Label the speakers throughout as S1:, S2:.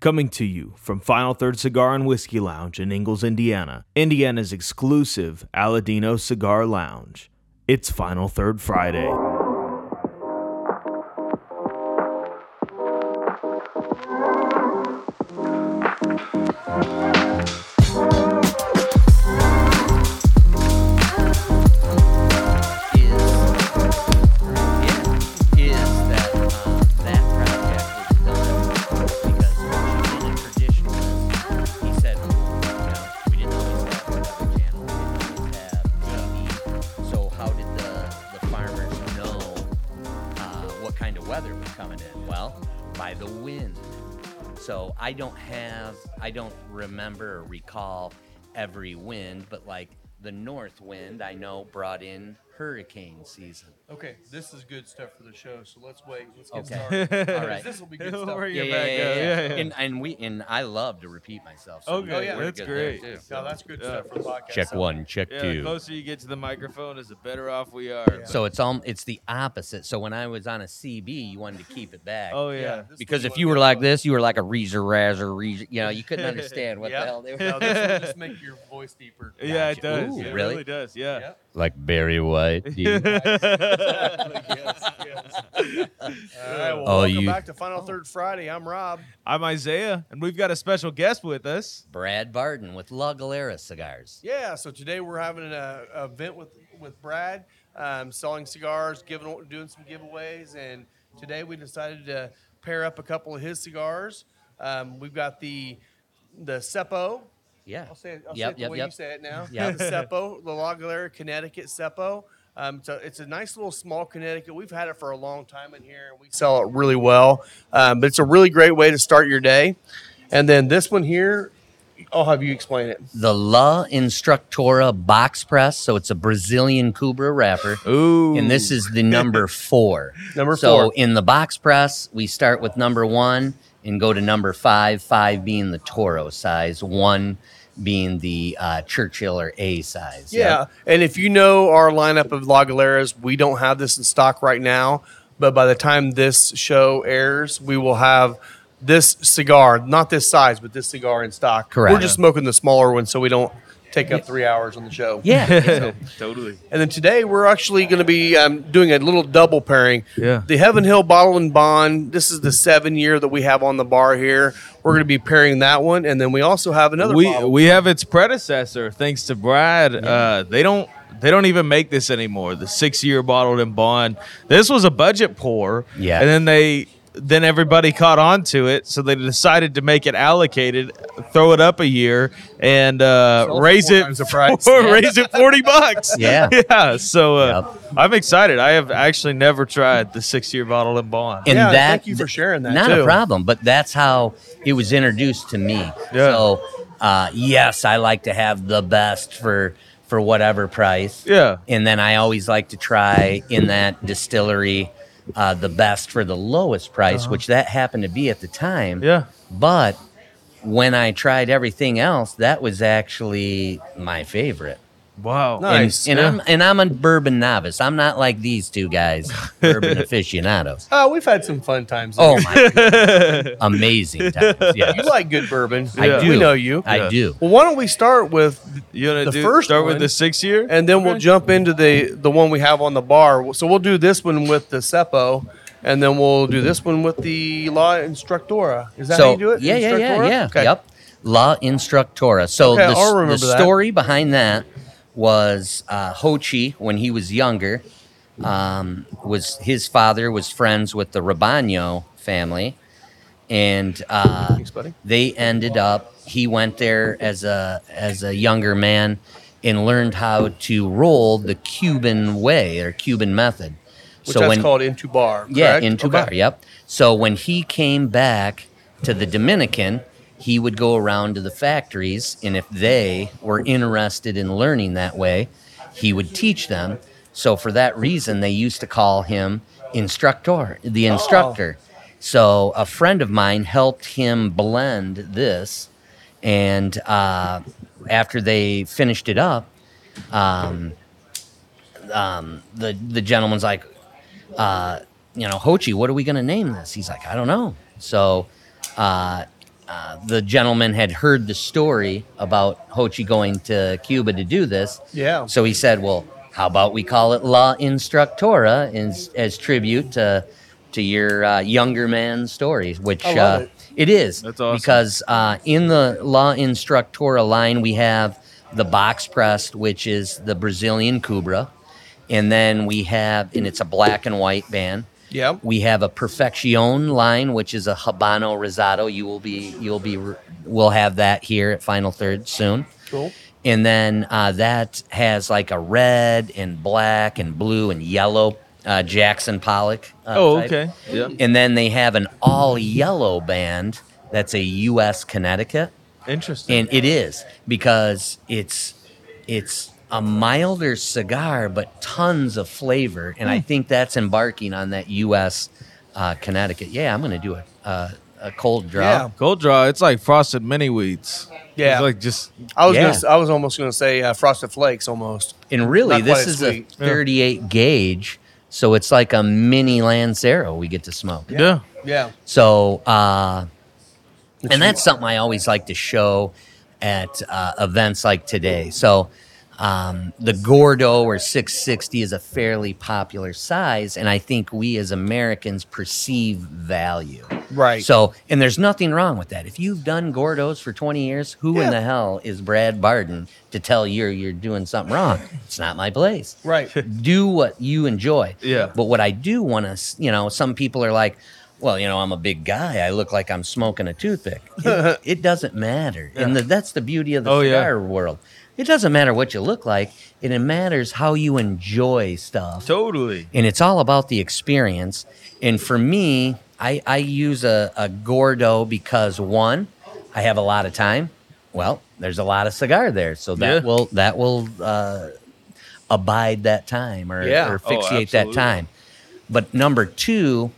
S1: Coming to you from Final Third Cigar and Whiskey Lounge in Ingles, Indiana, Indiana's exclusive Aladino Cigar Lounge. It's Final Third Friday.
S2: is yeah, is that uh, that project was done because she did a traditionalist. He said, you know, we didn't always have another channel, we didn't always have TV. So how did the the farmers know uh, what kind of weather was coming in? Well, by the wind. So I don't have, I don't remember or recall every wind, but like the north wind, I know brought in hurricane season.
S3: Okay, this is good stuff for the show. So let's wait. Let's get
S2: Okay.
S3: started.
S2: All right.
S3: This will be good
S4: Don't
S3: stuff.
S4: worry.
S2: Yeah,
S4: Bring it
S2: yeah,
S4: back
S2: yeah,
S4: up.
S2: yeah,
S4: Yeah,
S2: yeah.
S4: yeah.
S2: And and we and I love to repeat myself. So
S4: Okay,
S2: we're- we're
S3: that's
S2: good there,
S4: great.
S2: too.
S3: No, that's good
S4: Yeah.
S3: stuff for the podcast.
S2: Check
S3: So-
S2: one, check
S4: Yeah, the
S2: two.
S4: closer you get to the microphone, is the better off we are.
S3: Yeah.
S2: So it's all it's the opposite. So when I was on a CB, you wanted to keep it back.
S4: oh
S3: Yeah.
S4: yeah.
S3: this was
S2: because if
S3: what
S2: you
S3: we
S2: were like
S3: thought.
S2: this, you were like a razor razor razor. You know, you couldn't understand what
S3: Yeah.
S2: the hell they were
S3: No, this will just make your voice deeper.
S4: Yeah, it
S2: Gotcha.
S4: does.
S2: Ooh,
S4: it
S2: really?
S4: really does. Yeah.
S3: Yep.
S2: like Barry White.
S3: Yes, yes. All right. Well,
S2: Oh,
S3: welcome
S2: you-
S3: back to Final Third Friday. I'm Rob.
S4: I'm Isaiah, and we've got a special guest with us.
S2: Brad Barton with La Galera cigars.
S3: Yeah. So today we're having a, a event with with Brad, um, selling cigars, giving doing some giveaways, and today we decided to pair up a couple of his cigars. Um, we've got the the Seppo.
S2: Yeah.
S3: I'll say it, I'll say
S2: Yep,
S3: it the
S2: yep,
S3: way you
S2: yep.
S3: say it now. Yeah.
S2: Yep.
S3: The Seppo, the La Galera Connecticut Seppo. Um, so it's a nice little small Connecticut. We've had it for a long time in here, and we sell it really well. Um, but it's a really great way to start your day. And then this one here, I'll have you explain it.
S2: The La Instructora box press. So it's a Brazilian Cubra wrapper.
S4: Ooh.
S2: And this is the number four.
S3: Number
S2: so
S3: four.
S2: in the box press, we start with number one and go to number five, five being the Toro size, one being the uh, Churchill or A size.
S3: Yeah.
S2: Yep.
S3: And if you know our lineup of La Galeras, we don't have this in stock right now, but by the time this show airs, we will have this cigar, not this size, but this cigar in stock.
S2: Correct.
S3: We're just smoking the smaller one so we don't take up three hours on the show.
S2: Yeah.
S4: totally.
S3: And then today we're actually going to be um, doing a little double pairing.
S4: Yeah.
S3: The Heaven Hill Bottle and Bond. This is the seven year that we have on the bar here. We're going to be pairing that one, and then we also have another.
S4: we
S3: bottle.
S4: we have its predecessor, thanks to Brad. Uh, they don't they don't even make this anymore. The six year bottled and bond. This was a budget pour.
S2: Yeah.
S4: And then they then everybody caught on to it, so they decided to make it allocated, throw it up a year, and uh,
S3: Sold for
S4: raise
S3: four
S4: it
S3: times the price.
S4: for- raise it forty bucks.
S2: Yeah.
S4: Yeah. So uh, I'm excited. I have actually never tried the six year bottled and bond.
S2: and
S3: Yeah,
S2: that
S3: thank you for sharing that,
S2: Not
S3: too.
S2: a problem, but that's how it was introduced to me.
S4: Yeah.
S2: So, uh, yes, I like to have the best for for whatever price.
S4: Yeah.
S2: And then I always like to try in that distillery uh, the best for the lowest price,
S3: Uh-huh.
S2: which that happened to be at the time.
S4: Yeah.
S2: But when I tried everything else, that was actually my favorite.
S4: Wow.
S3: Nice.
S2: And,
S4: yeah.
S2: and I'm and I'm a bourbon novice. I'm not like these two guys, bourbon aficionados.
S3: Oh, we've had some fun times.
S2: Oh my god. Amazing times.
S3: You
S2: Yes.
S3: like good bourbon.
S2: I do.
S3: We know you.
S2: I do.
S3: Well, why don't we start with,
S4: You want to
S3: The
S4: do,
S3: first
S4: start
S3: one-
S4: with the six year,
S3: and then we'll jump into the the one we have on the bar. So we'll do this one with the Seppo, and then we'll do this one with the La Instructora. Is that how you do it?
S2: Yeah, yeah, yeah,
S3: Instructora?
S2: yeah.
S3: Okay.
S2: Yep. La Instructora. So
S3: Okay,
S2: the, s-
S3: I'll
S2: the
S3: remember that.
S2: story behind that was uh, Ho Chi, when he was younger, um, was his father was friends with the Rabano family. And uh,
S3: Thanks, buddy.
S2: they ended up he went there as a as a younger man and learned how to roll the Cuban way or Cuban method.
S3: Which that's called into bar.
S2: yeah,
S3: correct?
S2: in
S3: Okay.
S2: Tubar, yep. So when he came back to the Dominican, he would go around to the factories and if they were interested in learning that way, he would teach them. So for that reason they used to call him instructor,
S3: Oh.
S2: the instructor. So a friend of mine helped him blend this, and uh, after they finished it up, um, um, the the gentleman's like, uh, you know, Hochi, what are we gonna name this? He's like, I don't know. So uh, uh, the gentleman had heard the story about Ho Chi going to Cuba to do this.
S3: Yeah.
S2: So he said, "Well, how about we call it La Instructora as, as tribute to to your uh, younger man stories?" Which
S3: I love
S2: uh, it
S3: it.
S2: is
S4: That's awesome.
S2: because uh, in the La Instructora line we have the box pressed, which is the Brazilian Cubra, and then we have and it's a black and white band.
S3: Yeah.
S2: We have a Perfeccion line, which is a Habano Rosado. You will be, you'll be, we'll have that here at Final Third soon.
S3: Cool.
S2: And then uh, that has like a red and black and blue and yellow uh, Jackson Pollock. Uh,
S4: Oh,
S2: type.
S4: okay. Yeah.
S2: And then they have an all yellow band that's a U.S. Connecticut
S4: Interesting.
S2: and it is because it's it's a milder cigar but tons of flavor and i
S4: Hmm.
S2: think that's embarking on that us uh, connecticut yeah i'm gonna do a, a, a cold draw
S3: Yeah.
S4: Cold draw, it's like frosted mini wheats.
S3: Yeah.
S4: It's like just
S3: I was
S2: Yeah.
S3: gonna, s- I was almost gonna say uh, frosted flakes almost.
S2: and really
S3: Not quite
S2: this
S3: as
S2: is
S3: sweet.
S2: a 38 gauge so it's like a mini lancero we get to smoke
S4: yeah.
S3: Yeah.
S2: So, uh, and that's something I always like to show at uh, events like today. So, um, the Gordo or 660 is a fairly popular size, and I think we as Americans perceive value.
S3: Right.
S2: So, and there's nothing wrong with that. If you've done Gordos for 20 years, who
S3: Yeah.
S2: in the hell is Brad Barden to tell you you're doing something wrong? It's not my place
S3: Right.
S2: do what you enjoy.
S4: Yeah.
S2: But what I do want to, you know, some people are like, well, you know, I'm a big guy. I look like I'm smoking a toothpick. It, it doesn't matter. And the, that's the beauty of the
S4: Oh, yeah.
S2: cigar world. It doesn't matter what you look like. It matters how you enjoy stuff
S4: Totally.
S2: and it's all about the experience. And for me, I, I use a, a Gordo because one, I have a lot of time. Well, there's a lot of cigar there, so that
S4: Yeah.
S2: will that will uh, abide that time or,
S3: Yeah.
S2: or
S4: Oh,
S2: fixate that
S4: absolutely.
S2: time. But number two,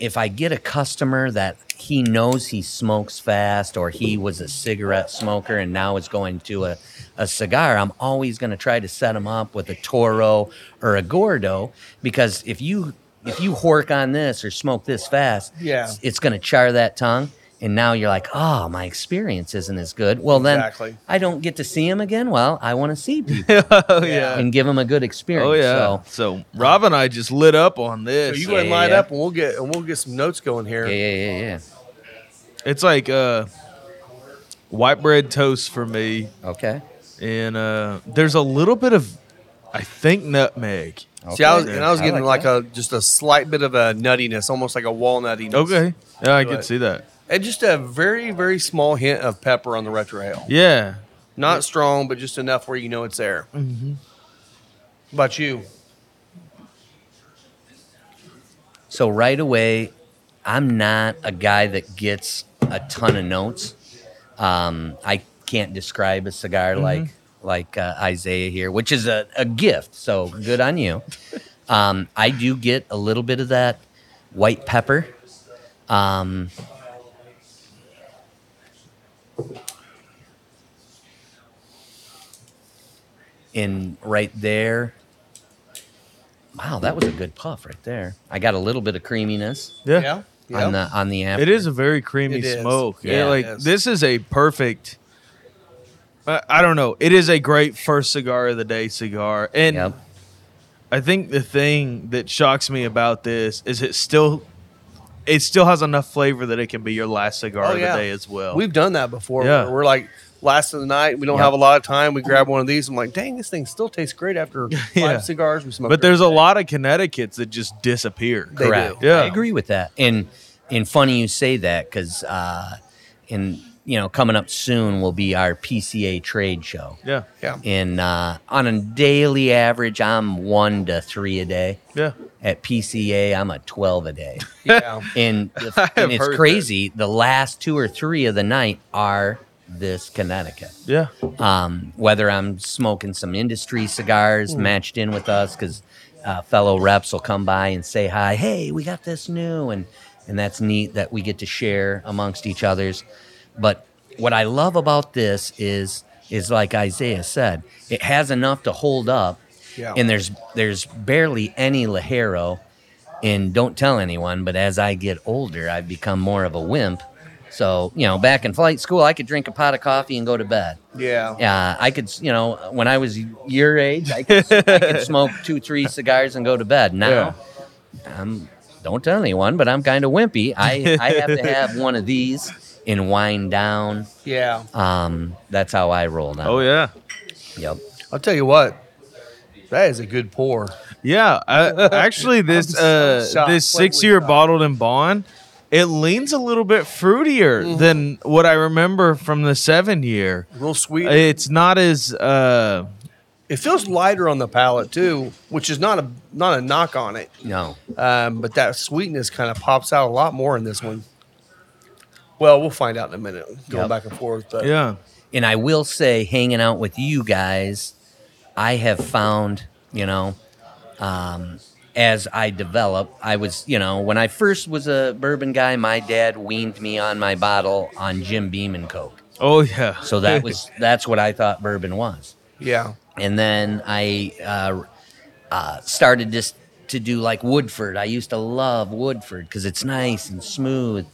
S2: if I get a customer that he knows he smokes fast or he was a cigarette smoker and now is going to a, a cigar, I'm always going to try to set him up with a Toro or a Gordo because if you if you hork on this or smoke this fast,
S3: Yeah.
S2: it's, going to char that tongue. And now you're like, oh, my experience isn't as good. Well, then
S3: Exactly.
S2: I don't get to see him again. Well, I want to see people
S4: oh yeah.
S2: and give him a good experience.
S4: Oh yeah.
S2: So,
S4: So, Rob and I just lit up on
S3: So
S4: this.
S3: you go ahead and
S2: Yeah,
S3: line
S2: yeah.
S3: up, and we'll get and we'll get some notes going here.
S2: yeah, yeah, yeah, yeah.
S4: It's like uh white bread toast for me.
S2: Okay.
S4: And uh there's a little bit of I think nutmeg.
S3: See, I was,
S2: Okay.
S3: and I was getting
S2: like
S3: like,
S2: that.
S3: a just a slight bit of a nuttiness, almost like a walnuttiness.
S4: Okay. Yeah, I can
S3: Right.
S4: see that.
S3: and just a very very small hint of pepper on the retrohale.
S4: Yeah.
S3: Not strong, but just enough where you know it's there. Mm-hmm. About you?
S2: So right away, I'm not a guy that gets a ton of notes. Um, I can't describe a cigar like like uh, Isaiah here, which is a, a gift. So good on you. Um, I do get a little bit of that white pepper. Um, in right there. Wow, that was a good puff right there. I got a little bit of creaminess
S4: Yeah.
S3: Yeah.
S2: on the on the after.
S4: It is a very creamy
S3: It is.
S4: smoke. Yeah,
S2: Yeah,
S4: like
S3: it is.
S4: this is a perfect. I, I don't know. It is a great first cigar of the day cigar, and
S2: Yep.
S4: I think the thing that shocks me about this is it still, it still has enough flavor that it can be your last cigar
S3: Oh,
S4: of
S3: yeah.
S4: the day as well.
S3: We've done that before.
S4: Yeah.
S3: We're, we're like last of the night. We don't
S2: Yep.
S3: have a lot of time. We grab one of these. I'm like, dang, this thing still tastes great after five
S4: Yeah.
S3: cigars. We smoke.
S4: but there's a lot of Connecticut's that just disappear.
S3: They
S2: Correct.
S3: do.
S4: Yeah.
S2: I agree with that. And and funny you say that because uh, in you know coming up soon will be our PCA trade show.
S4: Yeah,
S3: Yeah.
S2: And uh, on a daily average, I'm one to three a day.
S4: yeah,
S2: At PCA, I'm a twelve a day.
S3: Yeah.
S2: And, the,
S4: have
S2: and it's
S4: heard that.
S2: crazy. The last two or three of the night are this Connecticut.
S4: yeah.
S2: um, whether I'm smoking some industry cigars matched in with us because uh, fellow reps will come by and say hi. Hey, we got this new, and and that's neat that we get to share amongst each others. But what I love about this is is like Isaiah said, it has enough to hold up,
S3: Yeah.
S2: and there's there's barely any lajero. And don't tell anyone, but as I get older, I've become more of a wimp So, you know, back in flight school, I could drink a pot of coffee and go to bed.
S3: Yeah.
S2: Uh, I could, you know, when I was your age, I could, I could smoke two, three cigars and go to bed. Now, I'm, don't tell anyone, but I'm kind of wimpy. I, I have to have one of these and wind down.
S3: Yeah.
S2: Um, that's how I roll now.
S4: Oh yeah.
S2: Yep.
S3: I'll tell you what. That is a good pour.
S4: Yeah, uh, actually, this
S3: so
S4: uh,
S3: shocked.
S4: this
S3: Wait, wait,
S4: six year
S3: stop.
S4: bottled and bond, it leans a little bit fruitier
S3: Mm-hmm.
S4: than what I remember from the seven year.
S3: Real sweet.
S4: It's not as uh,
S3: It feels lighter on the palate too, which is not a not a knock on it.
S2: No.
S3: Um, but that sweetness kind of pops out a lot more in this one. Well, we'll find out in a minute. Going
S2: Yep.
S3: back and forth, but
S4: yeah.
S2: and I will say, hanging out with you guys, I have found, you know, um, as I develop, I was, you know, when I first was a bourbon guy, my dad weaned me on my bottle on Jim Beam and Coke.
S4: Oh yeah.
S2: So that was that's what I thought bourbon was.
S3: yeah,
S2: And then I uh, uh, started just to do like Woodford. I used to love Woodford because it's nice and smooth.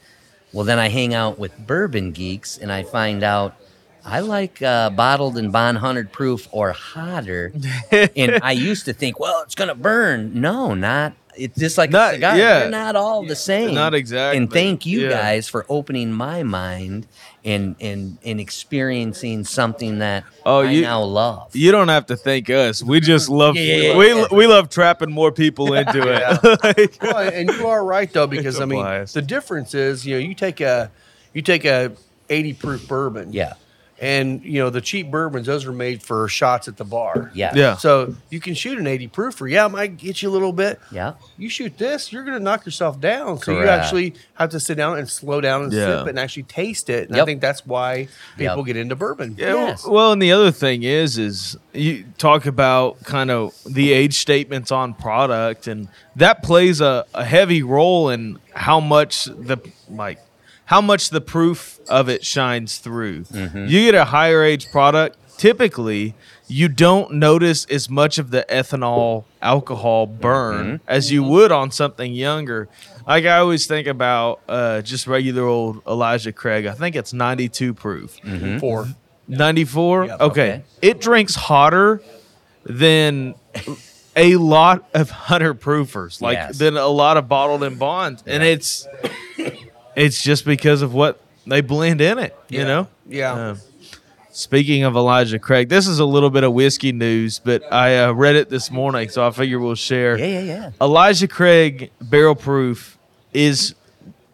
S2: Well, then I hang out with bourbon geeks and I find out I like uh, bottled and bond 100 proof or hotter. and I used to think, well, it's going to burn. No, not. It's just like
S4: Not-
S2: a cigar.
S4: yeah.
S2: They're not all the same.
S4: Not exactly,
S2: And thank you
S4: yeah.
S2: guys for opening my mind and and and experiencing something that
S4: Oh,
S2: I
S4: you-
S2: now love.
S4: You don't have to thank us. We just love
S2: Yeah, yeah, yeah,
S4: we
S2: yeah.
S4: we love trapping more people into it. Like-
S3: well, and you are right though because I mean
S4: bias.
S3: the difference is you know you take a you take a eighty proof bourbon,
S2: yeah.
S3: and you know the cheap bourbons those are made for shots at the bar,
S2: Yeah.
S4: yeah.
S3: So you can shoot an eighty proofer, yeah, it might get you a little bit,
S2: Yeah.
S3: you shoot this, you're going to knock yourself down. So you
S2: Correct.
S3: actually have to sit down and slow down and
S4: Yeah.
S3: sip it and actually taste it. And I
S2: Yep.
S3: think that's why people
S2: Yep.
S3: get into bourbon.
S4: Yeah, w-
S2: Yes.
S4: Well, and the other thing is, is you talk about kind of the age statements on product, and that plays a, a heavy role in how much the like how much the proof of it shines through. You get a higher age product, typically you don't notice as much of the ethanol alcohol burn as you would on something younger. Like I always think about uh, just regular old Elijah Craig. I think it's 92 proof.
S3: Mm-hmm. For
S4: 94
S3: Yep.
S4: okay.
S2: Okay.
S4: it drinks hotter than a lot of hunter proofers like
S2: Yes.
S4: than a lot of bottled and bonds and it's it's just because of what they blend in it you
S3: Yeah.
S4: know
S3: Yeah.
S4: Um, speaking of elijah craig this is a little bit of whiskey news but i uh, read it this morning so i figure we'll share
S2: Yeah, yeah, yeah.
S4: elijah craig barrel proof is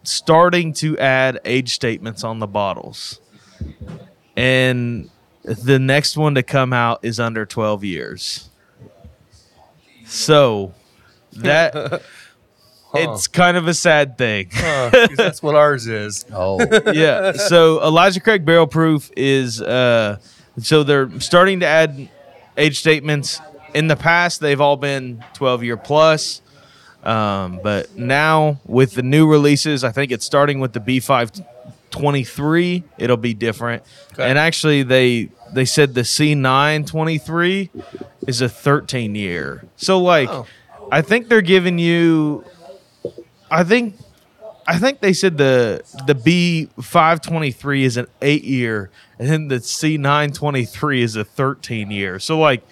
S4: starting to add age statements on the bottles and the next one to come out is under 12 years. So that it's kind of a sad thing.
S3: uh, 'cause that's what ours is.
S2: Oh,
S4: yeah. So Elijah Craig Barrel Proof is uh so they're starting to add age statements. In the past, they've all been 12 year plus. Um, but now with the new releases, I think it's starting with the B5 23, it'll be different.
S3: Okay.
S4: And actually they they said the C9 23 is a 13 year. So like
S3: Oh.
S4: I think they're giving you I think I think they said the the B five twenty three is an eight year, and then the C nine twenty three is a thirteen year. So like,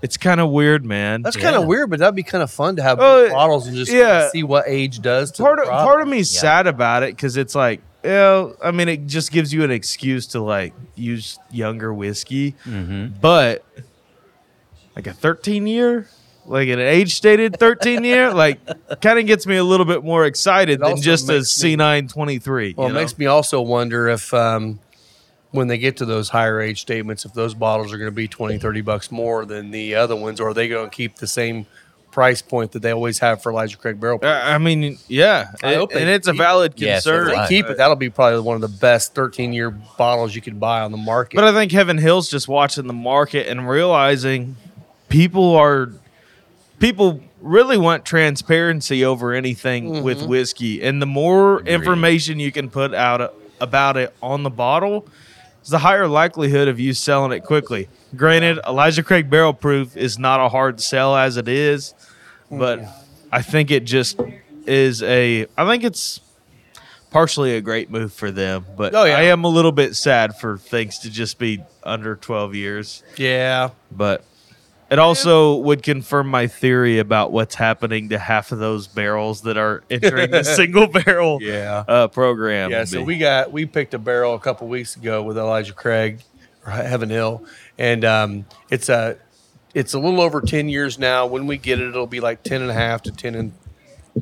S4: it's kind of weird, man.
S3: That's kind of weird, but that'd be kind of fun to have
S4: Oh,
S3: bottles and just
S4: yeah.
S3: see what age does to
S4: part
S3: the
S4: of
S3: product.
S4: part of me's sad about it because it's like, you know, I mean, it just gives you an excuse to like use younger whiskey,
S3: Mm-hmm.
S4: but like a thirteen year. Like an age stated 13 year, like kind of gets me a little bit more excited than
S3: also
S4: just a
S3: makes me-
S4: C923.
S3: Well,
S4: you
S3: it
S4: know?
S3: makes me also wonder if um, when they get to those higher age statements, if those bottles are going to be 20, 30 bucks more than the other ones, or are they going to keep the same price point that they always have for Elijah Craig Barrel?
S4: Uh, I mean, yeah,
S3: I
S4: It-
S3: hope they
S4: and it's a
S3: keep-
S4: valid
S2: Yeah, so
S4: concern.
S2: do I.
S3: they keep it. That'll be probably one of the best 13 year bottles you could buy on the market.
S4: But I think Heaven Hill's just watching the market and realizing people are people really want transparency over anything with
S3: Mm-hmm.
S4: whiskey, and the more information you can put out uh, about it on the bottle, is the higher likelihood of you selling it quickly. Granted, Elijah Craig Barrel Proof is not a hard sell as it is,
S3: Mm,
S4: but I think it just is a. I think it's partially a great move for them. But
S3: Oh, yeah.
S4: I am a little bit sad for things to just be under 12 years.
S3: Yeah.
S4: But it also would confirm my theory about what's happening to half of those barrels that are entering the single barrel
S3: Yeah.
S4: uh, program.
S3: Yeah, so we got we picked a barrel a couple weeks ago with Elijah Craig, or Heaven Hill, and um, it's a it's a little over ten years now. When we get it, it'll be like ten and a half to ten and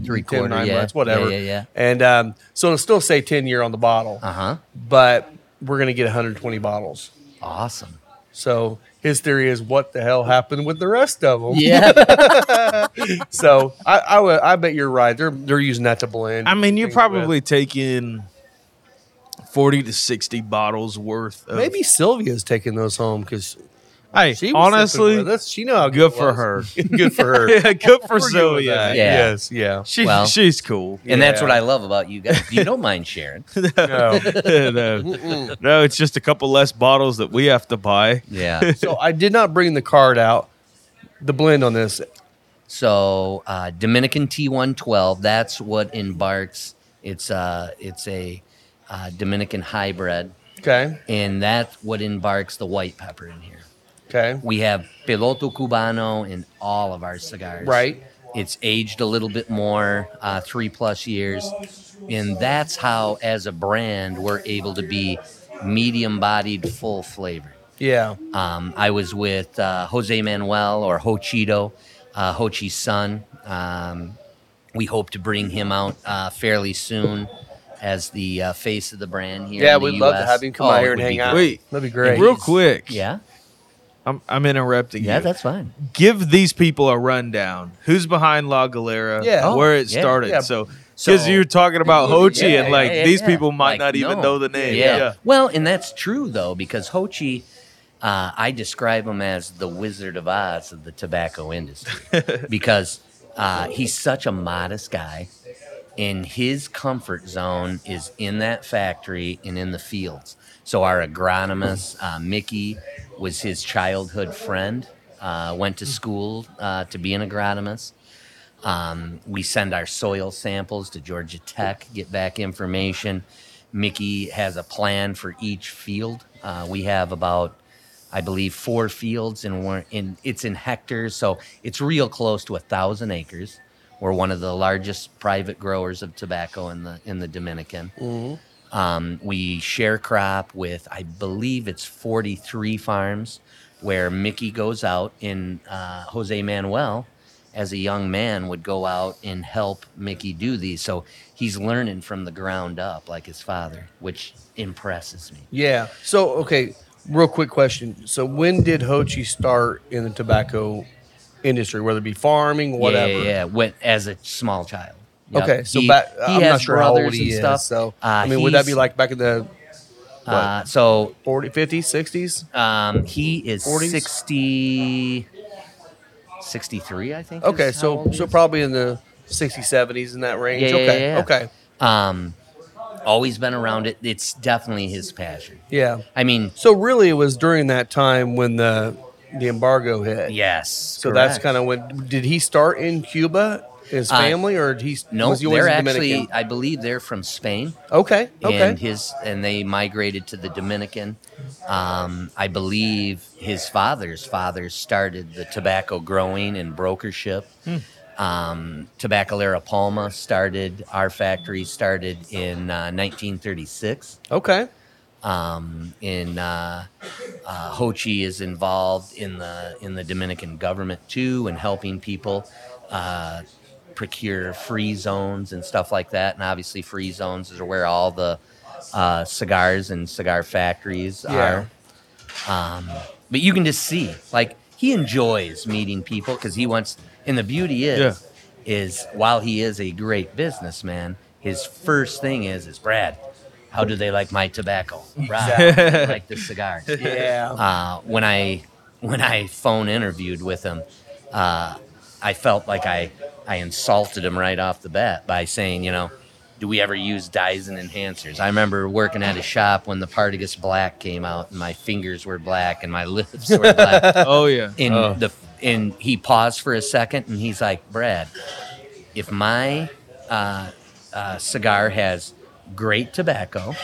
S2: Three
S3: ten
S2: quarter,
S3: nine
S2: yeah.
S3: months, whatever.
S2: Yeah, yeah, yeah.
S3: And um, so it'll still say ten year on the bottle,
S2: Uh huh.
S3: but we're gonna get 120 bottles.
S2: Awesome.
S3: So his theory is, what the hell happened with the rest of them?
S2: Yeah.
S3: So I I would- I bet you're right. They're they're using that to blend.
S4: I mean, you're
S3: things with.
S4: probably taking 40 to 60 bottles worth of.
S3: maybe Sylvia's taking those home because
S4: Hey,
S3: She was
S4: honestly,
S3: sipping with us. she know how
S4: good
S3: it
S4: for
S3: was.
S4: her.
S3: good for her.
S4: yeah, good for
S3: We're good with
S4: Zoe.
S3: that.
S2: Yeah.
S3: Yes, yeah.
S4: She,
S2: Well-
S4: she's cool.
S2: and that's what
S3: Yeah.
S2: I love about you guys. You don't mind sharing.
S3: No. Mm.
S4: no, no, it's just a couple less bottles that we have to buy.
S2: Yeah.
S3: so I did not bring the card out. The blend on this.
S2: So uh, Dominican T112. That's what embarks. It's uh, it's a uh, Dominican hybrid,
S3: Okay.
S2: and that's what embarks the white pepper in here.
S3: Okay.
S2: We have Piloto Cubano in all of our cigars.
S3: Right.
S2: It's aged a little bit more, uh, three plus years. And that's how, as a brand, we're able to be medium bodied, full flavored.
S3: Yeah.
S2: Um, I was with uh, Jose Manuel or Ho Chito, uh, Ho Chi's son. Um, we hope to bring him out uh, fairly soon as the uh, face of the brand here.
S3: Yeah,
S2: in the
S3: we'd love to
S2: US.
S3: have him come
S2: Oh,
S3: out
S2: it
S3: here and
S2: would be
S3: hang out.
S2: great.
S4: Wait.
S3: That'd be great.
S4: Real quick,
S2: Yeah,
S4: I'm, I'm interrupting
S2: yeah,
S4: you.
S2: that's fine.
S4: Give these people a rundown. Who's behind La Galera?
S3: Yeah.
S2: Oh,
S4: where it
S2: yeah.
S4: started.
S3: Yeah.
S4: So,
S2: So-
S4: because you're talking about Ho Chi,
S2: Yeah,
S4: and like
S2: yeah, yeah,
S4: these
S2: yeah.
S4: people might
S2: Like,
S4: not even
S2: no.
S4: know the name.
S2: Yeah. Well, and that's true though, because Ho Chi, uh, I describe him as the Wizard of Oz of the tobacco industry, because uh, he's such a modest guy, and his comfort zone is in that factory and in the fields. So our agronomist uh, Mickey was his childhood friend. Uh, went to school uh, to be an agronomist. Um, we send our soil samples to Georgia Tech, get back information. Mickey has a plan for each field. Uh, we have about, I believe, four fields, and we're in, it's in hectares, so it's real close to a thousand acres. We're one of the largest private growers of tobacco in the in the Dominican. Um, we share crop with, I believe it's 43 farms where Mickey goes out and uh, Jose Manuel, as a young man, would go out and help Mickey do these. So he's learning from the ground up like his father, which impresses me.
S3: Yeah. So okay, real quick question. So when did Ho Chi start in the tobacco industry, whether it be farming, whatever?
S2: Yeah, yeah, yeah. Went as a small child. Yep.
S3: Okay. So
S2: He-
S3: back, uh,
S2: he
S3: I'm
S2: has
S3: not sure how old
S2: brothers
S3: he
S2: and
S3: is.
S2: stuff.
S3: So
S2: Uh,
S3: I mean, would that
S2: he's-
S3: be like back in the
S2: Uh, so
S3: 40, 50s, 60s?
S2: Um, he is
S3: 40s?
S2: 60, 63, I think.
S3: Okay.
S2: is how
S3: So
S2: old he
S3: so
S2: is.
S3: probably in the 60s, 70s in that range.
S2: Yeah, yeah,
S3: okay.
S2: yeah, yeah.
S3: Okay.
S2: um, always been around it. It's definitely his passion.
S3: Yeah.
S2: I mean,
S3: So really, it was during that time when the the embargo hit.
S2: yes.
S3: So that's kind of when did he start in Cuba? His
S2: Uh,
S3: family, or did he?
S2: no.
S3: was he always
S2: They're
S3: a Dominican?
S2: actually, I believe, they're from Spain.
S3: okay. Okay.
S2: and his and they migrated to the Dominican. Um, I believe his father's father started the tobacco growing and brokership. Um, Tabacalera Palma started our factory started in uh, 1936
S3: okay.
S2: um, in uh, uh, Ho Chi is involved in the in the Dominican government too, and helping people uh, procure free zones and stuff like that. And obviously, free zones are where all the uh, cigars and cigar factories
S3: Yeah.
S2: are. Um, but you can just see, like, he enjoys meeting people because he wants. And the beauty is, is while he is a great businessman, his first thing is, is Brad. How do they like my tobacco? Brad, how do they like the cigars.
S3: Yeah.
S2: Uh, when I when I phone interviewed with him, uh, I felt like I I insulted him right off the bat by saying, you know, do we ever use dyes and enhancers? I remember working at a shop when the Partagas Black came out, and my fingers were black and my lips were black.
S4: Oh yeah.
S2: And
S4: Oh.
S2: the and he paused for a second, and he's like, Brad, if my uh, uh, cigar has great tobacco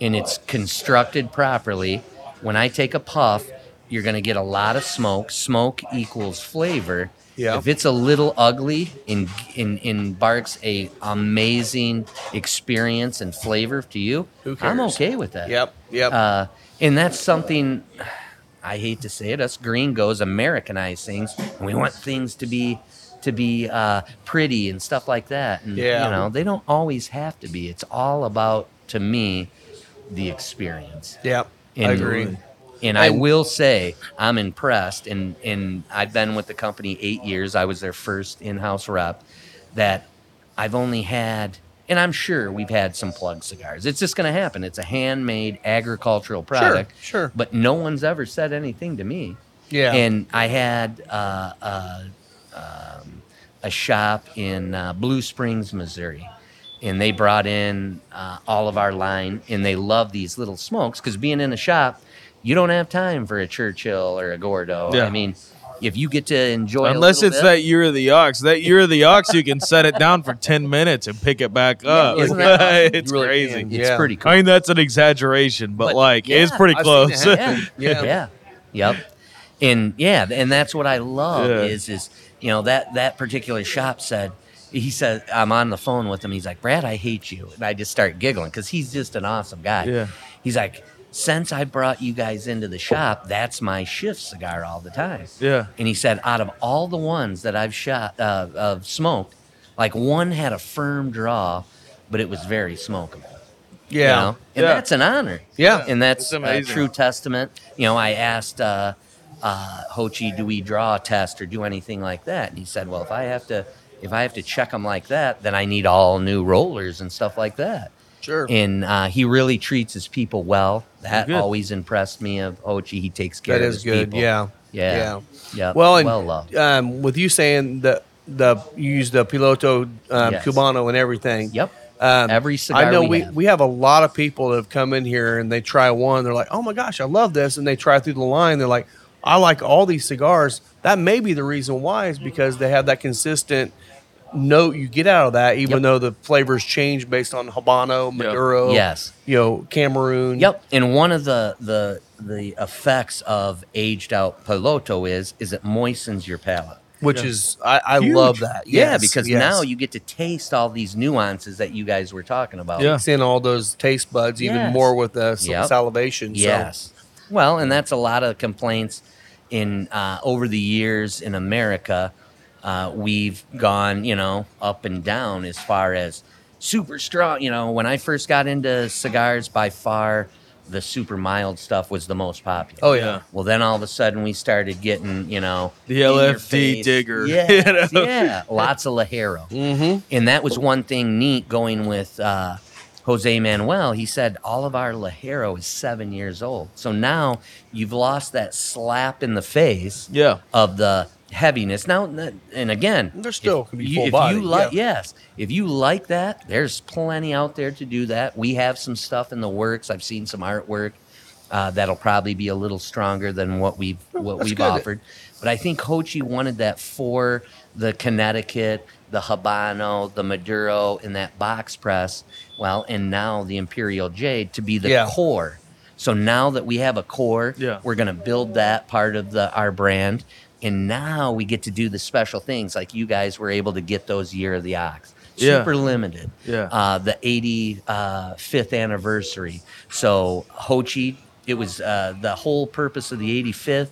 S2: and it's constructed properly, when I take a puff, you're going to get a lot of smoke. Smoke equals flavor.
S3: Yeah.
S2: If it's a little ugly and in, embarks a amazing experience and flavor to you,
S3: Who
S2: I'm
S3: cares?
S2: okay with that.
S3: Yep, yep.
S2: Uh, and that's something I hate to say it. Us gringos Americanize things, and we want things to be to be uh, pretty and stuff like that. And
S3: Yeah.
S2: you know, they don't always have to be. It's all about to me the experience.
S3: yep. I agree.
S2: And I
S3: And-
S2: will say I'm impressed, and and I've been with the company eight years. I was their first in-house rep. That I've only had, and I'm sure we've had some plug cigars. It's just going to happen. It's a handmade agricultural product.
S3: sure.
S2: But no one's ever said anything to me.
S3: Yeah.
S2: And I had uh, uh, um, a shop in uh, Blue Springs, Missouri. And they brought in uh, all of our line, and they love these little smokes because being in a shop, you don't have time for a Churchill or a Gordo.
S4: Yeah.
S2: I mean, if you get to enjoy, a
S4: Unless
S2: little
S4: it's
S2: bit-
S4: that year of the ox. That year of the ox, you can set it down for 10 minutes and pick it back up.
S2: isn't that awesome?
S4: it's
S3: You really
S4: crazy.
S3: can.
S2: it's
S3: Yeah.
S2: pretty cool.
S4: I mean, that's an exaggeration, but,
S2: But,
S4: like, it's
S2: yeah,
S4: pretty
S3: I've seen it
S4: close.
S3: happen.
S2: yeah,
S3: Yeah.
S2: yeah, yep, and yeah, and that's what I love
S4: Yeah.
S2: is is you know that that particular shop said he said I'm on the phone with him. He's like, Brad, I hate you, and I just start giggling because he's just an awesome guy.
S4: Yeah.
S2: he's like. Since I brought you guys into the shop, that's my shift cigar all the time.
S4: Yeah.
S2: And he said, out of all the ones that I've shot, uh, of smoked, like one had a firm draw, but it was very smokable
S3: Yeah.
S2: you know? and
S4: Yeah.
S2: that's an honor.
S3: Yeah.
S2: and that's
S4: It's
S2: a
S4: amazing.
S2: true testament. You know, I asked uh, uh, Ho Chi, "Do we draw a test or do anything like that?" And he said, "Well, if I have to, if I have to check them like that, then I need all new rollers and stuff like that."
S3: Sure.
S2: And uh, he really treats his people well. That
S4: Good.
S2: always impressed me. Of Ho Chi, he takes care
S3: that
S2: of
S3: is
S2: his
S3: good.
S2: people.
S3: Yeah.
S2: yeah,
S3: Yeah.
S2: yeah.
S3: Well, and
S2: Uh, well uh, loved.
S3: um, with you saying that the you use the Piloto um,
S2: Yes.
S3: Cubano and everything.
S2: Yep.
S3: Um,
S2: Every
S3: I
S2: cigar
S3: know
S2: we
S3: we,
S2: have.
S3: we have a lot of people that have come in here and they try one. They're like, oh my gosh, I love this. And they try through the line. They're like, I like all these cigars. That may be the reason why is because they have that consistent note you get out of that, even
S2: Yep.
S3: though the flavors change based on Habano, Maduro,
S2: Yes.
S3: you know, Cameroon.
S2: Yep. And one of the the the effects of aged out piloto is is it moistens your palate.
S3: Which
S4: Yeah.
S3: is, I, I
S4: Huge.
S3: love that.
S2: Yeah,
S3: Yes,
S2: because
S3: yes.
S2: now you get to taste all these nuances that you guys were talking about.
S4: Yeah.
S3: seeing all those taste buds even
S2: Yes.
S3: more with the sal-
S2: Yep.
S3: salivation. so-
S2: Yes. Well, and that's a lot of complaints in uh, over the years in America. Uh, we've gone, you know, up and down as far as super strong. You know, when I first got into cigars, by far the super mild stuff was the most popular.
S3: Oh yeah.
S2: Well, then all of a sudden we started getting, you know,
S4: The
S2: in your
S4: LFD
S2: face.
S4: digger,
S2: Yes,
S4: you know?
S2: yeah, lots of Lajero.
S3: Mm-hmm.
S2: And that was one thing neat going with uh, Jose Manuel. He said all of our Lajero is seven years old. So now you've lost that slap in the face
S4: Yeah.
S2: of the heaviness. Now, and again,
S3: They're still
S2: if
S3: can be
S2: you,
S3: full
S2: if
S3: body,
S2: you like,
S3: yeah.
S2: yes, if you like that, there's plenty out there to do that. We have some stuff in the works. I've seen some artwork uh, that'll probably be a little stronger than what we've what
S3: that's
S2: we've
S3: good.
S2: offered. But I think Hochi wanted that for the Connecticut, the Habano, the Maduro, and that box press. Well, and now the Imperial Jade to be the
S3: Yeah.
S2: core. So now that we have a core,
S4: Yeah.
S2: we're going to build that part of the our brand, and now we get to do the special things like you guys were able to get those year of the ox.
S4: Yeah.
S2: Super limited.
S4: Yeah.
S2: Uh, the 85th anniversary. So Ho Chi, it was uh, the whole purpose of the 85th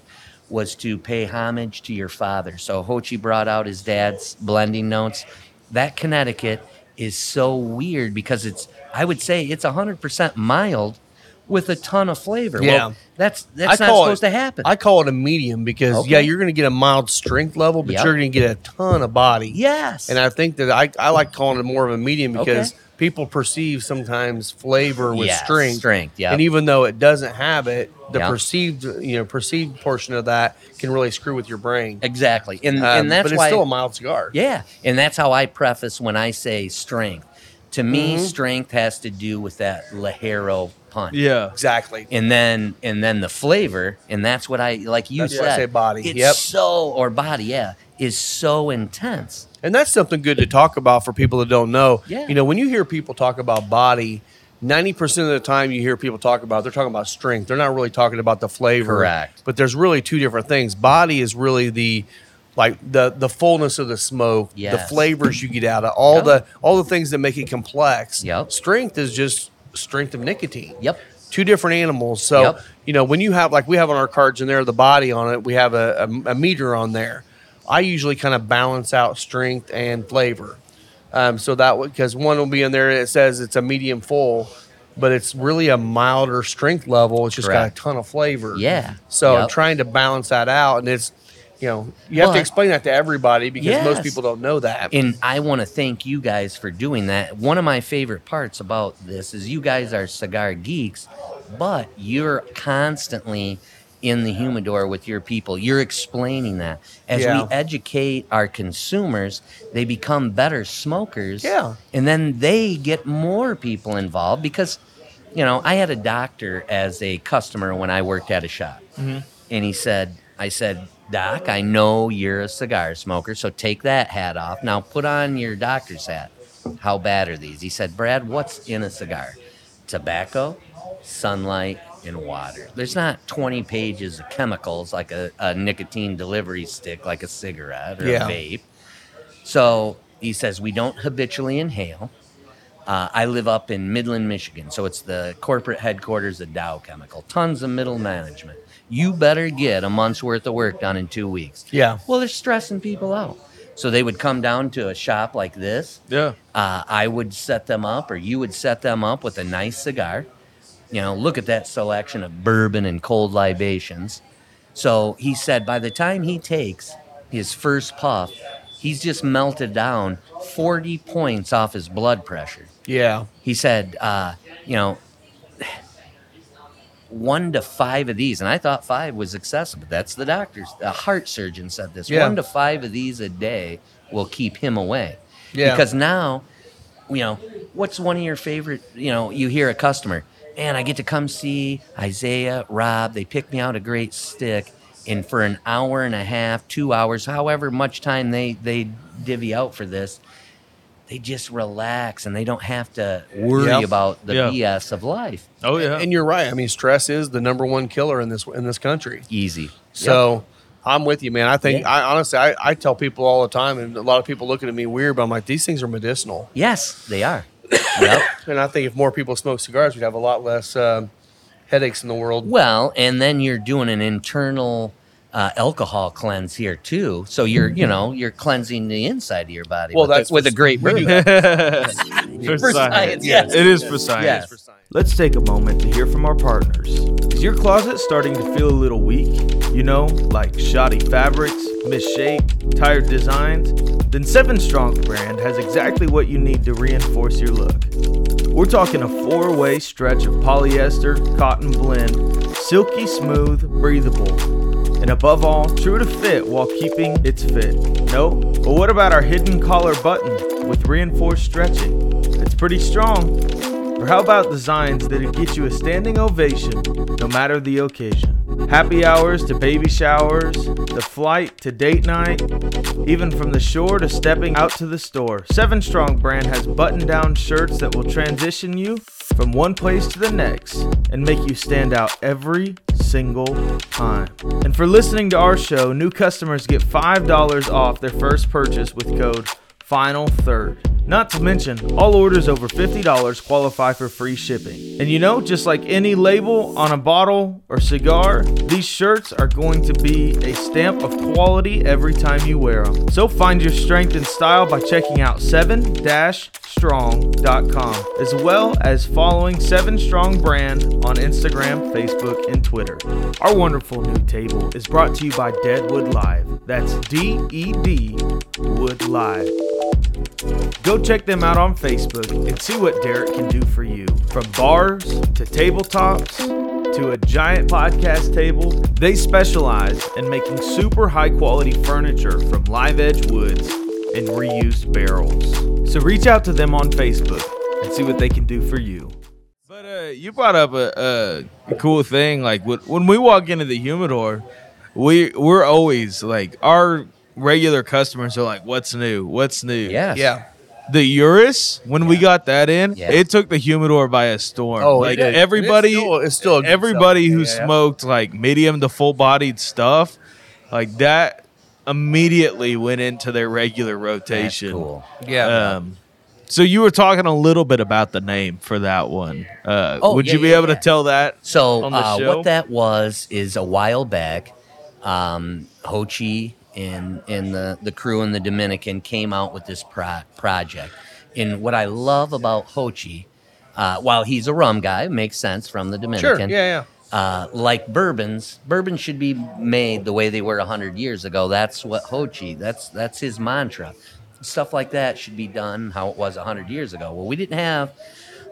S2: was to pay homage to your father. So Ho Chi brought out his dad's blending notes. That Connecticut is so weird because it's, I would say it's 100% mild with a ton of flavor.
S3: Yeah.
S2: Well, that's that's not supposed
S3: it,
S2: to happen.
S3: I call it a medium because
S2: Okay.
S3: yeah, you're going to get a mild strength level, but
S2: Yep.
S3: you're going to get a ton of body.
S2: yes.
S3: And I think that I, I like calling it more of a medium
S2: Okay.
S3: because people perceive sometimes flavor with
S2: Yes,
S3: strength.
S2: strength, yep.
S3: And even though it doesn't have it, the
S2: Yep.
S3: perceived you know perceived portion of that can really screw with your brain.
S2: exactly. And,
S3: Um,
S2: and that's
S3: but it's
S2: why
S3: still a mild cigar.
S2: Yeah, and that's how I preface when I say strength. To me,
S3: Mm-hmm.
S2: strength has to do with that lajero punch.
S4: Yeah.
S3: Exactly.
S2: And then and then the flavor, and that's what I like you
S3: That's
S2: said.
S3: why I say body,
S2: It's
S3: yep.
S2: so or body, yeah. is so intense.
S3: And that's something good to talk about for people that don't know.
S2: Yeah.
S3: You know, when you hear people talk about body, 90% of the time you hear people talk about, they're talking about strength. They're not really talking about the flavor.
S2: Correct.
S3: But there's really two different things. Body is really the like the the fullness of the smoke, the
S2: Yes.
S3: flavors you get out of all
S2: Yeah.
S3: the all the things that make it complex.
S2: Yep.
S3: Strength is just strength of nicotine
S2: Yep.
S3: two different animals. So
S2: Yep.
S3: you know when you have like we have on our cards and there the body on it, we have a, a, a meter on there. I usually kind of balance out strength and flavor. Um, so that because one will be in there that says it's a medium full, but it's really a milder strength level. It's just
S2: Correct.
S3: got a ton of flavor.
S2: Yeah.
S3: So I'm
S2: Yep.
S3: trying to balance that out, and it's you know you have
S2: But-
S3: to explain that to everybody because most
S2: Yes.
S3: people don't know that.
S2: And I want to thank you guys for doing that. One of my favorite parts about this is you guys are cigar geeks, but you're constantly in the humidor with your people. You're explaining that. As
S3: Yeah.
S2: we educate our consumers, they become better smokers.
S3: Yeah.
S2: And then they get more people involved because, you know, I had a doctor as a customer when I worked at a shop. And he said, I said, Doc, I know you're a cigar smoker, so take that hat off. Now put on your doctor's hat. How bad are these? He said, Brad, what's in a cigar? Tobacco, sunlight, and water. There's not 20 pages of chemicals like a, a nicotine delivery stick, like a cigarette or
S3: Yeah.
S2: a vape. So he says, We don't habitually inhale. Uh, I live up in Midland, Michigan, so it's the corporate headquarters of Dow Chemical. Tons of middle management. You better get a month's worth of work done in two weeks.
S3: Yeah.
S2: Well, they're stressing people out. So they would come down to a shop like this.
S4: Yeah.
S2: Uh, I would set them up, or you would set them up with a nice cigar. You know, look at that selection of bourbon and cold libations. So he said by the time he takes his first puff, he's just melted down 40 points off his blood pressure
S3: yeah.
S2: he said, uh, you know, one to five of these, and I thought five was excessive, but that's the doctor's. The heart surgeon said this.
S3: Yeah.
S2: One to five of these a day will keep him away.
S3: Yeah.
S2: Because now, you know, what's one of your favorite? You know, you hear a customer, man, I get to come see Isaiah, Rob. They pick me out a great stick, and for an hour and a half, two hours, however much time they they divvy out for this, they just relax and they don't have to worry
S3: Yeah.
S2: about the
S4: Yeah.
S2: BS of life.
S4: Oh yeah.
S3: And you're right. I mean, stress is the number one killer in this in this country.
S2: Easy.
S3: So I'm with you, man. I think
S2: Yeah.
S3: I honestly I, I tell people all the time, and a lot of people looking at me weird, but I'm like, these things are medicinal.
S2: yes, they are. Yep.
S3: And I think if more people smoked cigars, we'd have a lot less um, headaches in the world.
S2: Well, and then you're doing an internal uh, alcohol cleanse here too. So you're, you know, you're cleansing the inside of your body.
S3: Mm-hmm. Well,
S2: with a-
S3: that's
S2: with
S3: for-
S2: a great
S3: we do
S2: bourbon.
S4: For
S2: science, yes.
S4: It is for science.
S2: Yes.
S1: Let's take a moment to hear from our partners. Is your closet starting to feel a little weak? You know, like shoddy fabrics, misshape, tired designs? Then Seven Strong brand has exactly what you need to reinforce your look. We're talking a four way stretch of polyester, cotton blend, silky smooth, breathable, and above all, true to fit while keeping its fit. No? But what about our hidden collar button with reinforced stretching? It's pretty strong. Or how about designs that'll get you a standing ovation no matter the occasion? Happy hours to baby showers, the flight to date night, even from the shore to stepping out to the store. Seven Strong brand has button down shirts that will transition you from one place to the next and make you stand out every single time. And for listening to our show, new customers get $5 off their first purchase with code final third. Not to mention, all orders over $50 qualify for free shipping. And you know, just like any label on a bottle or cigar, these shirts are going to be a stamp of quality every time you wear them. So find your strength and style by checking out 7-strong.com as well as following 7 Strong brand on Instagram, Facebook, and Twitter. Our wonderful new table is brought to you by Deadwood Live. That's D E D Wood Live. Go check them out on Facebook and see what Derek can do for you. From bars to tabletops to a giant podcast table, they specialize in making super high quality furniture from live edge woods and reused barrels. So reach out to them on Facebook and see what they can do for you.
S4: But uh, you brought up a, a cool thing. Like wh- when we walk into the humidor, we we're always like our regular customers are like, "What's new? What's new?"
S2: Yes.
S3: Yeah.
S4: The Urus, when we got that in,
S2: Yeah.
S4: it took the humidor by a storm.
S3: Oh, it
S4: like
S3: did.
S4: everybody,
S3: It's still- it's still a good
S4: everybody
S3: seller.
S4: who
S3: Yeah, yeah, yeah.
S4: smoked like medium to full bodied stuff, like that immediately went into their regular
S2: That's
S4: rotation.
S2: cool.
S3: Yeah.
S4: Um, so you were talking a little bit about the name for that one. Uh,
S2: Oh,
S4: would
S2: yeah,
S4: you be
S2: yeah,
S4: able
S2: yeah.
S4: to tell that?
S2: So
S4: on the
S2: uh,
S4: show?
S2: what that was is a while back, um, Ho Chi and and the the crew in the Dominican came out with this pro- project. And what I love about Ho Chi, uh, while he's a rum guy, makes sense from the Dominican.
S3: Sure. Yeah. Yeah.
S2: Uh, like bourbons, bourbons should be made the way they were hundred years ago. That's what Ho Chi. That's that's his mantra. Stuff like that should be done how it was hundred years ago. Well, we didn't have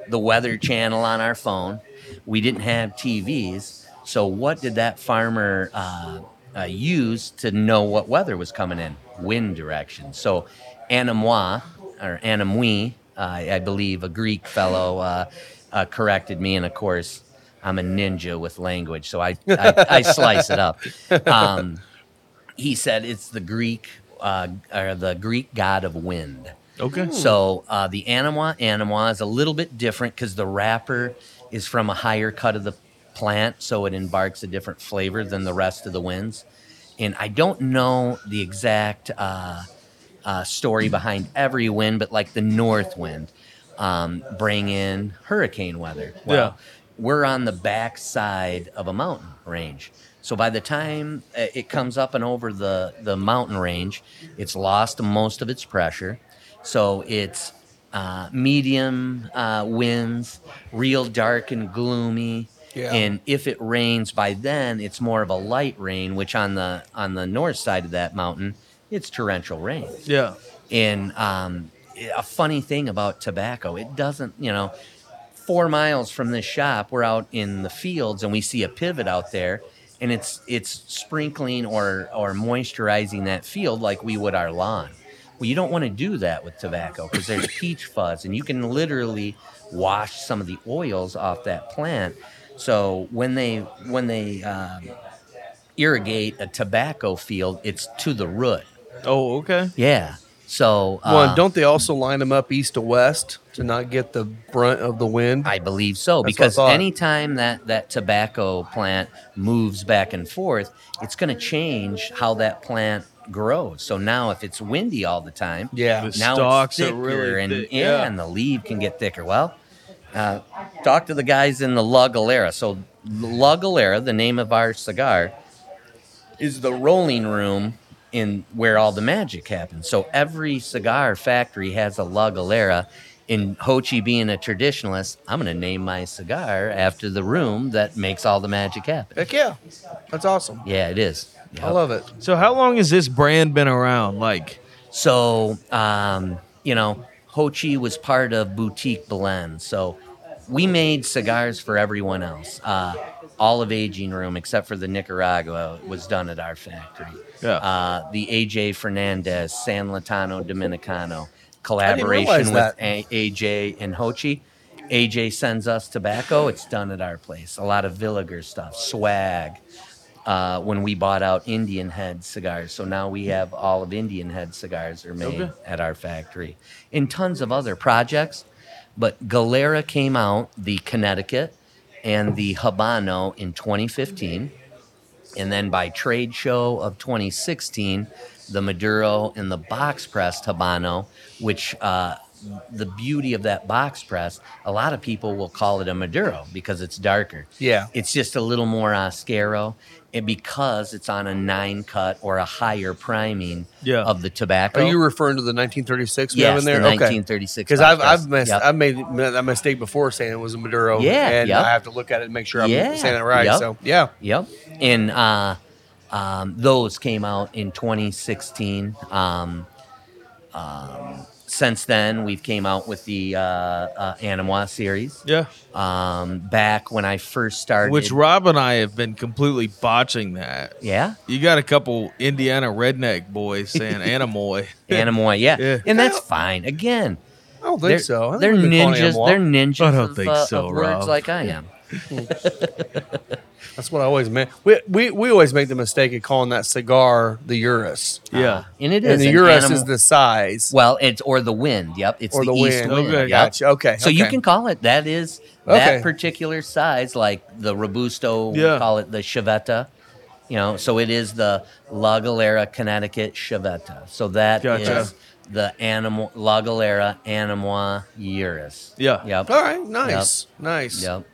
S2: the weather channel on our phone. We didn't have TVs. So, what did that farmer uh, uh, use to know what weather was coming in? Wind direction. So, Anamois or Anamui, uh, I believe a Greek fellow uh, uh, corrected me. And of course, I'm a ninja with language. So, I, I, I slice it up. Um, he said it's the Greek uh, or the Greek god of wind.
S4: Okay.
S2: So uh, the Anawa Anawa is a little bit different because the wrapper is from a higher cut of the plant, so it embarks a different flavor than the rest of the winds. And I don't know the exact uh, uh, story behind every wind, but like the north wind, um, bring in hurricane weather.
S4: Yeah.
S2: We're on the back side of a mountain range. So by the time uh, it comes up and over the, the mountain range, it's lost most of its pressure. So it's uh, medium uh, winds, real dark and gloomy.
S3: Yeah.
S2: And if it rains by then, it's more of a light rain, which on the on the north side of that mountain, it's torrential rain.
S4: Yeah.
S2: And um, a funny thing about tobacco, it doesn't, you know, four miles from this shop, we're out in the fields and we see a pivot out there, and it's it's sprinkling or or moisturizing that field like we would our lawn. Well, you don't want to do that with tobacco because there's peach fuzz, and you can literally wash some of the oils off that plant. So when they when they um, irrigate a tobacco field, it's to the root.
S4: Oh, okay.
S2: Yeah. So uh,
S3: Well, and Um, don't they also line them up east to west to not get the brunt of the wind?
S2: I believe so
S3: That's what I
S2: because
S3: thought.
S2: anytime that that tobacco plant moves back and forth, it's going to change how that plant grows. So now, if it's windy all the time,
S3: Yeah.
S4: The
S2: now
S4: stalks
S2: it's
S4: are
S2: thicker
S4: really
S2: and
S4: thick,
S2: yeah,
S4: yeah.
S2: and the leaf can get thicker. Well, uh, talk to the guys in the La Galera. So La Galera, the name of our cigar, is the rolling room in where all the magic happens. So every cigar factory has a La Galera. And Ho Chi being a traditionalist, I'm going to name my cigar after the room that makes all the magic happen.
S3: Heck yeah. That's awesome.
S2: Yeah, it is.
S3: I love it.
S4: So how long has this brand been around? Like,
S2: So, um, you know, Ho Chi was part of Boutique Blend. So we made cigars for everyone else. Uh, all of Aging Room, except for the Nicaragua, was done at our factory.
S4: Yeah.
S2: Uh, the AJ Fernandez, San Latano Dominicano
S3: realize
S2: collaboration with
S3: that.
S2: a- AJ and Ho Chi. AJ sends us tobacco. It's done at our place. A lot of Villiger stuff, swag, uh, when we bought out Indian Head cigars. So now we have all of Indian Head cigars are made
S4: Okay.
S2: at our factory and tons of other projects. But Galera came out, the Connecticut and the Habano in 2015. And then by trade show of 2016, the Maduro and the box pressed Habano, which uh, the beauty of that box press, a lot of people will call it a Maduro because it's darker.
S3: Yeah.
S2: It's just a little more Oscaro. And because it's on a nine cut or a higher priming
S4: Yeah.
S2: of the tobacco.
S3: Are you referring to the 1936 we have
S2: yes,
S3: in there?
S2: the 1936.
S3: Because I've,
S2: box press.
S3: I've, messed,
S2: Yep.
S3: I've made that mistake before saying it was a Maduro.
S2: Yeah,
S3: And
S2: yep.
S3: I have to look at it and make sure I'm
S2: Yeah,
S3: saying it right.
S2: yep.
S3: So, yeah.
S2: Yep. And uh, um, those came out in 2016. Um, um, since then, we've came out with the uh, uh, Animois series.
S4: yeah.
S2: Um, back when I first started.
S4: Which Rob and I have been completely botching that.
S2: yeah.
S4: You got a couple Indiana redneck boys saying Anamoy.
S2: Animoy, yeah.
S4: Yeah.
S2: and that's fine. Again,
S3: I don't think
S2: they're,
S3: so. I think
S2: they're
S3: we've been calling him
S2: ninjas. uh,
S3: Wong.
S2: They're ninjas.
S4: I don't
S2: of,
S4: think
S2: uh,
S4: so,
S2: of
S4: Rob.
S2: words like I am.
S3: That's what I always meant. We, we, we always make the mistake of calling that cigar the Urus.
S4: Yeah.
S2: Uh, And it is.
S3: And the
S2: an
S3: Urus
S2: animal-
S3: is the size
S2: Well, it's or the wind. Yep, it's
S3: or the,
S2: the,
S3: wind.
S2: east wind.
S3: Okay,
S2: yep.
S3: gotcha. Okay.
S2: So you
S3: okay.
S2: can call it that is
S3: Okay.
S2: that particular size, like the Robusto.
S4: Yeah.
S2: We call it the Chevetta. You know, so it is the La Galera, Connecticut Chevetta. So that is
S4: Gotcha.
S2: the animal La Galera Animois Urus.
S4: Yeah.
S2: Yep.
S3: All right. Nice. Nice.
S2: Yep.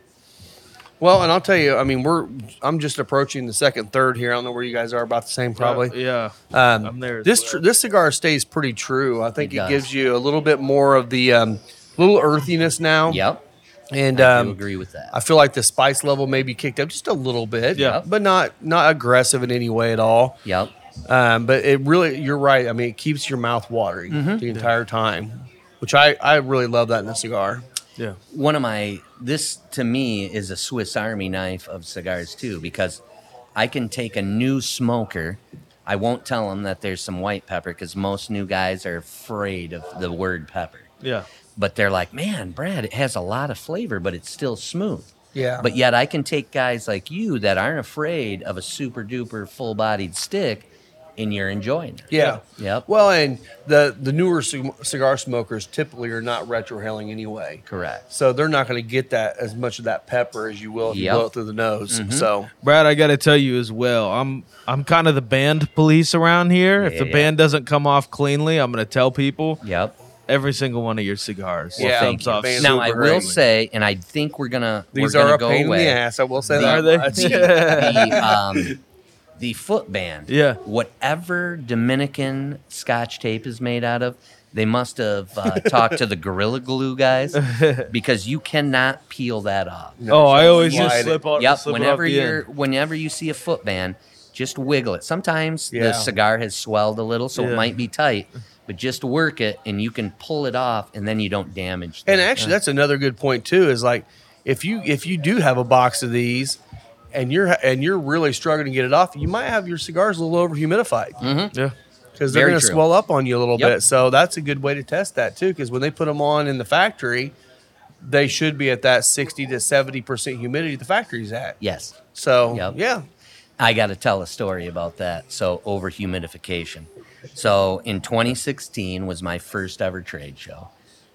S3: Well, and I'll tell you, I mean, we're I'm just approaching the second third here. I don't know where you guys are about the same probably.
S4: Yeah.
S3: Um,
S4: I'm there as
S3: This
S4: well.
S3: tr- this cigar stays pretty true. I think
S2: It
S3: it,
S2: does.
S3: gives you a little bit more of the um, little earthiness now.
S2: Yep.
S3: and
S2: I do
S3: um,
S2: agree with that.
S3: I feel like the spice level maybe kicked up just a little bit.
S4: Yeah.
S3: but not not aggressive in any way at all.
S2: yep.
S3: Um, but it really, you're right. I mean, it keeps your mouth watering
S2: Mm-hmm.
S3: the entire time, which I I really love that in a cigar.
S4: Yeah.
S2: one of my this to me is a Swiss Army knife of cigars too because I can take a new smoker. I won't tell them that there's some white pepper because most new guys are afraid of the word pepper.
S4: Yeah.
S2: But they're like, man, Brad, it has a lot of flavor, but it's still smooth.
S3: Yeah,
S2: But yet I can take guys like you that aren't afraid of a super duper full bodied stick and you're enjoying it.
S3: Yeah.
S2: Yep.
S3: Well, and the the newer cig- cigar smokers typically are not retrohaling anyway.
S2: Correct.
S3: So they're not going to get that as much of that pepper as you will if you
S2: Yep. Mm-hmm.
S3: blow it through the nose. So
S4: Brad, I got to tell you as well. I'm I'm kind of the band police around here. if the
S2: Yeah.
S4: band doesn't come off cleanly, I'm going to tell people
S2: Yep.
S4: every single one of your cigars.
S3: Well, thank
S4: thumbs
S3: you.
S4: off.
S3: Band-
S2: Now I
S3: Super
S2: will
S3: great.
S2: say, and I think we're gonna
S3: these
S2: we're gonna
S3: are a
S2: go
S3: pain
S2: away.
S3: in the ass. I will say that.
S4: Are they?
S3: much.
S2: the, um, the foot band.
S4: Yeah.
S2: Whatever Dominican scotch tape is made out of, they must have uh, talked to the Gorilla Glue guys because you cannot peel that off.
S4: oh, I always
S3: Slide
S4: just
S3: it.
S4: slip off.
S2: Yep.
S4: slip it
S2: Whenever
S4: off the
S2: you're,
S4: end.
S2: whenever you see a foot band, just wiggle it. Sometimes
S3: Yeah.
S2: the cigar has swelled a little, so
S4: Yeah.
S2: it might be tight, but just work it, and you can pull it off, and then you don't damage.
S3: And
S2: the-
S3: actually, that's another good point too. Is like if you if you do have a box of these, and you're and you're really struggling to get it off, you might have your cigars a little over humidified.
S4: Yeah.
S3: because they're
S2: Mm-hmm. Very
S3: going to
S2: true.
S3: swell up on you a little
S2: Yep.
S3: bit. So that's a good way to test that too. Because when they put them on in the factory, they should be at that sixty to seventy percent humidity the factory's at.
S2: yes.
S3: So
S2: Yep.
S3: yeah,
S2: I got to tell a story about that. So over humidification. So in 2016 was my first ever trade show.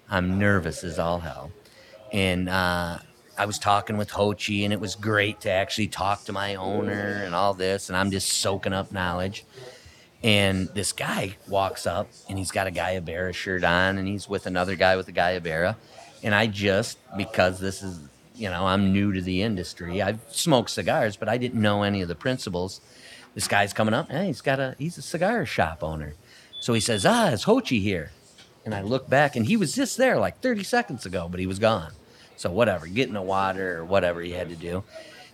S2: I'm nervous as all hell, and uh, I was talking with Ho Chi, and it was great to actually talk to my owner and all this, and I'm just soaking up knowledge. And this guy walks up and he's got a Guyabera shirt on and he's with another guy with a Guyabera. And I just, because this is, you know, I'm new to the industry, I've smoked cigars, but I didn't know any of the principles. This guy's coming up. Hey, he's got a, he's a cigar shop owner. So he says, ah, is Ho Chi here? And I look back and he was just there like 30 seconds ago, but he was gone. So whatever, getting the water or whatever he had to do.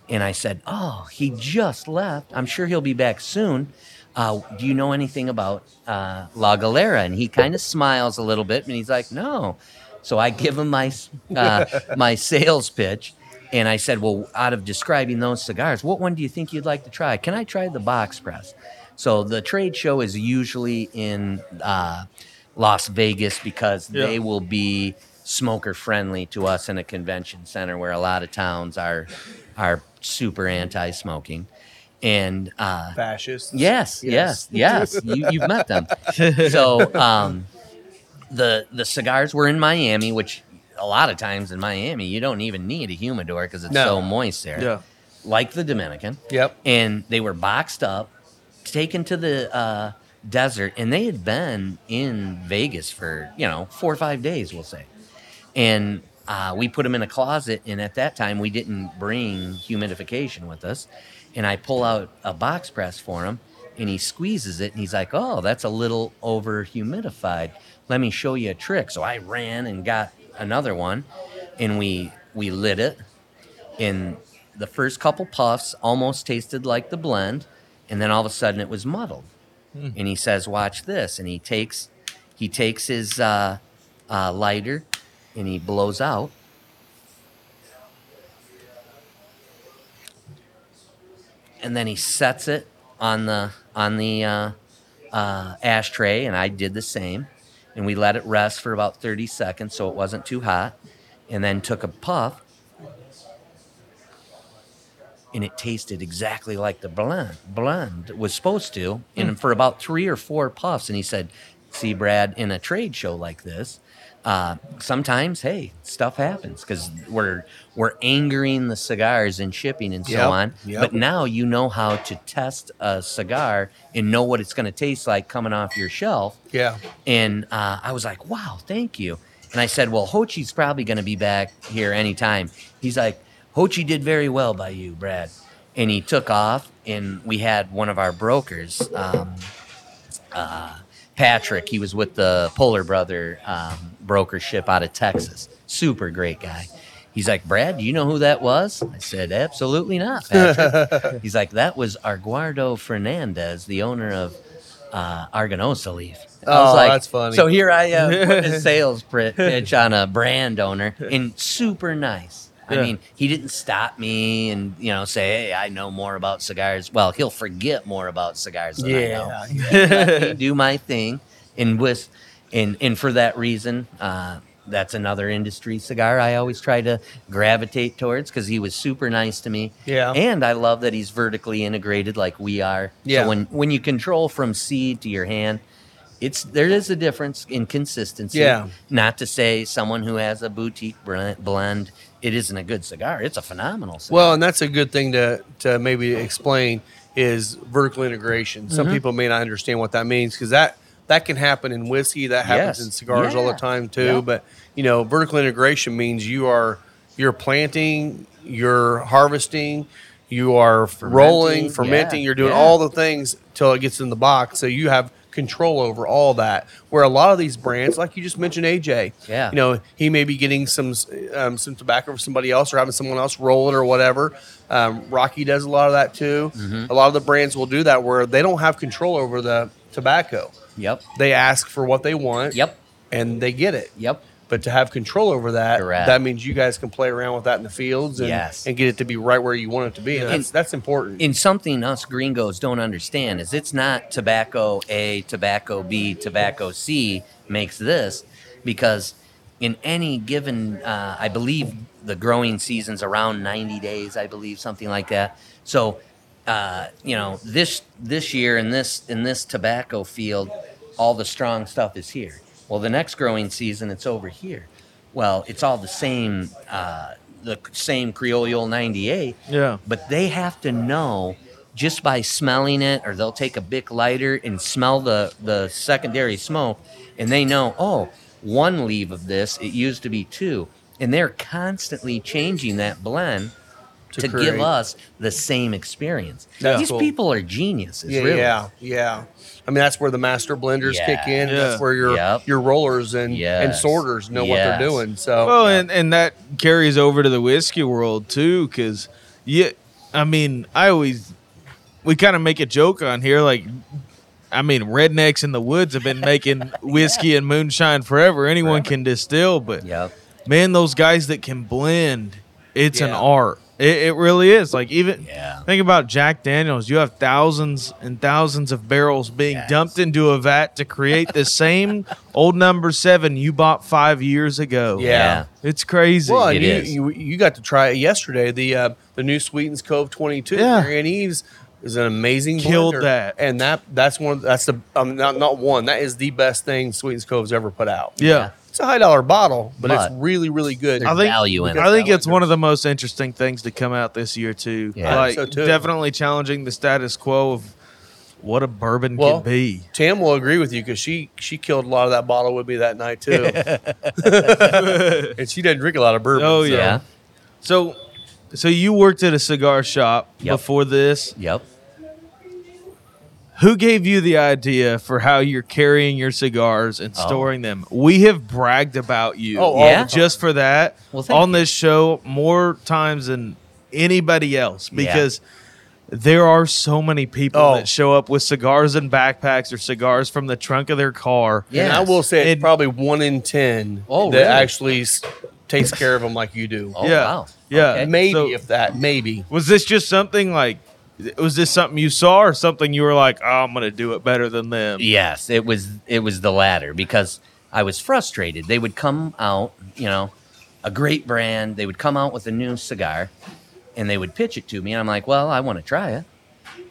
S2: And I said, Oh, he just left. I'm sure he'll be back soon. Uh, do you know anything about uh, La Galera? And he kind of smiles a little bit and he's like, No. So I give him my, uh, my sales pitch. And I said, Well, out of describing those cigars, what one do you think you'd like to try? Can I try the box press? So the trade show is usually in uh, Las Vegas because
S4: Yeah.
S2: they will be smoker friendly to us in a convention center where a lot of towns are are super anti smoking. And uh,
S3: fascists.
S2: Yes, yes, yes. you, you've met them. So um, the the cigars were in Miami, which a lot of times in Miami you don't even need a humidor because it's
S3: No.
S2: so moist there.
S4: Yeah.
S2: Like the Dominican.
S3: Yep.
S2: And they were boxed up, taken to the uh, desert, and they had been in Vegas for you know four or five days, we'll say and uh, we put them in a closet. And at that time, we didn't bring humidification with us. And I pull out a box press for him, and he squeezes it, and he's like, "Oh, that's a little over humidified. Let me show you a trick." So I ran and got another one, and we we lit it. And the first couple puffs almost tasted like the blend, and then all of a sudden it was muddled. And he says, "Watch this," and he takes he takes his uh, uh, lighter and he blows out. And then he sets it on the on the uh, uh, ashtray, and I did the same. And we let it rest for about 30 seconds, so it wasn't too hot. And then took a puff, and it tasted exactly like the blend blend was supposed to. And for about three or four puffs, and he said, "See, Brad, in a trade show like this." Uh, sometimes, hey, stuff happens because we're we're angering the cigars and shipping and so
S3: Yep,
S2: on.
S3: yep.
S2: But now you know how to test a cigar and know what it's going to taste like coming off your shelf.
S3: Yeah.
S2: And uh, I was like, wow, thank you. And I said, well, Hochi's probably going to be back here anytime. He's like, Hochi did very well by you, Brad. And he took off, and we had one of our brokers, um, uh, Patrick. He was with the Polar Brother um, brokership out of Texas. Super great guy. He's like, Brad, do you know who that was? I said, absolutely not, Patrick. He's like, that was Arguardo Fernandez, the owner of uh, Arganosa Leaf. I was
S3: Oh,
S2: like,
S3: that's funny.
S2: So here I am, putting a sales pri- pitch on a brand owner, and super nice. I
S4: Yeah.
S2: mean, he didn't stop me and you know say, "Hey, I know more about cigars." Well, he'll forget more about cigars than I know let me do my thing and with and and for that reason uh that's another industry cigar I always try to gravitate towards because he was super nice to me.
S3: Yeah.
S2: and I love that he's vertically integrated like we are.
S3: Yeah.
S2: So when when you control from seed to your hand, it's there is a difference in consistency.
S3: Yeah.
S2: Not to say someone who has a boutique bl- blend, it isn't a good cigar. It's a phenomenal cigar.
S3: Well, and that's a good thing to to maybe explain is vertical integration. Some
S2: Mm-hmm.
S3: people may not understand what that means because that that can happen in whiskey, that happens
S2: Yes.
S3: in cigars all the
S2: Yeah.
S3: time too.
S2: Yeah.
S3: But you know, vertical integration means you are you're planting, you're harvesting, you are
S2: Fermenting,
S3: rolling, fermenting,
S2: yeah,
S3: you're doing
S2: yeah.
S3: all the things till it gets in the box. So you have control over all that. Where a lot of these brands, like you just mentioned, AJ,
S2: Yeah.
S3: you know know, he may be getting some um, some tobacco from somebody else or having someone else roll it or whatever. Um, Rocky does a lot of that too.
S2: Mm-hmm.
S3: A lot of the brands will do that where they don't have control over the tobacco.
S2: yep,
S3: They ask for what they want.
S2: Yep.
S3: And they get it.
S2: yep.
S3: But to have control over that,
S2: Correct.
S3: that means you guys can play around with that in the fields and,
S2: Yes.
S3: and get it to be right where you want it to be. And that's, that's important.
S2: in something us gringos don't understand is it's not tobacco A, tobacco B, tobacco C makes this because in any given, uh, I believe the growing season's around 90 days, I believe something like that. So, uh, you know, this this year in this in this tobacco field, all the strong stuff is here. Well, the next growing season, it's over here. Well, it's all the same, uh, the same Criollo 98,
S4: Yeah.
S2: but they have to know just by smelling it or they'll take a bic lighter and smell the the secondary smoke and they know oh one leaf of this it used to be two and they're constantly changing that blend to,
S3: create.
S2: give us the same experience
S3: That's
S2: these
S3: cool.
S2: people are geniuses
S3: Yeah,
S2: really
S3: yeah, yeah. I mean, that's where the master blenders kick
S2: Yeah.
S3: in. That's
S4: Yeah.
S3: where your
S2: Yep.
S3: your rollers and and
S2: Yes.
S3: sorters know what they're
S2: Yes.
S3: doing. So
S4: Well, and, and that carries over to the whiskey world too, because yeah, I mean, I always we kind of make a joke on here, like, I mean, rednecks in the woods have been making whiskey and moonshine forever. Anyone can distill, but
S2: yep
S4: man, those guys that can blend, it's an
S3: Yeah.
S4: art. It, it really is. Like even
S2: Yeah.
S4: think about Jack Daniels. You have thousands and thousands of barrels being
S2: Yes.
S4: dumped into a vat to create the same old number seven you bought five years ago.
S3: Yeah.
S4: It's crazy.
S3: Well,
S2: It
S3: and you,
S2: is.
S3: you you got to try it yesterday. The uh, the new Sweetens Cove twenty two.
S4: Yeah.
S3: Marion Eves is an amazing
S4: Killed
S3: blender.
S4: that.
S3: and that that's one. of- That's the um, not not one. That is the best thing Sweetens Cove's ever put out.
S4: yeah.
S3: It's a high dollar bottle, but, it's
S2: But-
S3: really really good.
S4: I think
S2: value in
S4: I
S2: it.
S4: think it's one of the most interesting things to come out this year too.
S2: Yeah. I
S4: Like
S3: think so, too.
S4: definitely challenging the status quo of what a bourbon
S3: Well,
S4: can be.
S3: Tam will agree with you because she she killed a lot of that bottle with me that night too, and she didn't drink a lot of bourbon.
S4: Oh
S3: so-
S4: yeah. So so you worked at a cigar shop
S2: Yep.
S4: before this.
S2: yep
S4: Who gave you the idea for how you're carrying your cigars and
S2: Oh.
S4: storing them? We have bragged about you.
S3: Oh, all
S2: Yeah? the time.
S4: just for that
S2: Well, thank
S4: on this show more times than anybody else
S2: Yeah.
S4: because there are so many people
S3: Oh.
S4: that show up with cigars and backpacks or cigars from the trunk of their car.
S2: Yeah.
S3: And I will say it's
S4: It-
S3: probably one in ten
S2: Oh,
S3: that
S2: really?
S3: actually s- takes care of them like you do.
S2: oh
S4: yeah.
S2: wow
S4: Yeah.
S2: Okay.
S3: Maybe
S4: so-
S3: if that, maybe.
S4: Was this just something like was this something you saw or something you were like, "Oh, I'm going to do it better than them."
S2: Yes, it was it was the latter because I was frustrated. They would come out, you know, a great brand. They would come out with a new cigar, and they would pitch it to me, and I'm like, well, I want to try it.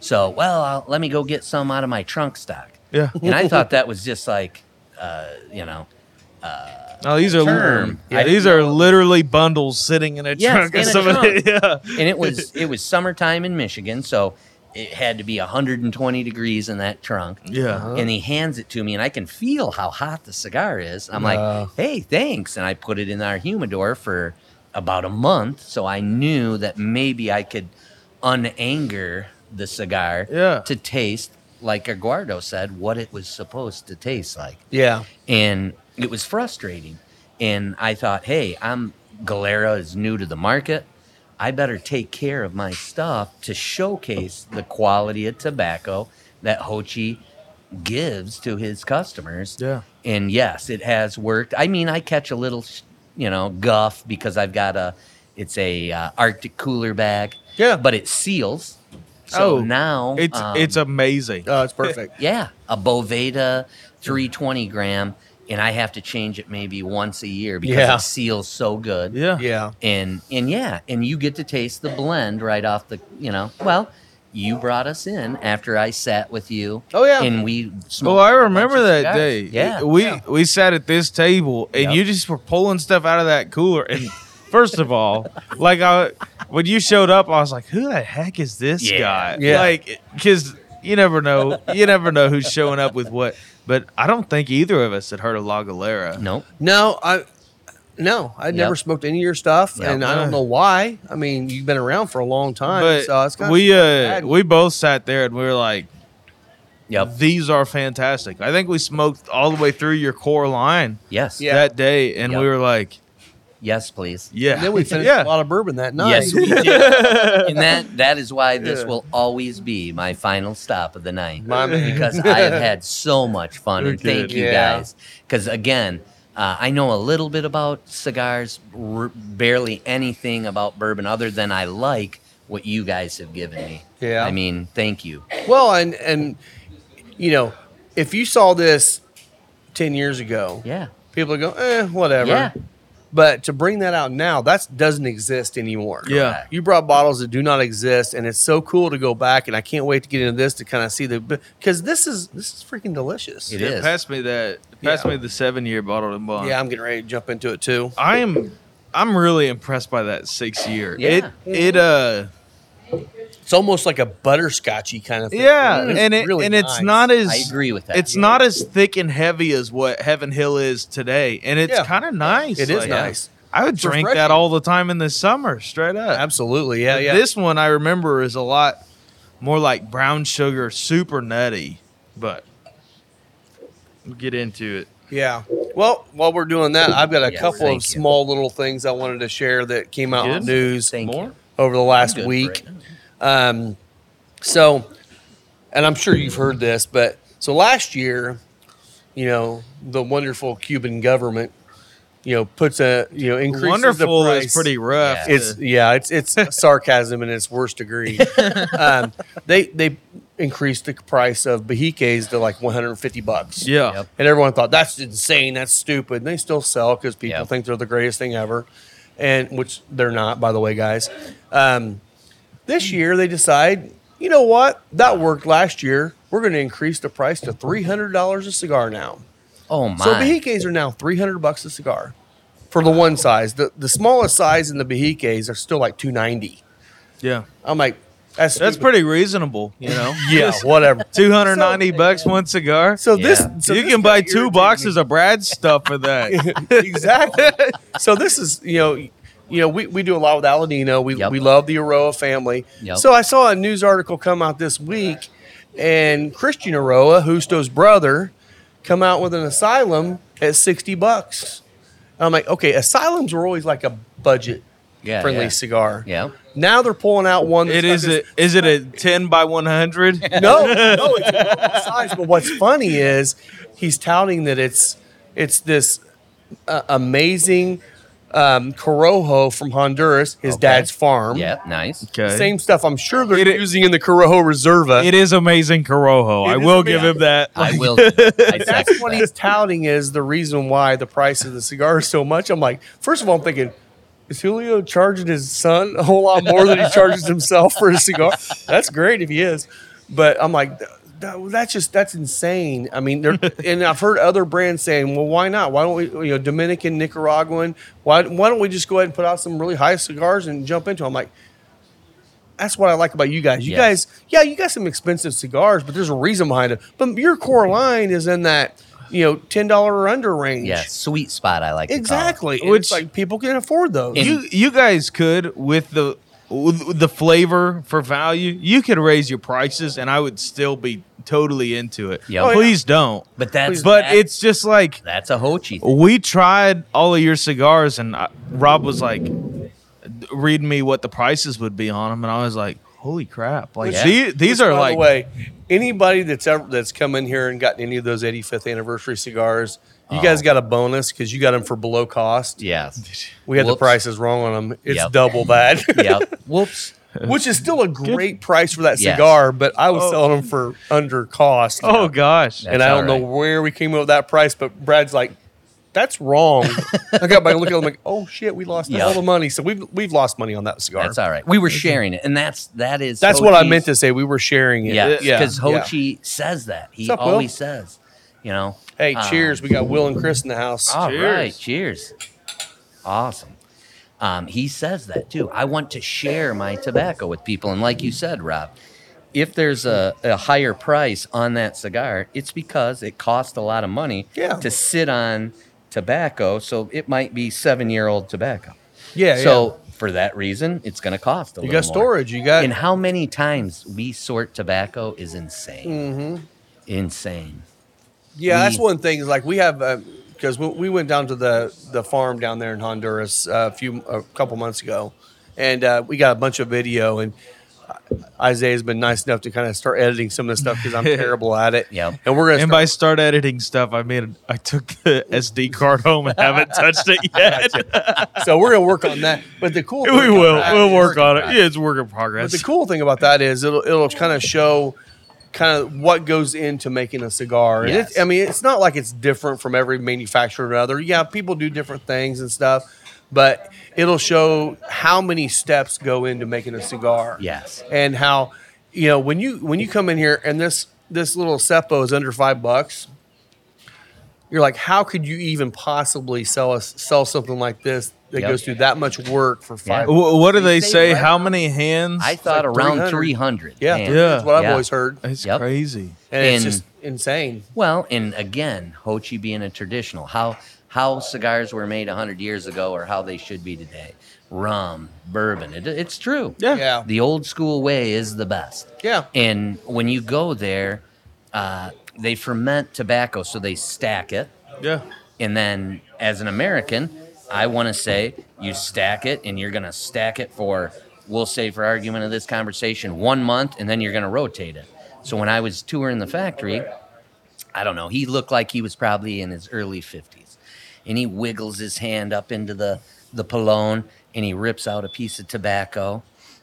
S2: So, well, I'll, let me go get some out of my trunk stock.
S4: Yeah.
S2: And I thought that was just like, uh, you know,
S4: No, Oh, these are
S2: Term.
S4: yeah,
S2: I-
S4: these are literally bundles sitting in a
S2: Yes,
S4: trunk
S2: in
S4: of
S2: a
S4: somebody. Yeah.
S2: and it was it was summertime in Michigan, so it had to be 120 degrees in that trunk.
S4: Yeah.
S2: And he hands it to me, and I can feel how hot the cigar is. I'm
S4: Wow.
S2: like, "Hey, thanks!" And I put it in our humidor for about a month, so I knew that maybe I could unanger the cigar
S4: Yeah.
S2: to taste, like Eduardo said, what it was supposed to taste like
S3: Yeah.
S2: and it was frustrating. And I thought, hey, I'm Galera is new to the market. I better take care of my stuff to showcase the quality of tobacco that Hochi gives to his customers.
S4: Yeah.
S2: And yes, it has worked. I mean, I catch a little, sh- you know, guff because I've got a, it's a uh, Arctic cooler bag.
S3: Yeah.
S2: But it seals. So
S4: Oh,
S2: now
S4: It's
S2: um,
S4: it's amazing.
S3: Oh, it's perfect.
S2: yeah, a Boveda 320 gram, and I have to change it maybe once a year because
S3: Yeah.
S2: it seals so good.
S4: yeah.
S3: yeah.
S2: And and yeah, and you get to taste the blend right off the you know. Well, you brought us in after I sat with you.
S3: Oh, yeah.
S2: and we. smoked
S4: Oh, I
S2: a bunch
S4: remember
S2: of
S4: that
S2: cigars.
S4: day.
S2: Yeah,
S4: We we sat at this table and
S2: Yep.
S4: you just were pulling stuff out of that cooler. And first of all, like I when you showed up, I was like, "Who the heck is this
S2: Yeah.
S4: guy?"
S3: Yeah.
S4: Like, because you never know, you never know who's showing up with what. But I don't think either of us had heard of La Galera.
S2: nope.
S3: No, I no, I never
S2: Yep.
S3: smoked any of your stuff,
S2: Yep.
S3: and I don't know why. I mean, you've been around for a long time,
S4: But
S3: so it's kind
S4: we
S3: of
S4: uh, we both sat there and we were like,
S2: Yep.
S4: "These are fantastic." I think we smoked all the way through your core line
S2: Yes.
S3: Yeah.
S4: that day, and
S2: Yep.
S4: we were like,
S2: Yes, please.
S4: "Yeah."
S3: and then we finished
S4: yeah.
S3: a lot of bourbon that night.
S2: Yes, we did. and that that is why this
S3: Yeah.
S2: will always be my final stop of the night
S3: My man.
S2: because I have had so much fun and
S4: You're
S2: thank
S4: good.
S2: you
S3: Yeah.
S2: guys because again. Uh, I know a little bit about cigars, r- barely anything about bourbon other than I like what you guys have given me.
S3: Yeah.
S2: I mean, thank you.
S3: Well, and and you know, if you saw this ten years ago,
S2: Yeah.
S3: people go, eh, whatever.
S2: Yeah.
S3: But to bring that out now, that doesn't exist anymore.
S4: Yeah.
S3: You brought bottles that do not exist, and it's so cool to go back. And I can't wait to get into this to kind of see the because this is this is freaking delicious.
S2: It
S4: Yeah,
S2: is.
S4: Pass me that. Pass
S3: Yeah.
S4: me the seven year bottle of bond.
S3: Yeah, I'm getting ready to jump into it too.
S4: I am. I'm really impressed by that six year.
S2: Yeah.
S4: It it uh
S3: It's almost like a butterscotchy kind of thing.
S4: yeah,
S3: It's
S4: and it
S3: really
S4: and it's
S3: nice.
S4: not as
S2: I agree with that.
S4: It's not as thick and heavy as what Heaven Hill is today, and it's
S3: Yeah.
S4: kind of nice.
S3: It is
S4: Like,
S3: nice.
S4: I would drink that
S3: refreshing.
S4: all the time in the summer, straight up.
S3: Absolutely. Yeah, yeah.
S4: This one I remember is a lot more like brown sugar, super nutty, but we'll get into it.
S3: Yeah. Well, while we're doing that, I've got a
S2: Yeah,
S3: couple of
S2: thank you.
S3: small little things I wanted to share that came out
S4: You
S3: in the
S4: good?
S3: news
S2: Thank you.
S4: More.
S3: over the
S2: I'm
S3: last
S2: good for
S3: week.
S2: it.
S3: Um, so, and I'm sure you've heard this, but so last year, you know, the wonderful Cuban government, you know, puts a you know increases
S4: Wonderful
S3: the price.
S4: is pretty rough.
S2: Yeah.
S3: It's yeah, it's it's sarcasm in its worst degree. um, they they increased the price of bahiques to like 150 bucks.
S4: yeah.
S2: Yep.
S3: And everyone thought that's insane, that's stupid. And they still sell because people
S2: Yeah.
S3: think they're the greatest thing ever, and which they're not, by the way, guys. Um, this year they decide, you know what, that worked last year. We're going to increase the price to three hundred dollars a cigar now.
S2: Oh, my.
S3: So bahiques are now three hundred bucks a cigar for the one size. The the smallest size in the bahiques are still like two ninety.
S4: yeah.
S3: I'm like, that's
S4: That's
S3: stupid.
S4: pretty reasonable, you know.
S3: yeah, whatever.
S4: Two hundred ninety bucks one cigar.
S3: So this
S2: Yeah.
S3: so
S4: you
S3: this
S4: can buy
S3: kinda irritated
S4: two
S3: me.
S4: boxes of Brad's stuff for that.
S3: exactly. So this is you know, you know we, we do a lot with Aladino. We
S2: Yep.
S3: we love the Aroa family.
S2: Yep.
S3: So I saw a news article come out this week, and Christian Aroa, Justo's brother, come out with an asylum at sixty bucks. And I'm like, okay, asylums were always like a budget
S2: Yeah,
S3: friendly
S2: yeah.
S3: cigar.
S2: Yeah.
S3: Now they're pulling out one.
S4: it
S3: that's got
S4: is
S3: this-
S4: a, is it a ten by one hundred?
S3: no, no, it's a normal size. But what's funny is he's touting that it's it's this uh, amazing um, corojo from Honduras, his
S2: Okay.
S3: dad's farm.
S2: Yeah. Nice.
S4: Okay.
S3: Same stuff. I'm sure they're
S4: It i-
S3: using in the Corojo Reserva.
S4: It is amazing Corojo.
S3: It
S4: I
S3: is
S4: will give
S3: amazing.
S4: him that.
S2: I will. I
S3: That's
S2: second
S3: what
S2: that.
S3: he's touting is the reason why the price of the cigar is so much. I'm like, first of all, I'm thinking, is Julio charging his son a whole lot more than he charges himself for a cigar? That's great if he is, but I'm like, "Th- th- that's just that's insane. I mean, they're, and I've heard other brands saying, well, why not? Why don't we, you know, Dominican, Nicaraguan? Why why don't we just go ahead and put out some really high cigars and jump into? 'em?" I'm like. That's what I like about you guys. You
S2: Yes.
S3: guys, yeah, you got some expensive cigars, but there's a reason behind it. But your core line is in that, you know, ten dollar or under range.
S2: Yeah, sweet spot. I like to call it.
S3: Exactly. And
S4: Which-
S3: it's like people can afford those.
S2: And-
S4: you you guys could with the with the flavor for value, you could raise your prices, and I would still be totally into it.
S2: Yeah. Oh, yeah.
S4: Please don't.
S2: But that's
S4: but
S2: that-
S4: it's just like
S2: that's a Ho Chi. thing.
S3: Oh,
S4: we tried all of your cigars, and I, Rob was like reading me what the prices would be on them, and I was like, "Holy crap! Like
S2: Which-
S4: the- these
S3: Which,
S4: are
S3: by
S4: like
S3: the way, anybody that's ever that's come in here and gotten any of those 85th anniversary cigars, you
S2: Oh.
S3: guys got a bonus because you got them for below cost.
S2: Yes.
S3: We had
S2: Whoops.
S3: the prices wrong on them. It's
S2: Yep.
S3: double that,
S2: yeah. Whoops.
S3: which is still a great price for that
S2: Yes.
S3: cigar. But I was selling them for under cost.
S4: oh gosh."
S2: Yeah.
S3: and I
S2: That's
S3: don't
S2: all
S3: know where we came up with that price, but Brad's like, "That's wrong." I got back and look at him like, "Oh shit, we lost
S2: Yeah.
S3: all the money." So we've we've lost money on that cigar.
S2: That's all right. We were sharing it, and that's that is.
S3: That's
S2: Ho
S3: what I
S2: Chi's-
S3: meant to say. We were sharing it. Uh,
S2: Yeah, because Ho
S3: yeah.
S2: Chi says that. He
S3: What's up, Will?
S2: always says, you know.
S3: Hey,
S2: um,
S3: cheers! We got Will and Chris in the house.
S2: All right,
S4: Cheers.
S2: cheers. Awesome. Um, he says that too. I want to share my tobacco with people, and like you said, Rob, if there's a, a higher price on that cigar, it's because it costs a lot of money
S3: Yeah.
S2: to sit on tobacco. So it might be seven year old tobacco.
S3: yeah,
S2: so for that reason, it's going to cost a
S3: yeah. you
S2: little
S3: got
S2: more.
S3: storage. You got
S2: and how many times we sort tobacco is insane.
S3: Mm-hmm.
S2: Insane.
S3: yeah. That's
S2: we-
S3: one thing. Is like we have because we, we went down to the the farm down there in Honduras uh, a few a couple months ago, and uh, we got a bunch of video and. Isaiah has been nice enough to kind of start editing some of this stuff because I'm terrible at it.
S2: Yep.
S3: and we're gonna
S4: And
S3: start
S4: by start editing stuff, I mean I took the SD card home and haven't touched it yet.
S3: so we're gonna work on that. But the cool
S4: we will.
S3: about
S4: We'll
S3: that-
S4: work on it. Yeah, it's a work in progress.
S3: But the cool thing about that is it'll it'll kind of show kind of what goes into making a cigar. And it's,
S2: Yes.
S3: I mean, it's not like it's different from every manufacturer to another. Yeah, people do different things and stuff, but it'll show how many steps go into making a cigar.
S2: Yes.
S3: And how you know when you when you come in here and this this little seppo is under five bucks. You're like, how could you even possibly sell us sell something like this that
S2: Yep.
S3: goes through that much work for five?
S2: Yeah.
S3: Yeah,
S4: Wh- what do
S2: They
S4: they,
S2: say
S4: say?
S2: right
S4: How many hands?
S2: I thought
S3: like
S2: around
S3: 300.
S2: 300. hands.
S4: Yeah.
S3: that's what I've
S2: Yeah.
S3: always heard.
S4: it's
S2: Yep.
S4: crazy.
S3: and it's
S2: And-
S3: just insane.
S2: Well, and again, Ho Chi being a traditional, how how cigars were made 100 years ago or how they should be today. Rum, bourbon, it, it's true.
S4: Yeah.
S3: Yeah,
S2: The old school way is the best.
S3: yeah,
S2: And when you go there, uh, they ferment tobacco, so they stack it.
S4: Yeah.
S2: And then as an American, I want to say you stack it and you're going to stack it for, we'll say for argument of this conversation, one month and then you're going to rotate it. So when I was touring the factory, I don't know, he looked like he was probably in his early 50s. And he wiggles his hand up into the, the cologne and he rips out a piece of tobacco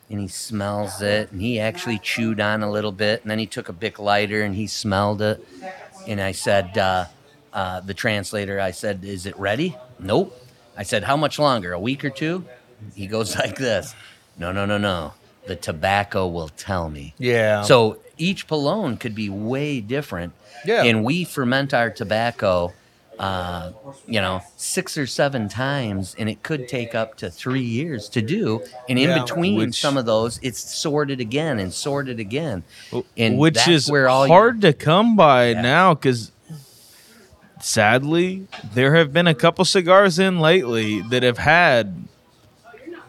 S2: and he smells it and he actually chewed on a little bit and then he took a bic lighter and he smelled it and i said uh, uh, the translator i said is it ready nope i said how much longer a week or two he goes like this no no no no the tobacco will tell me
S3: yeah.
S2: so each polone could be way different.
S3: Yeah.
S2: And we ferment our tobacco, uh, you know, six or seven times, and it could take up to three years to do. And in
S3: Yeah.
S2: between
S4: Which-
S2: some of those, it's sorted again and sorted again.
S4: Which
S2: that's
S4: is
S2: all you-
S4: hard to come by
S2: Yeah.
S4: now because sadly, there have been a couple cigars in lately that have had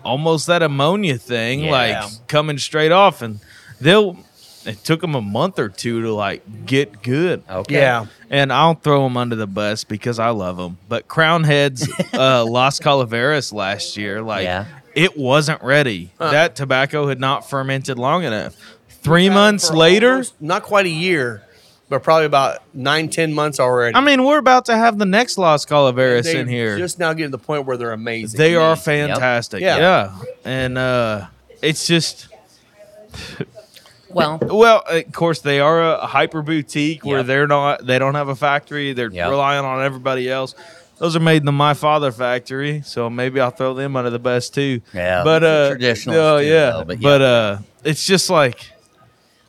S4: almost that ammonia thing,
S2: Yeah.
S4: like coming straight off. And they'll, it took them a month or two to like get good.
S2: okay.
S3: yeah,
S4: and I'll throw them under the bus because I love them. But Crown Heads uh, Las Calaveras last year, like
S2: Yeah.
S4: it wasn't ready. That tobacco had not fermented long enough. Three months
S3: For
S4: later,
S3: almost- not quite a year, but probably about nine, ten months already.
S4: I mean, we're about to have the next Las Calaveras
S3: They're
S4: in here.
S3: Just now getting to the point where they're amazing.
S4: they are
S2: Yep.
S4: fantastic.
S3: Yeah.
S4: Yeah. and uh, it's just
S2: Well,
S4: well, uh, of course, they are a hyper boutique where
S2: Yep.
S4: they're not. They don't have a factory. They're
S2: Yep.
S4: relying on everybody else. Those are made in the My Father factory, so maybe I'll throw them under the bus too.
S2: Yeah,
S4: but
S2: they're
S4: uh,
S2: traditionals
S4: oh,
S2: too,
S4: yeah,
S2: though, but
S4: but,
S2: yeah.
S4: uh, it's just like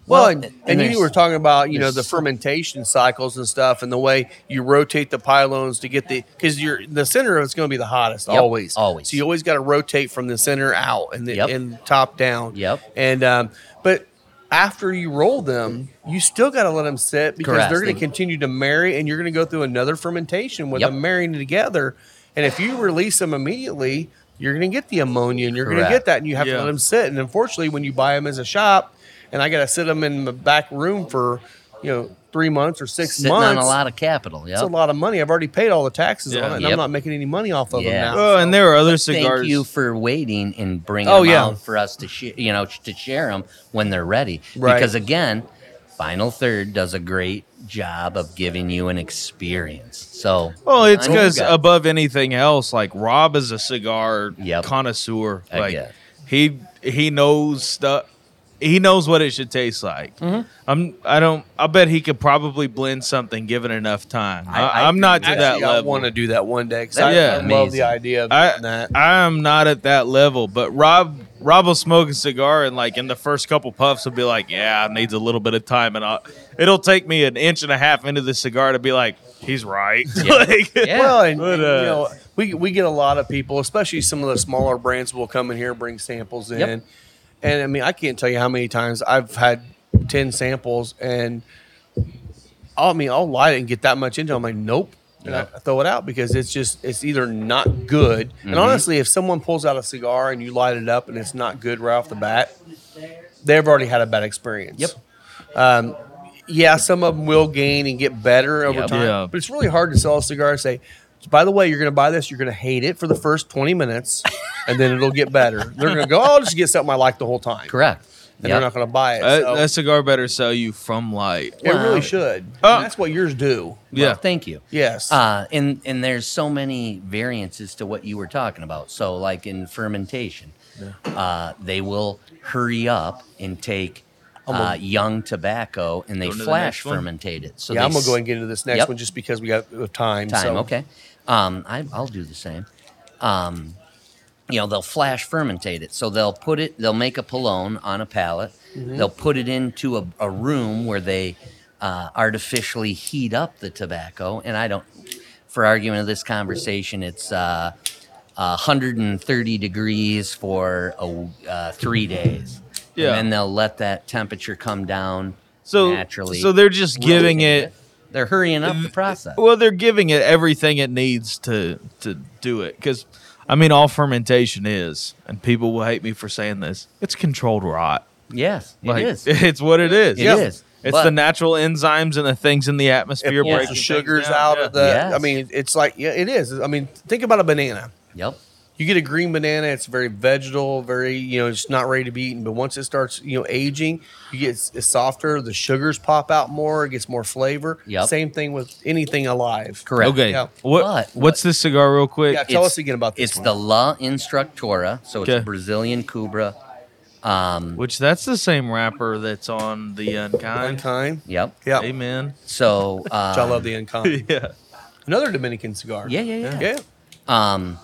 S3: Well,
S2: Well,
S3: and,
S2: and
S3: and
S2: there's-
S3: you were talking about you know the
S2: there's-
S3: fermentation cycles and stuff, and the way you rotate the pylons to get the because you're the center of it's going to be the hottest
S2: Yep,
S3: always,
S2: always.
S3: So you always got to rotate from the center out and the,
S2: Yep.
S3: and top down.
S2: Yep.
S3: And um, but after you roll them, you still got to let them sit because
S2: Correct.
S3: they're going
S2: They-
S3: to continue to marry, and you're going to go through another fermentation with
S2: Yep.
S3: them marrying together. And if you release them immediately, you're going to get the ammonia, and you're going to
S2: Correct.
S3: get that, and you have to
S4: Yeah.
S3: let them sit. And unfortunately, when you buy them as a shop, and I got to sit them in the back room for, you know, three months or six
S2: sitting
S3: months.
S2: on a lot of capital.
S3: That's
S2: Yeah,
S3: a lot of money. I've already paid all the taxes
S4: Yeah.
S3: on it, and
S2: Yep.
S3: I'm not making any money off of
S2: Yeah.
S3: them now.
S4: oh, and there are other cigars.
S2: Thank you for waiting and bringing
S3: Oh,
S2: them
S3: yeah.
S2: out for us to sh- you know to share them when they're ready.
S3: Right.
S2: Because again, Final Third does a great job of giving you an experience. So
S4: Well, it's
S2: I know you
S4: because
S2: got-
S4: above anything else, like Rob is a cigar
S2: Yep.
S4: connoisseur.
S2: I
S4: Like
S2: get it.
S4: he he knows stuff. He knows what it should taste like. I'm. I don't. I bet he could probably blend something given enough time.
S2: I-
S4: I,
S2: I
S4: I am not to
S3: Actually,
S4: that
S3: I
S4: level.
S3: want to do that one day because I,
S4: That'd
S3: I
S4: be
S3: love
S2: amazing.
S3: the idea of doing
S4: I
S3: that.
S4: I am not at that level, but Rob Rob will smoke a cigar and like in the first couple puffs will be like, yeah, it needs a little bit of time, and I'll, it'll take me an inch and a half into the cigar to be like, he's right. like,
S2: Yeah.
S3: Well, and,
S4: But,
S3: and,
S4: uh,
S3: you know, we we get a lot of people, especially some of the smaller brands, will come in here bring samples in,
S2: Yep.
S3: and I mean, I can't tell you how many times I've had ten samples, and I'll, I mean, I'll light it and get that much into. it. I'm like, nope. And I- I throw it out because it's just it's either not good,
S2: Mm-hmm.
S3: and honestly, if someone pulls out a cigar and you light it up and it's not good right off the bat, they've already had a bad experience.
S2: Yep.
S3: Um, yeah, some of them will gain and get better over
S2: Yep.
S3: time,
S4: Yeah.
S3: but it's really hard to sell a cigar and say, by the way, you're going to buy this, you're going to hate it for the first 20 minutes, and then it'll get better. They're going to go, oh, I'll just get something I like the whole time.
S2: correct.
S3: And
S2: Yep. Uh,
S3: they're not going to buy it.
S4: that,
S3: so
S4: that Uh, cigar better sell you from light.
S3: it
S2: Well-
S3: really should.
S2: Uh,
S4: Oh.
S3: And that's what yours do.
S2: Well,
S4: Yeah.
S2: thank you.
S3: Yes.
S2: Uh, and and there's so many variances to what you were talking about. So like in fermentation, uh, they will hurry up and take uh, young tobacco and they
S4: to the
S2: flash
S4: next one?
S2: fermentate it. So
S3: yeah,
S2: they
S3: I'm going to go
S2: s-
S3: ahead and get into this next
S2: Yep.
S3: one just because we got uh, time.
S2: time.
S3: so.
S2: Okay, um, I, I'll do the same. Um, you know, they'll flash fermentate it. So they'll put it. They'll make a polone on a pallet.
S4: Mm-hmm.
S2: They'll put it into a, a room where they uh, artificially heat up the tobacco. And I don't, for argument of this conversation, it's. Uh, 130 degrees for a, uh, three days.
S4: Yeah.
S2: And then they'll let that temperature come down
S4: So
S2: naturally.
S4: so they're just giving it.
S2: They're hurrying up the process.
S4: Well, they're giving it everything it needs to to do it because. I mean, all fermentation is, and people will hate me for saying this. It's controlled rot.
S2: Yes, it
S4: Like,
S2: is.
S4: It's what it is.
S2: It Yeah. is.
S4: It's
S2: But-
S4: the natural enzymes and the things in the
S3: It
S4: atmosphere
S3: pulls
S4: breaking
S3: the
S4: things
S3: sugars
S4: down.
S3: out
S4: Yeah.
S3: of the.
S2: Yes.
S3: I mean, it's like, yeah, it is. I mean, think about a banana.
S2: Yep.
S3: you get a green banana it's very vegetal very you know just not ready to be eaten but once it starts you know aging you get s- it's softer the sugars pop out more it gets more flavor
S2: Yep.
S3: same thing with anything alive
S2: Correct.
S4: Okay.
S3: Yeah.
S4: What,
S2: But-
S4: what's this cigar, real quick?
S3: yeah tell us again about this
S2: It's
S3: one.
S2: the La Instructora, so it's a
S4: Okay.
S2: Brazilian Cubra.
S4: Which that's the same wrapper that's on the unkind.
S3: unkind
S2: Yep.
S3: yeah Which
S4: Amen.
S2: So uh,
S3: i love the unkind
S4: Yeah.
S3: another dominican cigar
S2: Yeah, yeah, yeah.
S3: yeah
S2: Um,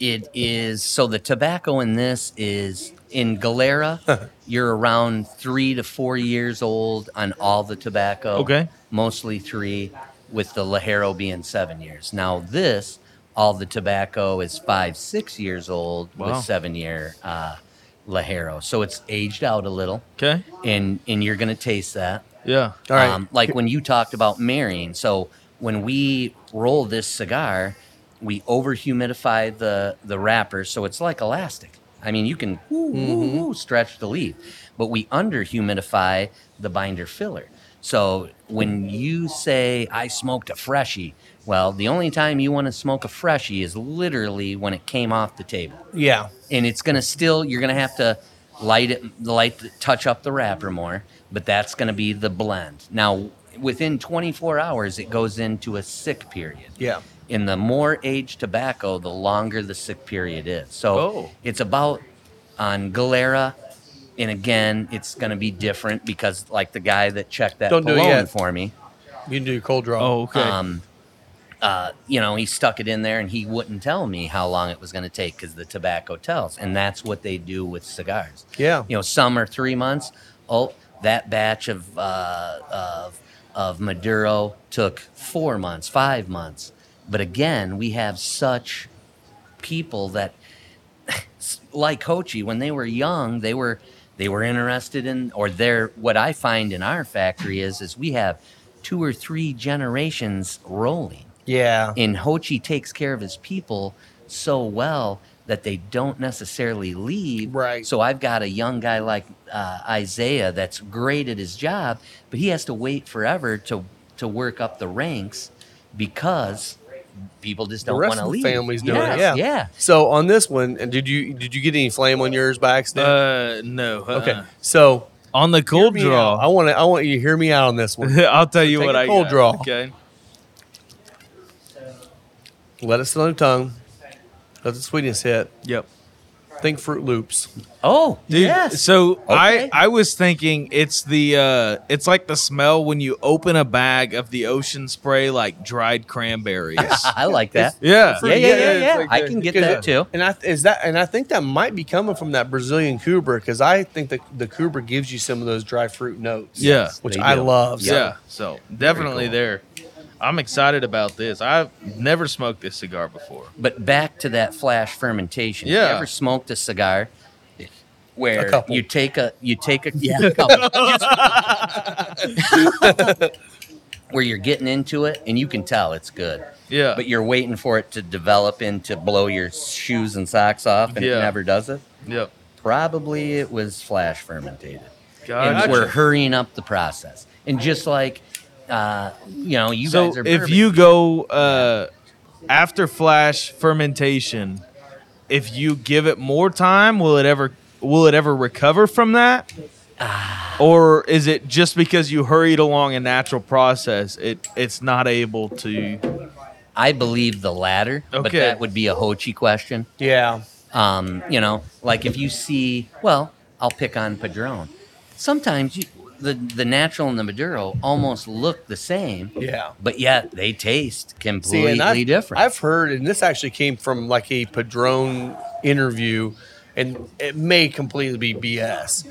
S2: it is so the tobacco in this is in
S4: Uh-huh.
S2: Galera. you're around three to four years old on all the tobacco.
S4: Okay.
S2: mostly three, with the Lajero being seven years. Now this, all the tobacco is five, six years old
S4: Wow.
S2: with seven year uh, Lajero. So it's aged out a little,
S4: Okay.
S2: and and you're gonna taste that.
S4: Yeah.
S3: all right
S2: Um, like when you talked about marrying. So when we roll this cigar, we over humidify the the wrapper so it's like elastic. I mean, you can woo, woo,
S3: Mm-hmm.
S2: woo, stretch the leaf, but we under humidify the binder filler. So when you say I smoked a freshie, well, the only time you want to smoke a freshie is literally when it came off the table
S3: yeah
S2: and it's gonna still you're gonna have to light it light touch up the wrapper more but that's gonna be the blend now within 24 hours it goes into a sick period
S3: yeah
S2: in the more aged tobacco the longer the sick period is so
S4: Oh.
S2: it's about on galera and again it's gonna be different because like the guy that checked that
S3: Don't do it
S2: Palone
S3: yet.
S2: for me
S3: you can do your cold draw
S4: Oh, okay.
S2: um, uh, you know, he stuck it in there and he wouldn't tell me how long it was going to take because the tobacco tells. And that's what they do with cigars.
S3: Yeah.
S2: You know, some are three months. Oh, that batch of, uh, of, of Maduro took four months, five months. But again, we have such people that like Kochi, when they were young, they were they were interested in or they're what I find in our factory is is we have two or three generations rolling.
S3: Yeah.
S2: And Hochi takes care of his people so well that they don't necessarily leave.
S3: Right.
S2: So I've got a young guy like uh, Isaiah that's great at his job, but he has to wait forever to to work up the ranks because people just
S3: The
S2: don't
S3: rest
S2: want to
S3: of the
S2: leave.
S3: family's doing it, yeah.
S2: Yes, Yeah.
S3: So on this one, and did you did you get any flame on yours by accident?
S4: Uh, no. uh-uh.
S3: okay. So
S4: On the
S3: hear
S4: cold
S3: me
S4: draw.
S3: out. I want to. I want you to hear me out on this one.
S4: I'll tell you
S3: Take
S4: what
S3: a
S4: I
S3: cold
S4: got.
S3: draw.
S4: Okay.
S3: Let it sit on your tongue. Let the sweetness hit.
S4: Yep.
S3: Think Fruit Loops.
S2: Oh,
S4: Dude,
S2: yes.
S4: so I
S2: Okay.
S4: I was thinking it's the uh it's like the smell when you open a bag of the ocean spray like dried cranberries.
S2: I like that.
S4: yeah.
S2: Yeah, yeah, yeah,
S4: it's
S2: yeah.
S4: like
S2: I
S4: the-
S2: can get
S3: Because
S2: that
S3: it-
S2: too.
S3: And I is that and I think that might be coming from that Brazilian Coober because I think the the Coober gives you some of those dry fruit notes.
S4: Yeah.
S3: which
S2: They
S3: I
S2: do.
S3: love.
S4: Yeah. So definitely there. I'm excited about this. I've never smoked this cigar before.
S2: But back to that flash fermentation.
S4: Yeah.
S2: You ever smoked a cigar
S3: A
S2: where
S3: couple.
S2: you take a you take a yeah, a couple. where you're getting into it and you can tell it's good.
S4: Yeah.
S2: But you're waiting for it to develop and to blow your shoes and socks off and
S4: Yeah.
S2: it never does it.
S4: yep.
S2: Probably it was flash fermentated.
S4: Gotcha.
S2: And we're hurrying up the process. And just like uh, you know, you
S4: so
S2: guys are
S4: if
S2: bourbon
S4: you go uh, after flash fermentation, if you give it more time, will it ever will it ever recover from that?
S3: Ah.
S4: Or is it just because you hurried along a natural process, it it's not able to?
S2: I believe the latter, but
S4: Okay.
S2: that would be a Hochi question.
S3: Yeah.
S2: Um, you know, like if you see, well, I'll pick on Padron. Sometimes you, the the natural and the Maduro almost look the same,
S3: Yeah.
S2: but yet they taste
S3: See,
S2: completely
S3: and I've,
S2: different.
S3: I've heard, and this actually came from like a Padron interview, and it may completely be BS,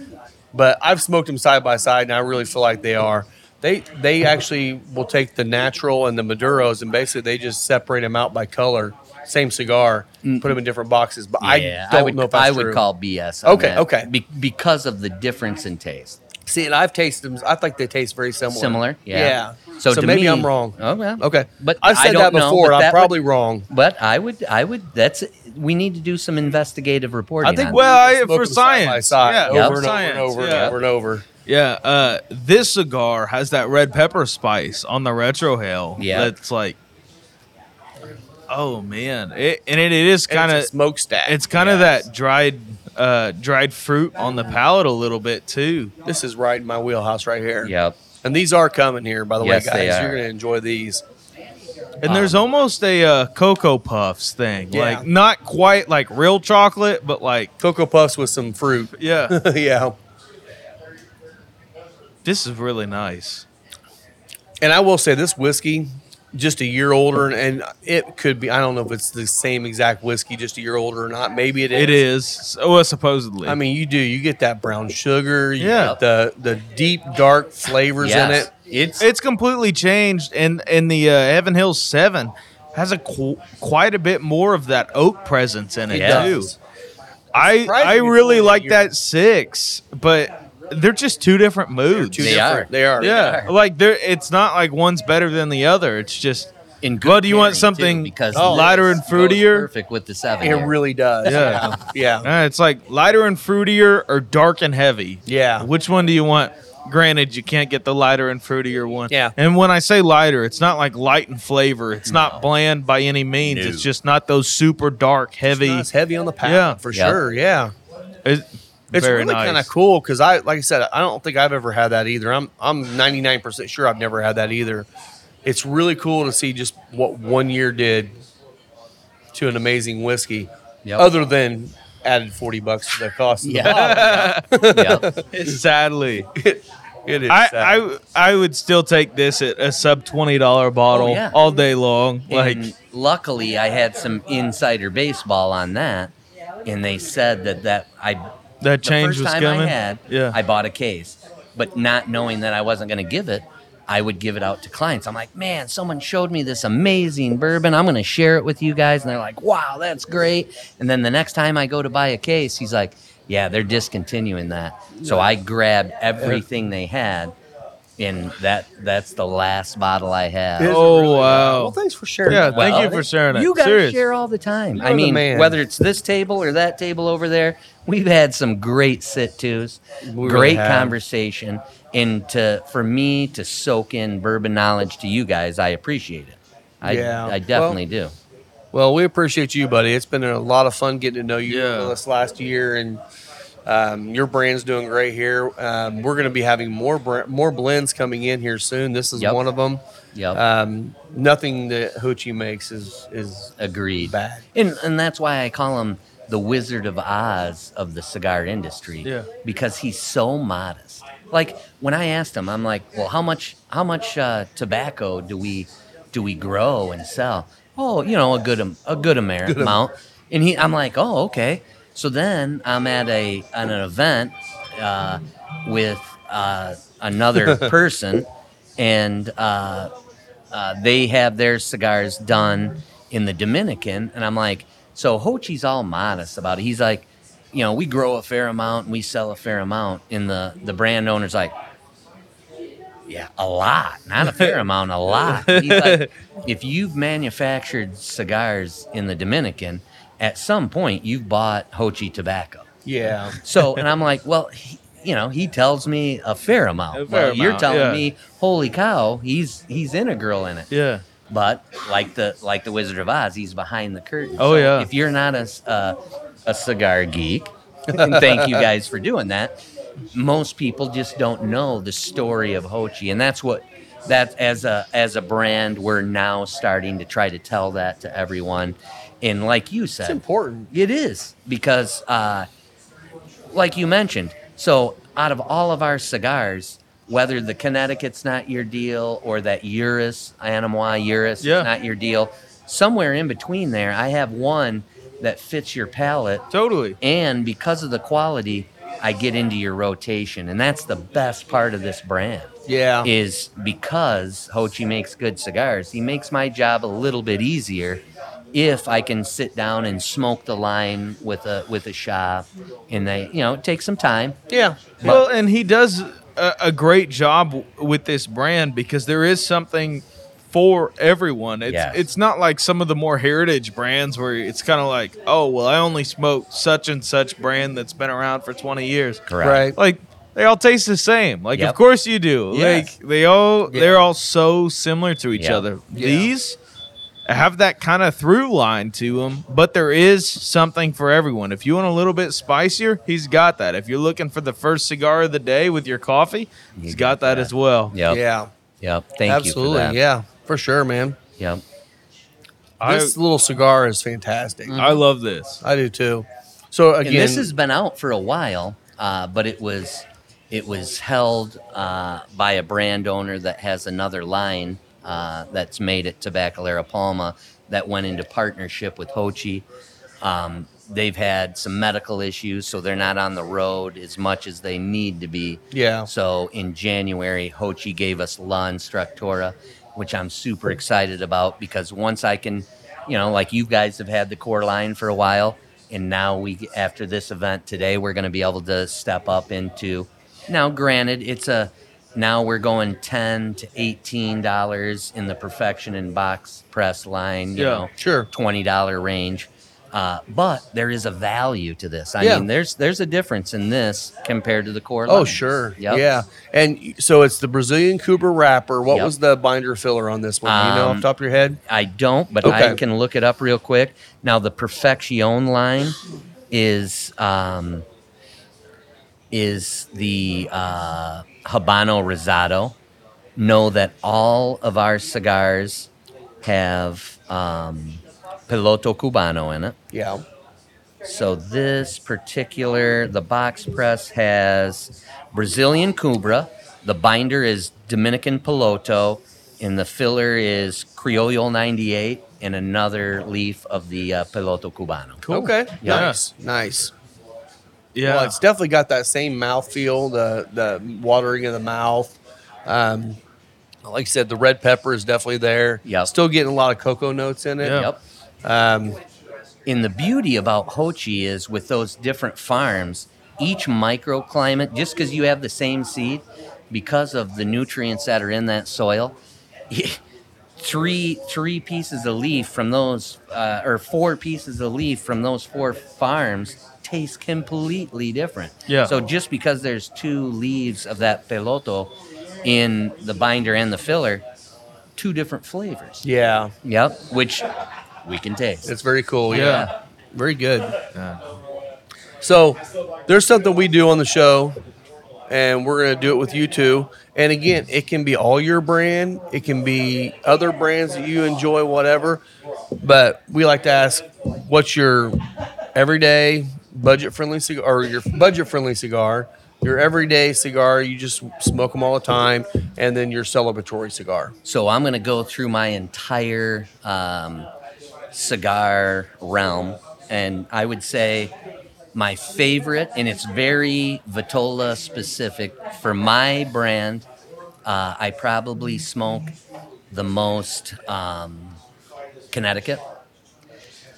S3: but I've smoked them side by side, and I really feel like they are. They they actually will take the natural and the Maduros, and basically they just separate them out by color, same cigar, put them in different boxes. But
S2: Mm-hmm. Yeah,
S3: I don't
S2: would,
S3: know if that's
S2: I would
S3: true.
S2: call BS. on
S3: Okay,
S2: that
S3: okay.
S2: be- because of the difference in taste.
S3: See, and I've tasted them. I think they taste very similar.
S2: Similar, yeah.
S3: Yeah.
S2: So
S3: So,
S2: to
S3: maybe
S2: me-
S3: I'm wrong.
S2: Oh, well.
S3: Okay.
S2: But
S3: I've
S2: I
S3: said that
S2: don't know,
S3: before.
S2: but
S3: I'm
S2: that would-
S3: probably wrong.
S2: But I would, I would. That's we need to do some investigative reporting.
S3: I think
S2: on
S4: well,
S2: that.
S4: I-
S3: Smoke
S4: for
S3: them side by
S4: science.
S3: side,
S4: Yeah,
S3: over,
S2: yeah,
S3: and
S2: for
S4: science,
S3: over and over
S4: yeah.
S3: and over and over.
S4: Yeah, uh, this cigar has that red pepper spice on the retro hail.
S2: Yeah.
S4: that's like, oh man, it, and it, it is kind of
S3: smokestack.
S4: It's kind of that dried uh, dried fruit on the palate a little bit too.
S3: This is right in my wheelhouse right here.
S2: Yep.
S3: And these are coming here, by the
S2: Yes,
S3: way,
S2: they are.
S3: guys. You're gonna enjoy these.
S4: And there's almost a uh, cocoa puffs thing,
S3: Um, Yeah.
S4: like not quite like real chocolate, but like
S3: Cocoa puffs with some fruit.
S4: yeah,
S3: yeah.
S4: this is really nice.
S3: And I will say this whiskey, just a year older, and, and it could be I don't know if it's the same exact whiskey, just a year older or not. Maybe it is.
S4: It is. Oh, well, supposedly.
S3: I mean, you do. You get that brown sugar. You
S4: Yeah.
S3: Get the the deep dark flavors
S2: Yes.
S3: in it.
S2: It's
S4: it's completely changed. And and the uh, Evan Hill Seven has a qu- quite a bit more of that oak presence in it
S2: Yeah.
S4: too. I I
S3: Surprising
S4: really
S3: for a
S4: like
S3: year.
S4: that six, but they're just two different moods.
S3: Two
S2: They
S3: different-
S2: are.
S3: They are.
S4: Yeah, like there, it's not like one's better than the other. It's just
S2: in good
S4: Well, do you want
S2: pairing, too,
S4: something
S2: because
S4: lighter
S2: this
S4: and fruitier?
S2: goes Perfect with the seven.
S3: It
S2: year.
S3: really does.
S4: Yeah.
S3: Yeah.
S4: uh, it's like lighter and fruitier or dark and heavy.
S3: Yeah.
S4: which one do you want? Granted, you can't get the lighter and fruitier one.
S3: Yeah.
S4: and when I say lighter, it's not like light in flavor. It's not bland by any means.
S2: No.
S4: It's just not those super dark heavy.
S3: It's heavy on the palate
S4: Yeah.
S3: for
S2: Yeah.
S3: sure. Yeah.
S4: It's,
S3: It's
S4: very
S3: really
S4: nice.
S3: kind of cool because I, like I said, I don't think I've ever had that either. I'm I'm 99% sure I've never had that either. It's really cool to see just what one year did to an amazing whiskey,
S2: Yep.
S3: other than added 40 bucks to the cost of the
S2: Yeah.
S3: bottle.
S2: yeah.
S4: Sadly,
S3: It is.
S4: I,
S3: sad.
S4: I I would still take this at a sub twenty dollar bottle
S2: Oh, yeah.
S4: all day long. Like
S2: And luckily, I had some insider baseball on that, and they said that that I
S4: that
S2: the
S4: change
S2: first
S4: was
S2: time
S4: coming.
S2: I had,
S4: yeah,
S2: I bought a case, but not knowing that I wasn't going to give it, I would give it out to clients. I'm like, man, someone showed me this amazing bourbon. I'm going to share it with you guys, and they're like, wow, that's great. And then the next time I go to buy a case, he's like, yeah, they're discontinuing that. So I grabbed everything they had, and that that's the last bottle I had.
S3: It is
S4: Oh,
S3: really-
S4: wow.
S3: Well, thanks for sharing.
S4: Yeah,
S3: that.
S4: thank
S2: Well,
S4: you for sharing it.
S2: You guys
S4: Serious.
S2: share all the time. I
S3: the
S2: mean,
S3: man.
S2: whether it's this table or that table over there, we've had some great sit tos, great
S3: have.
S2: conversation, and to for me to soak in bourbon knowledge to you guys, I appreciate it. I,
S3: Yeah.
S2: I definitely do.
S3: Well, we appreciate you, buddy. It's been a lot of fun getting to know you
S4: Yeah.
S3: this last year, and um, your brand's doing great here. Um, we're going to be having more br- more blends coming in here soon. This is
S2: Yep.
S3: one of them.
S2: Yep.
S4: uh,
S3: Um, nothing that Hoochie makes is is
S2: Agreed.
S3: bad.
S2: And and that's why I call him the Wizard of Oz of the cigar industry.
S4: Yeah.
S2: Because he's so modest. Like when I asked him, I'm like, well, how much how much uh, tobacco do we do we grow and sell? Oh, you know, a good am- a good amount. amount. And he, I'm like, oh, okay. So then I'm at a at an event uh, with uh, another person, and uh, uh, they have their cigars done in the Dominican. And I'm like, so Hochi's all modest about it. He's like, you know, we grow a fair amount and we sell a fair amount. And the, the brand owner's like, yeah, a lot, not a fair amount, a lot. He's like, if you've manufactured cigars in the Dominican, at some point you've bought Hochi tobacco.
S3: Yeah.
S2: So, and I'm like, well, he, you know, he tells me a fair amount.
S4: A fair
S2: well, you're
S4: amount,
S2: telling
S4: yeah.
S2: me, holy cow, he's he's integral in it.
S4: yeah.
S2: But like the like the Wizard of Oz, he's behind the curtain.
S4: Oh, yeah.
S2: If you're not a s- uh, a cigar geek, and thank you guys for doing that. Most people just don't know the story of Hochi, and that's what that as a as a brand we're now starting to try to tell that to everyone. And like you said,
S3: It's important.
S2: it is because, uh, like you mentioned, so out of all of our cigars, whether the Connecticut's not your deal or that Urus, Anamoy Urus,
S4: Yeah.
S2: is not your deal, somewhere in between there, I have one that fits your palate.
S4: Totally.
S2: And because of the quality, I get into your rotation. And that's the best part of this brand. Oh.
S3: Yeah.
S2: Is because Ho Chi makes good cigars. He makes my job a little bit easier if I can sit down and smoke the line with a with a shop, and they you know it takes some time.
S3: yeah.
S4: well, and he does a, a great job w- with this brand because there is something for everyone. It's
S2: Yes.
S4: it's not like some of the more heritage brands where it's kind of like, oh well, I only smoke such and such brand that's been around for twenty years.
S3: Right.
S4: Like they all taste the same. Like
S2: Yep.
S4: of course you do.
S2: Yes.
S4: Like they all they're all so similar to each
S2: Yeah.
S4: other. These have that kind of through line to them, but there is something for everyone. If you want a little bit spicier, he's got that. If you're looking for the first cigar of the day with your coffee, he's got that, as well.
S2: Yep.
S3: Yeah.
S2: Yep. Thank
S3: Absolutely.
S2: you. for that.
S3: Yeah. For sure, man.
S2: Yep.
S4: I,
S3: this little cigar is fantastic.
S4: I love this.
S3: I do too. So again,
S2: Mm. And this has been out for a while, uh, but it was it was held uh, by a brand owner that has another line uh, that's made at Tabacalera Palma that went into partnership with Hochi. Um, they've had some medical issues, so they're not on the road as much as they need to be.
S3: Yeah.
S2: So in January, Hochi gave us La Instructora, which I'm super excited about because once I can, you know, like you guys have had the core line for a while, and now we, after this event today, we're going to be able to step up into. Now, granted, it's a now we're going ten to eighteen dollars in the perfection and box press line. You
S4: Yeah.
S2: know,
S3: sure.
S2: twenty dollar range. Uh, but there is a value to this. I
S3: Yeah.
S2: mean, there's there's a difference in this compared to the core.
S3: Oh,
S2: lines.
S3: sure.
S2: Yep.
S3: Yeah. And y- so it's the Brazilian Cooper wrapper. What
S2: Yep.
S3: was the binder filler on this one? Do you know off the
S2: Um,
S3: top of your head?
S2: I don't, but I
S3: Okay.
S2: can look it up real quick. Now the Perfection line is um, is the uh, Habano Rosado. Know that all of our cigars have um, Piloto Cubano in it.
S3: Yeah.
S2: So this particular, the box press has Brazilian Cubra, The binder is Dominican Piloto, and the filler is Criollo 98 and another leaf of the uh, Piloto Cubano.
S3: Okay.
S2: Yeah.
S3: Nice. Nice.
S4: Yeah.
S3: Well, it's definitely got that same mouthfeel, the the watering of the mouth. Um, like I said, the red pepper is definitely there.
S2: Yep.
S3: Still getting a lot of cocoa notes in it.
S4: Yeah.
S2: Yep.
S3: Um,
S2: And the beauty about Ho Chi is with those different farms, each microclimate, just because you have the same seed, because of the nutrients that are in that soil, three three pieces of leaf from those, uh, or four pieces of leaf from those four farms taste completely different.
S4: Yeah.
S2: So just because there's two leaves of that peloto in the binder and the filler, two different flavors.
S3: yeah.
S2: Yep. Which we can taste.
S3: It's very cool. Yeah.
S4: Yeah.
S3: Very good. So there's something we do on the show, and we're going to do it with you two. And again, it can be all your brand, it can be other brands that you enjoy, whatever. But we like to ask, what's your everyday budget friendly cigar or your budget friendly cigar? Your everyday cigar, you just smoke them all the time, and then your celebratory cigar.
S2: So I'm going to go through my entire um, cigar realm, and I would say my favorite, and it's very Vitola specific for my brand. Uh, I probably smoke the most um, Connecticut,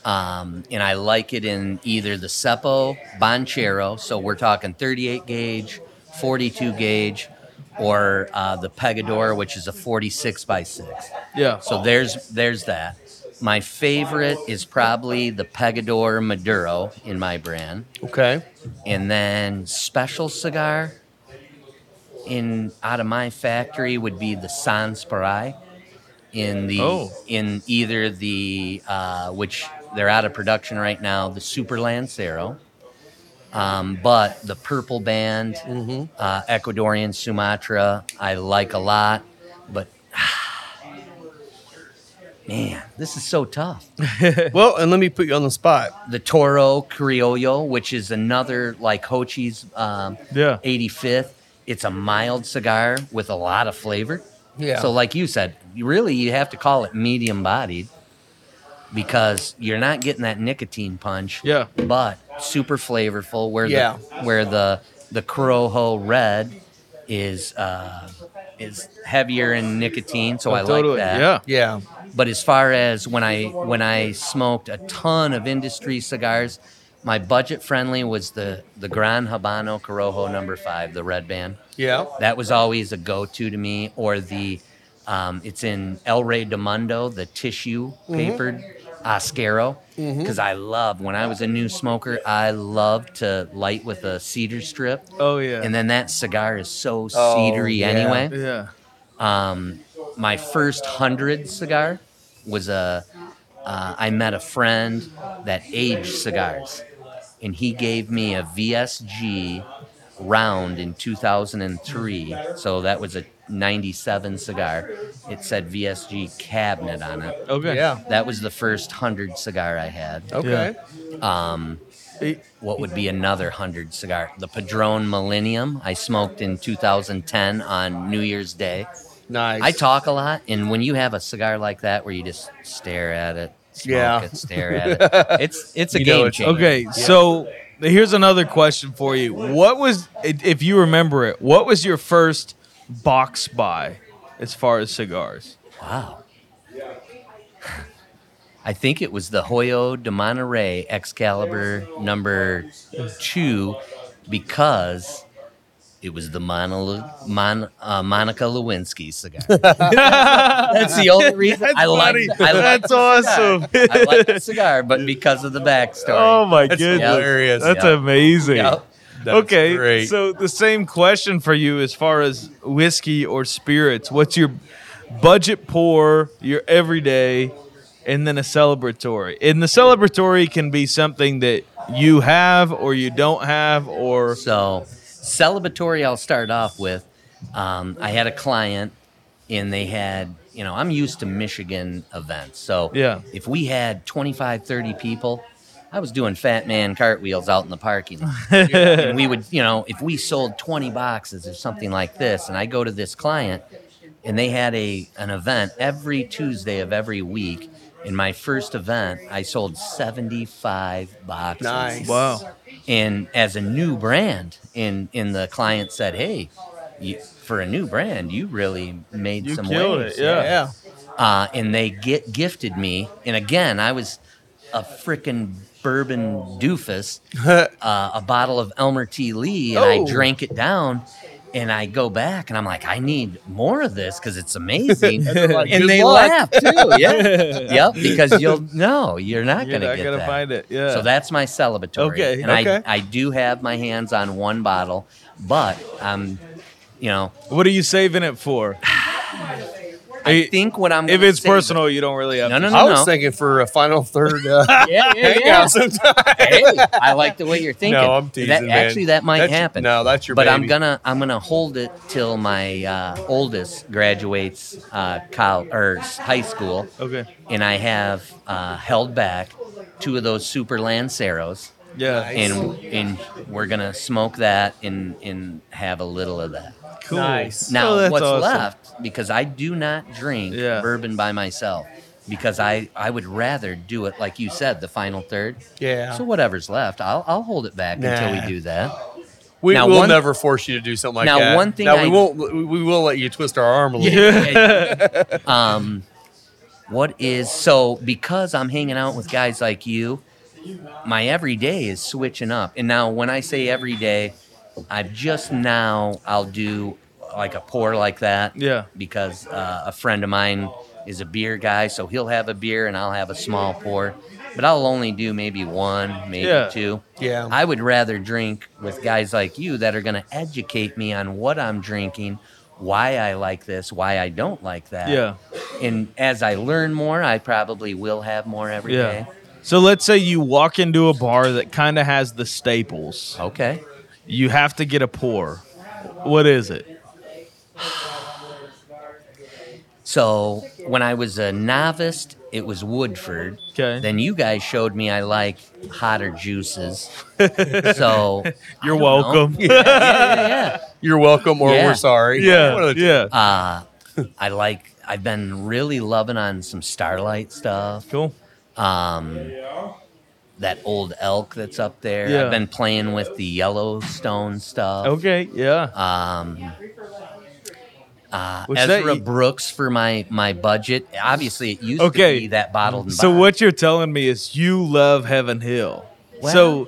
S2: um, and I like it in either the Seppo Bonchero, so we're talking 38 gauge, 42 gauge, or uh, the Pegador, which is a 46 by six.
S4: yeah.
S2: So there's there's that. My favorite is probably the Pegador Maduro in my brand,
S3: Okay.
S2: and then special cigar in out of my factory would be the Sans Parai in the
S4: Oh.
S2: in either the uh, which they're out of production right now the Super Lancero, um, but the Purple Band, uh, Ecuadorian Sumatra I like a lot, but. Man, this is so tough
S3: Well, and let me put you on the spot.
S2: the Toro Criollo, which is another like Hochi's um,
S4: Yeah.
S2: 85th. It's a mild cigar with a lot of flavor.
S3: Yeah.
S2: So, like you said, you really you have to call it medium bodied because you're not getting that nicotine punch.
S4: Yeah.
S2: But super flavorful. Where
S3: Yeah.
S2: the where the the Corojo Red is uh, is heavier in nicotine, so I
S4: Totally.
S2: like that.
S4: Yeah.
S3: Yeah.
S2: But as far as when I when I smoked a ton of industry cigars, my budget friendly was the the Gran Habano Corojo number five, the red band.
S3: Yeah.
S2: That was always a go to to me, or the um, it's in El Rey de Mundo, the tissue
S3: Mm-hmm.
S2: papered Oscaro, because I love when I was a new smoker, I loved to light with a cedar strip,
S4: Oh yeah.
S2: and then that cigar is so
S3: Oh,
S2: cedary
S3: yeah.
S2: anyway
S4: yeah.
S2: um, my first hundred cigar was a. Uh, I met a friend that aged cigars, and he gave me a VSG round in 2003. So that was a 97 cigar. It said VSG cabinet on it.
S4: Okay.
S3: Yeah.
S2: That was the first hundred cigar I had.
S3: Okay.
S2: Um, what would be another hundred cigar? The Padron Millennium I smoked in 2010 on New Year's Day.
S3: Nice.
S2: I talk a lot, and when you have a cigar like that, where you just stare at it, smoke
S3: Yeah.
S2: it, stare at it, it's it's a
S3: You know
S2: game
S3: it's-
S2: changer.
S4: Okay. So here's another question for you. What was, if you remember it, what was your first box buy as far as cigars?
S2: Wow. I think it was the Hoyo de Monterey Excalibur number two because it was the Mona, Mon, uh, Monica Lewinsky cigar. That's the only reason I like I like
S4: That's awesome.
S2: I like the cigar, but because of the backstory.
S4: Oh my
S3: That's
S4: goodness.
S3: hilarious.
S4: That's
S2: Yeah.
S4: amazing.
S2: Yep.
S3: That's
S4: okay.
S3: great.
S4: So the same question for you as far as whiskey or spirits. What's your budget pour, your everyday, and then a celebratory? And the celebratory can be something that you have or you don't have or
S2: So, celebratory, I'll start off with. Um, I had a client, and they had, you know, I'm used to Michigan events. So,
S4: Yeah.
S2: if we had 25, 30 people, I was doing fat man cartwheels out in the parking lot. and we would, you know, if we sold 20 boxes or something like this, and I go to this client and they had a an event every Tuesday of every week. In my first event, I sold 75 boxes.
S3: Nice.
S4: Wow.
S2: And as a new brand, and and the client said, "Hey, you, for a new brand, you really made
S4: You
S2: some
S4: killed
S2: waves."
S4: it. Yeah.
S3: Yeah.
S2: uh, and they get gifted me. And again, I was a freaking bourbon doofus, uh, a bottle of Elmer T. Lee, and
S3: Oh.
S2: I drank it down. And I go back and I'm like, I need more of this because it's amazing. and
S3: they're like, "Good
S2: they
S3: luck."
S2: laugh too. Yeah. yep. Because you'll, no, you're not
S4: You're
S2: going to
S4: not
S2: get
S4: gonna
S2: that.
S4: find it. Yeah.
S2: So that's my celebratory.
S4: Okay,
S2: And
S4: okay.
S2: I, I do have my hands on one bottle, but I'm, you know,
S4: what are you saving it for?
S2: I think what I'm
S4: if
S2: gonna
S4: it's
S2: save it-
S4: personal, you don't really have.
S2: No,
S4: to.
S2: no, no,
S3: I
S2: no.
S3: was thinking for a final third uh,
S2: yeah, yeah, yeah.
S3: hangout sometime.
S2: hey, I like the way you're thinking.
S3: No, I'm teasing.
S2: That,
S3: man.
S2: Actually, that might
S3: That's-
S2: happen.
S3: No, that's your.
S2: but
S3: baby.
S2: I'm gonna I'm gonna hold it till my uh, oldest graduates uh, college or s- high school,
S4: Okay.
S2: and I have uh, held back two of those super lanceros,
S4: Yeah.
S2: and and we're gonna smoke that and and have a little of that.
S4: Cool.
S3: Nice.
S2: Now
S4: Oh, that's
S2: what's
S4: awesome.
S2: left because I do not drink
S4: Yeah.
S2: bourbon by myself because I I would rather do it like you said the final third.
S3: Yeah.
S2: So whatever's left, I'll I'll hold it back until
S3: Nah.
S2: we do that.
S3: we
S2: now
S3: will
S2: one-
S3: never force you to do something like
S2: Now,
S3: that.
S2: one thing
S3: Now
S2: I-
S3: we won't. We we will let you twist our arm a little. bit.
S2: um, what is so because I'm hanging out with guys like you, my everyday is switching up. And now when I say everyday, I've just now I'll do like a pour like that.
S4: Yeah.
S2: Because uh, a friend of mine is a beer guy, so he'll have a beer and I'll have a small pour. But I'll only do maybe one, maybe
S4: Yeah.
S2: two.
S3: Yeah.
S2: I would rather drink with guys like you that are going to educate me on what I'm drinking, why I like this, why I don't like that.
S4: Yeah.
S2: And as I learn more, I probably will have more every day.
S4: Yeah. So let's say you walk into a bar that kind of has the staples.
S2: Okay.
S4: You have to get a pour. What is it?
S2: So when I was a novice, it was Woodford.
S4: 'Kay.
S2: Then you guys showed me I like hotter juices. so
S4: You're
S2: don't know.
S4: welcome.
S2: yeah, yeah.
S3: You're welcome, or
S2: Yeah.
S3: we're sorry. One
S4: yeah.
S3: of the two.
S4: Yeah.
S2: Uh, I like. I've been really loving on some Starlight stuff.
S4: Cool.
S2: um, that old elk that's up there.
S4: Yeah. Oh,
S2: I've been playing with the Yellowstone stuff.
S4: Okay. Yeah.
S2: Um, uh,
S4: Which that
S2: Ezra
S4: y-
S2: Brooks for my my budget. Obviously, it used
S4: Okay.
S2: to be that bottled. And
S4: So
S2: bond.
S4: what you're telling me is you love Heaven Hill.
S2: Well,
S4: so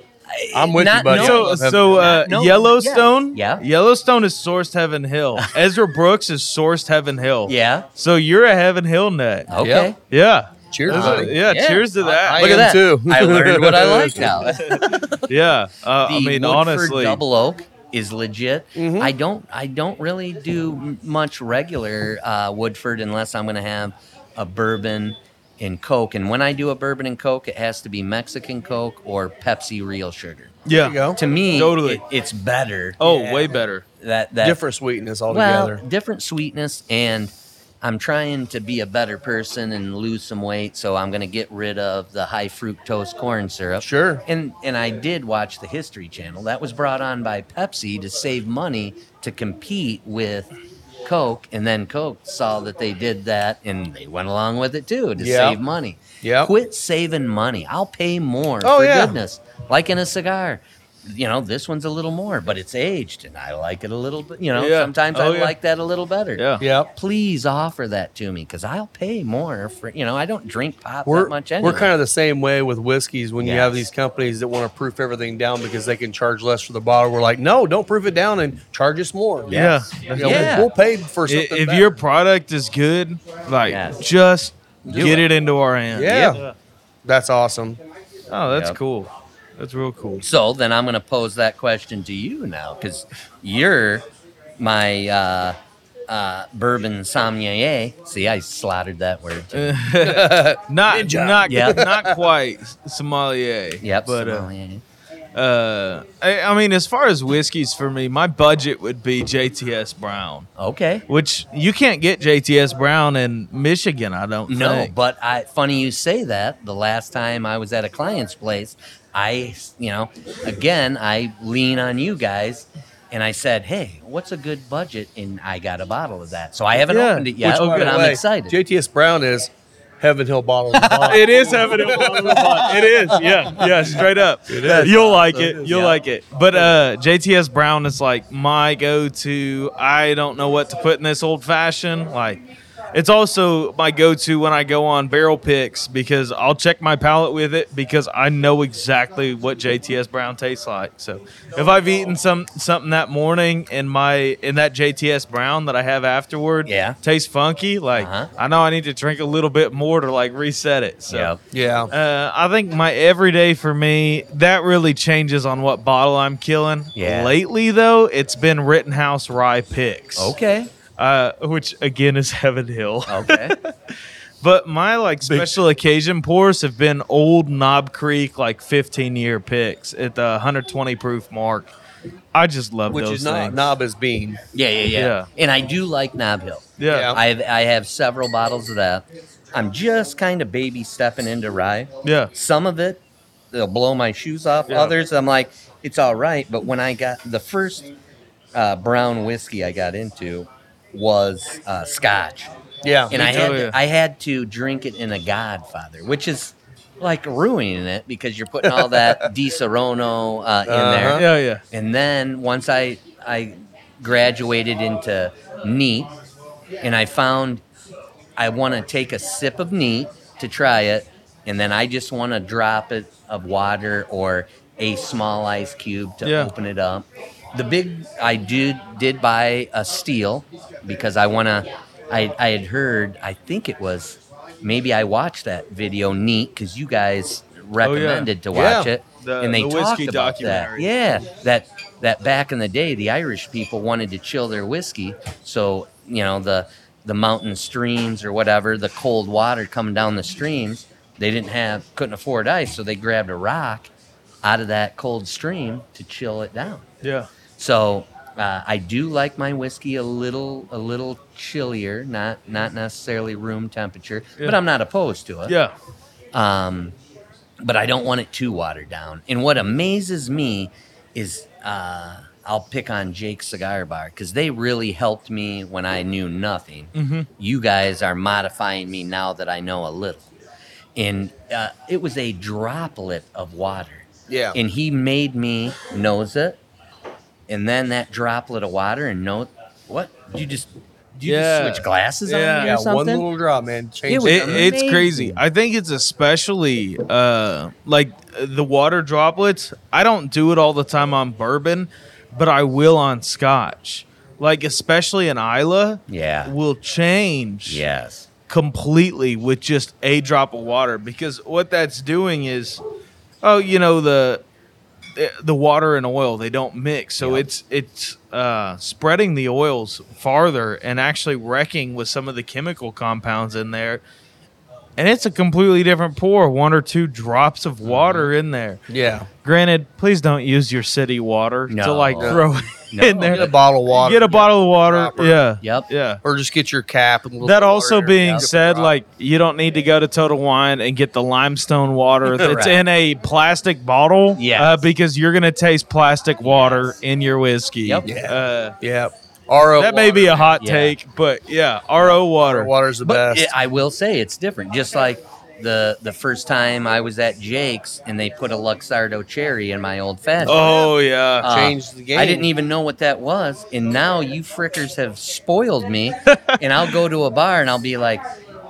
S3: I'm with you,
S2: Not
S3: buddy.
S2: knowing-
S4: so
S3: I love having
S4: so
S3: you.
S4: uh,
S2: No, yeah.
S4: Yellowstone.
S2: Yeah.
S4: Yellowstone is sourced Heaven Hill. Ezra Brooks is sourced Heaven Hill.
S2: Yeah. Oh.
S4: So you're a Heaven Hill nut.
S2: Okay.
S4: Yeah.
S3: cheers.
S4: Uh,
S3: buddy.
S4: yeah,
S2: yeah.
S4: Cheers to that.
S3: I
S2: Look at
S3: am
S2: that.
S3: too.
S2: I learned what I like now.
S4: yeah. Uh, I
S2: the
S4: mean,
S2: Woodford
S4: honestly. Mm-hmm.
S2: double oak is legit. I don't I don't really do m- much regular uh, Woodford unless I'm going to have a bourbon and Coke. And when I do a bourbon and Coke, it has to be Mexican Coke or Pepsi real sugar.
S4: yeah.
S3: There you go.
S2: To me,
S4: Totally.
S2: it- it's better.
S4: Oh,
S3: Yeah.
S4: way better.
S2: that that
S3: Different sweetness
S2: well,
S3: altogether.
S2: different sweetness and. I'm trying to be a better person and lose some weight, so I'm going to get rid of the high fructose corn syrup.
S3: sure.
S2: And and I did watch the History Channel. That was brought on by Pepsi to save money to compete with Coke, and then Coke saw that they did that, and they went along with it too to
S3: Yeah.
S2: save money.
S3: Yeah.
S2: Quit saving money. I'll pay more
S3: Oh,
S2: for
S3: yeah.
S2: goodness. Like in a cigar. You know, this one's a little more, but it's aged and I like it a little bit. You know,
S4: Yeah.
S2: sometimes
S4: Oh,
S2: I
S4: yeah.
S2: like that a little better.
S4: Yeah.
S3: Yep.
S2: Please offer that to me because I'll pay more for, you know, I don't drink pop
S3: We're,
S2: that much anyway.
S3: we're kind of the same way with whiskeys when you have
S2: Yes.
S3: these companies that want to proof everything down because they can charge less for the bottle. We're like, no, don't proof it down and charge us more.
S4: Yes.
S3: You know,
S2: Yeah.
S3: We'll, we'll pay for something.
S4: I- If
S3: better.
S4: your product is good, like
S2: Yes.
S4: just
S2: Do
S4: get it.
S2: it.
S4: into our hands.
S3: Yeah. That's awesome.
S4: Oh, that's
S2: Yep.
S4: cool. That's real cool.
S2: So then I'm going to pose that question to you now because you're my uh, uh, bourbon sommelier. See, I slaughtered that word.
S3: Eh,
S2: Too.
S4: Not not
S2: Yeah.
S4: not quite sommelier.
S2: Yep.
S4: But uh,
S2: sommelier.
S4: Uh, I, I mean, as far as whiskeys for me, my budget would be JTS Brown,
S2: Okay.
S4: which you can't get JTS Brown in Michigan. I don't
S2: No,
S4: think.
S2: but I funny you say that. The last time I was at a client's place, I you know, again I lean on you guys and I said, Hey, what's a good budget? And I got a bottle of that. So I haven't
S4: Yeah.
S2: opened it yet,
S3: Which, by
S2: but
S3: the
S2: oh, I'm
S3: way,
S2: excited.
S3: JTS Brown is Heaven Hill Bottle. of Bond.
S4: It is heaven and bottom of the pot. It is. Yeah. Yeah. Straight up.
S3: is.
S4: You'll like it.
S2: is.
S4: You'll
S2: Yeah.
S4: like it. But uh, JTS Brown is like my go to. I don't know what to put in this old fashioned. Like, it's also my go to when I go on barrel picks because I'll check my palate with it because I know exactly what JTS Brown tastes like. So if I've eaten some something that morning and my in that JTS Brown that I have afterward
S2: Yeah.
S4: tastes funky, like
S2: Uh-huh.
S4: I know I need to drink a little bit more to like reset it. So
S2: Yep.
S3: yeah.
S4: uh, I think my everyday for me that really changes on what bottle I'm killing.
S2: Yeah.
S4: Lately though, it's been Rittenhouse Rye Picks.
S2: Okay.
S4: Uh, which again is Heaven Hill.
S2: Okay.
S4: But my like special occasion pours have been old Knob Creek like 15 year picks at the 120 proof mark. I just love
S3: Which
S4: those
S3: is not
S4: things.
S3: knob is bean.
S2: yeah, yeah, yeah,
S4: Yeah.
S2: And I do like Knob Hill.
S4: yeah.
S3: Yeah.
S2: I have I have several bottles of that. I'm just kind of baby stepping into rye.
S4: Yeah.
S2: Some of it, they'll blow my shoes off.
S4: Yeah.
S2: Others, I'm like, it's all right. But when I got the first uh, brown whiskey I got into was uh, Scotch,
S3: Yeah.
S2: and I had
S4: too, yeah.
S2: to, I had to drink it in a Godfather, which is like ruining it because you're putting all that Di Serono uh, in there.
S3: Uh-huh.
S4: Yeah, yeah.
S2: And then once I I graduated into neat, and I found I want to take a sip of neat to try it, and then I just want to drop it of water or a small ice cube to
S4: Yeah.
S2: open it up. The big I did did buy a steel because I want to. I I had heard I think it was maybe I watched that video neat because you guys recommended to watch
S3: Yeah.
S2: it
S4: The-
S2: and they
S4: the
S2: talked
S4: whiskey
S2: about that.
S4: documentary.
S2: Yeah, that that back in the day, the Irish people wanted to chill their whiskey, so you know the the mountain streams or whatever, the cold water coming down the streams, they didn't have couldn't afford ice, so they grabbed a rock out of that cold stream to chill it down.
S4: Yeah.
S2: So uh, I do like my whiskey a little a little chillier, not not necessarily room temperature, but
S4: Yeah.
S2: I'm not opposed to it
S4: Yeah.
S2: um, but I don't want it too watered down. And what amazes me is uh, I'll pick on Jake's Cigar Bar because they really helped me when I knew nothing.
S3: Mm-hmm.
S2: You guys are modifying me now that I know a little. And uh, it was a droplet of water.
S3: Yeah.
S2: And he made me nose it, and then that droplet of water, and no, what? You just, you
S4: Yeah.
S2: just switch glasses on
S4: Yeah.
S2: me or
S3: yeah. One
S2: something?
S3: little drop, man. Change
S2: was
S3: it.
S4: It, it's crazy. I think it's especially uh, like uh, the water droplets. I don't do it all the time on bourbon, but I will on scotch. Like especially an Isla,
S2: Yeah.
S4: will change
S2: yes.
S4: completely with just a drop of water because what that's doing is, oh, you know the the water and oil they don't mix, so
S2: Yeah.
S4: it's it's uh, spreading the oils farther and actually wrecking with some of the chemical compounds in there. And it's a completely different pour, one or two drops
S2: Mm-hmm.
S4: of water in there.
S3: Yeah.
S4: Granted, please don't use your city water to
S2: No.
S4: like throw it
S2: No.
S4: in there.
S3: Get a bottle of water.
S4: Get a bottle of water.
S3: Proper.
S4: Yeah.
S2: Yep.
S4: Yeah.
S3: or just get your cap. And a little
S4: That
S3: water
S4: also
S3: in there.
S4: being
S3: Yeah.
S4: said, like you don't need to go to Total Wine and get the limestone water that's in a plastic bottle,
S2: Yes.
S4: uh, because you're gonna taste plastic water in your whiskey.
S2: Yep.
S4: Uh,
S3: yeah, RO
S4: that may be a hot
S2: Yeah.
S4: take, but yeah, RO water.
S3: water's the
S2: But
S3: best.
S2: it- I will say it's different. Just like the the first time I was at Jake's and they put a Luxardo cherry in my old fashioned.
S4: Oh yeah,
S2: Uh,
S3: Changed the game.
S2: I didn't even know what that was, and now you frickers have spoiled me. and I'll go to a bar and I'll be like,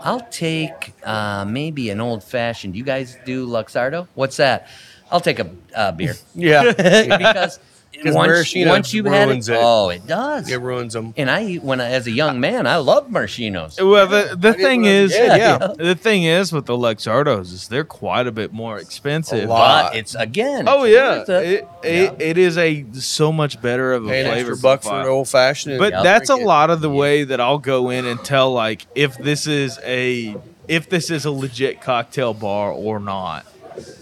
S2: I'll take uh, maybe an old fashioned. You guys do Luxardo? What's that? I'll take a uh, beer
S3: yeah,
S2: because
S3: 'Cause
S2: once,
S3: maraschino
S2: once you've had
S3: ruins
S2: it,
S3: it.
S2: oh, it does.
S3: it ruins them.
S2: and I when I, as a young man, I loved maraschinos.
S4: Well, the, the
S3: didn't
S4: thing
S3: realize-
S4: is,
S3: yeah, yeah.
S4: the thing is with the Luxardos is they're quite a bit more expensive.
S3: A lot.
S2: But it's again.
S4: Oh
S2: it's
S4: yeah,
S2: worth it.
S4: it, it, it is a so much better of a
S3: Pay an
S4: flavor
S3: extra buck for
S4: profile.
S3: an old fashioned.
S4: But
S2: Yeah.
S4: that's a
S3: Drink it.
S4: lot of the way that I'll go in and tell like if this is a if this is a legit cocktail bar or not.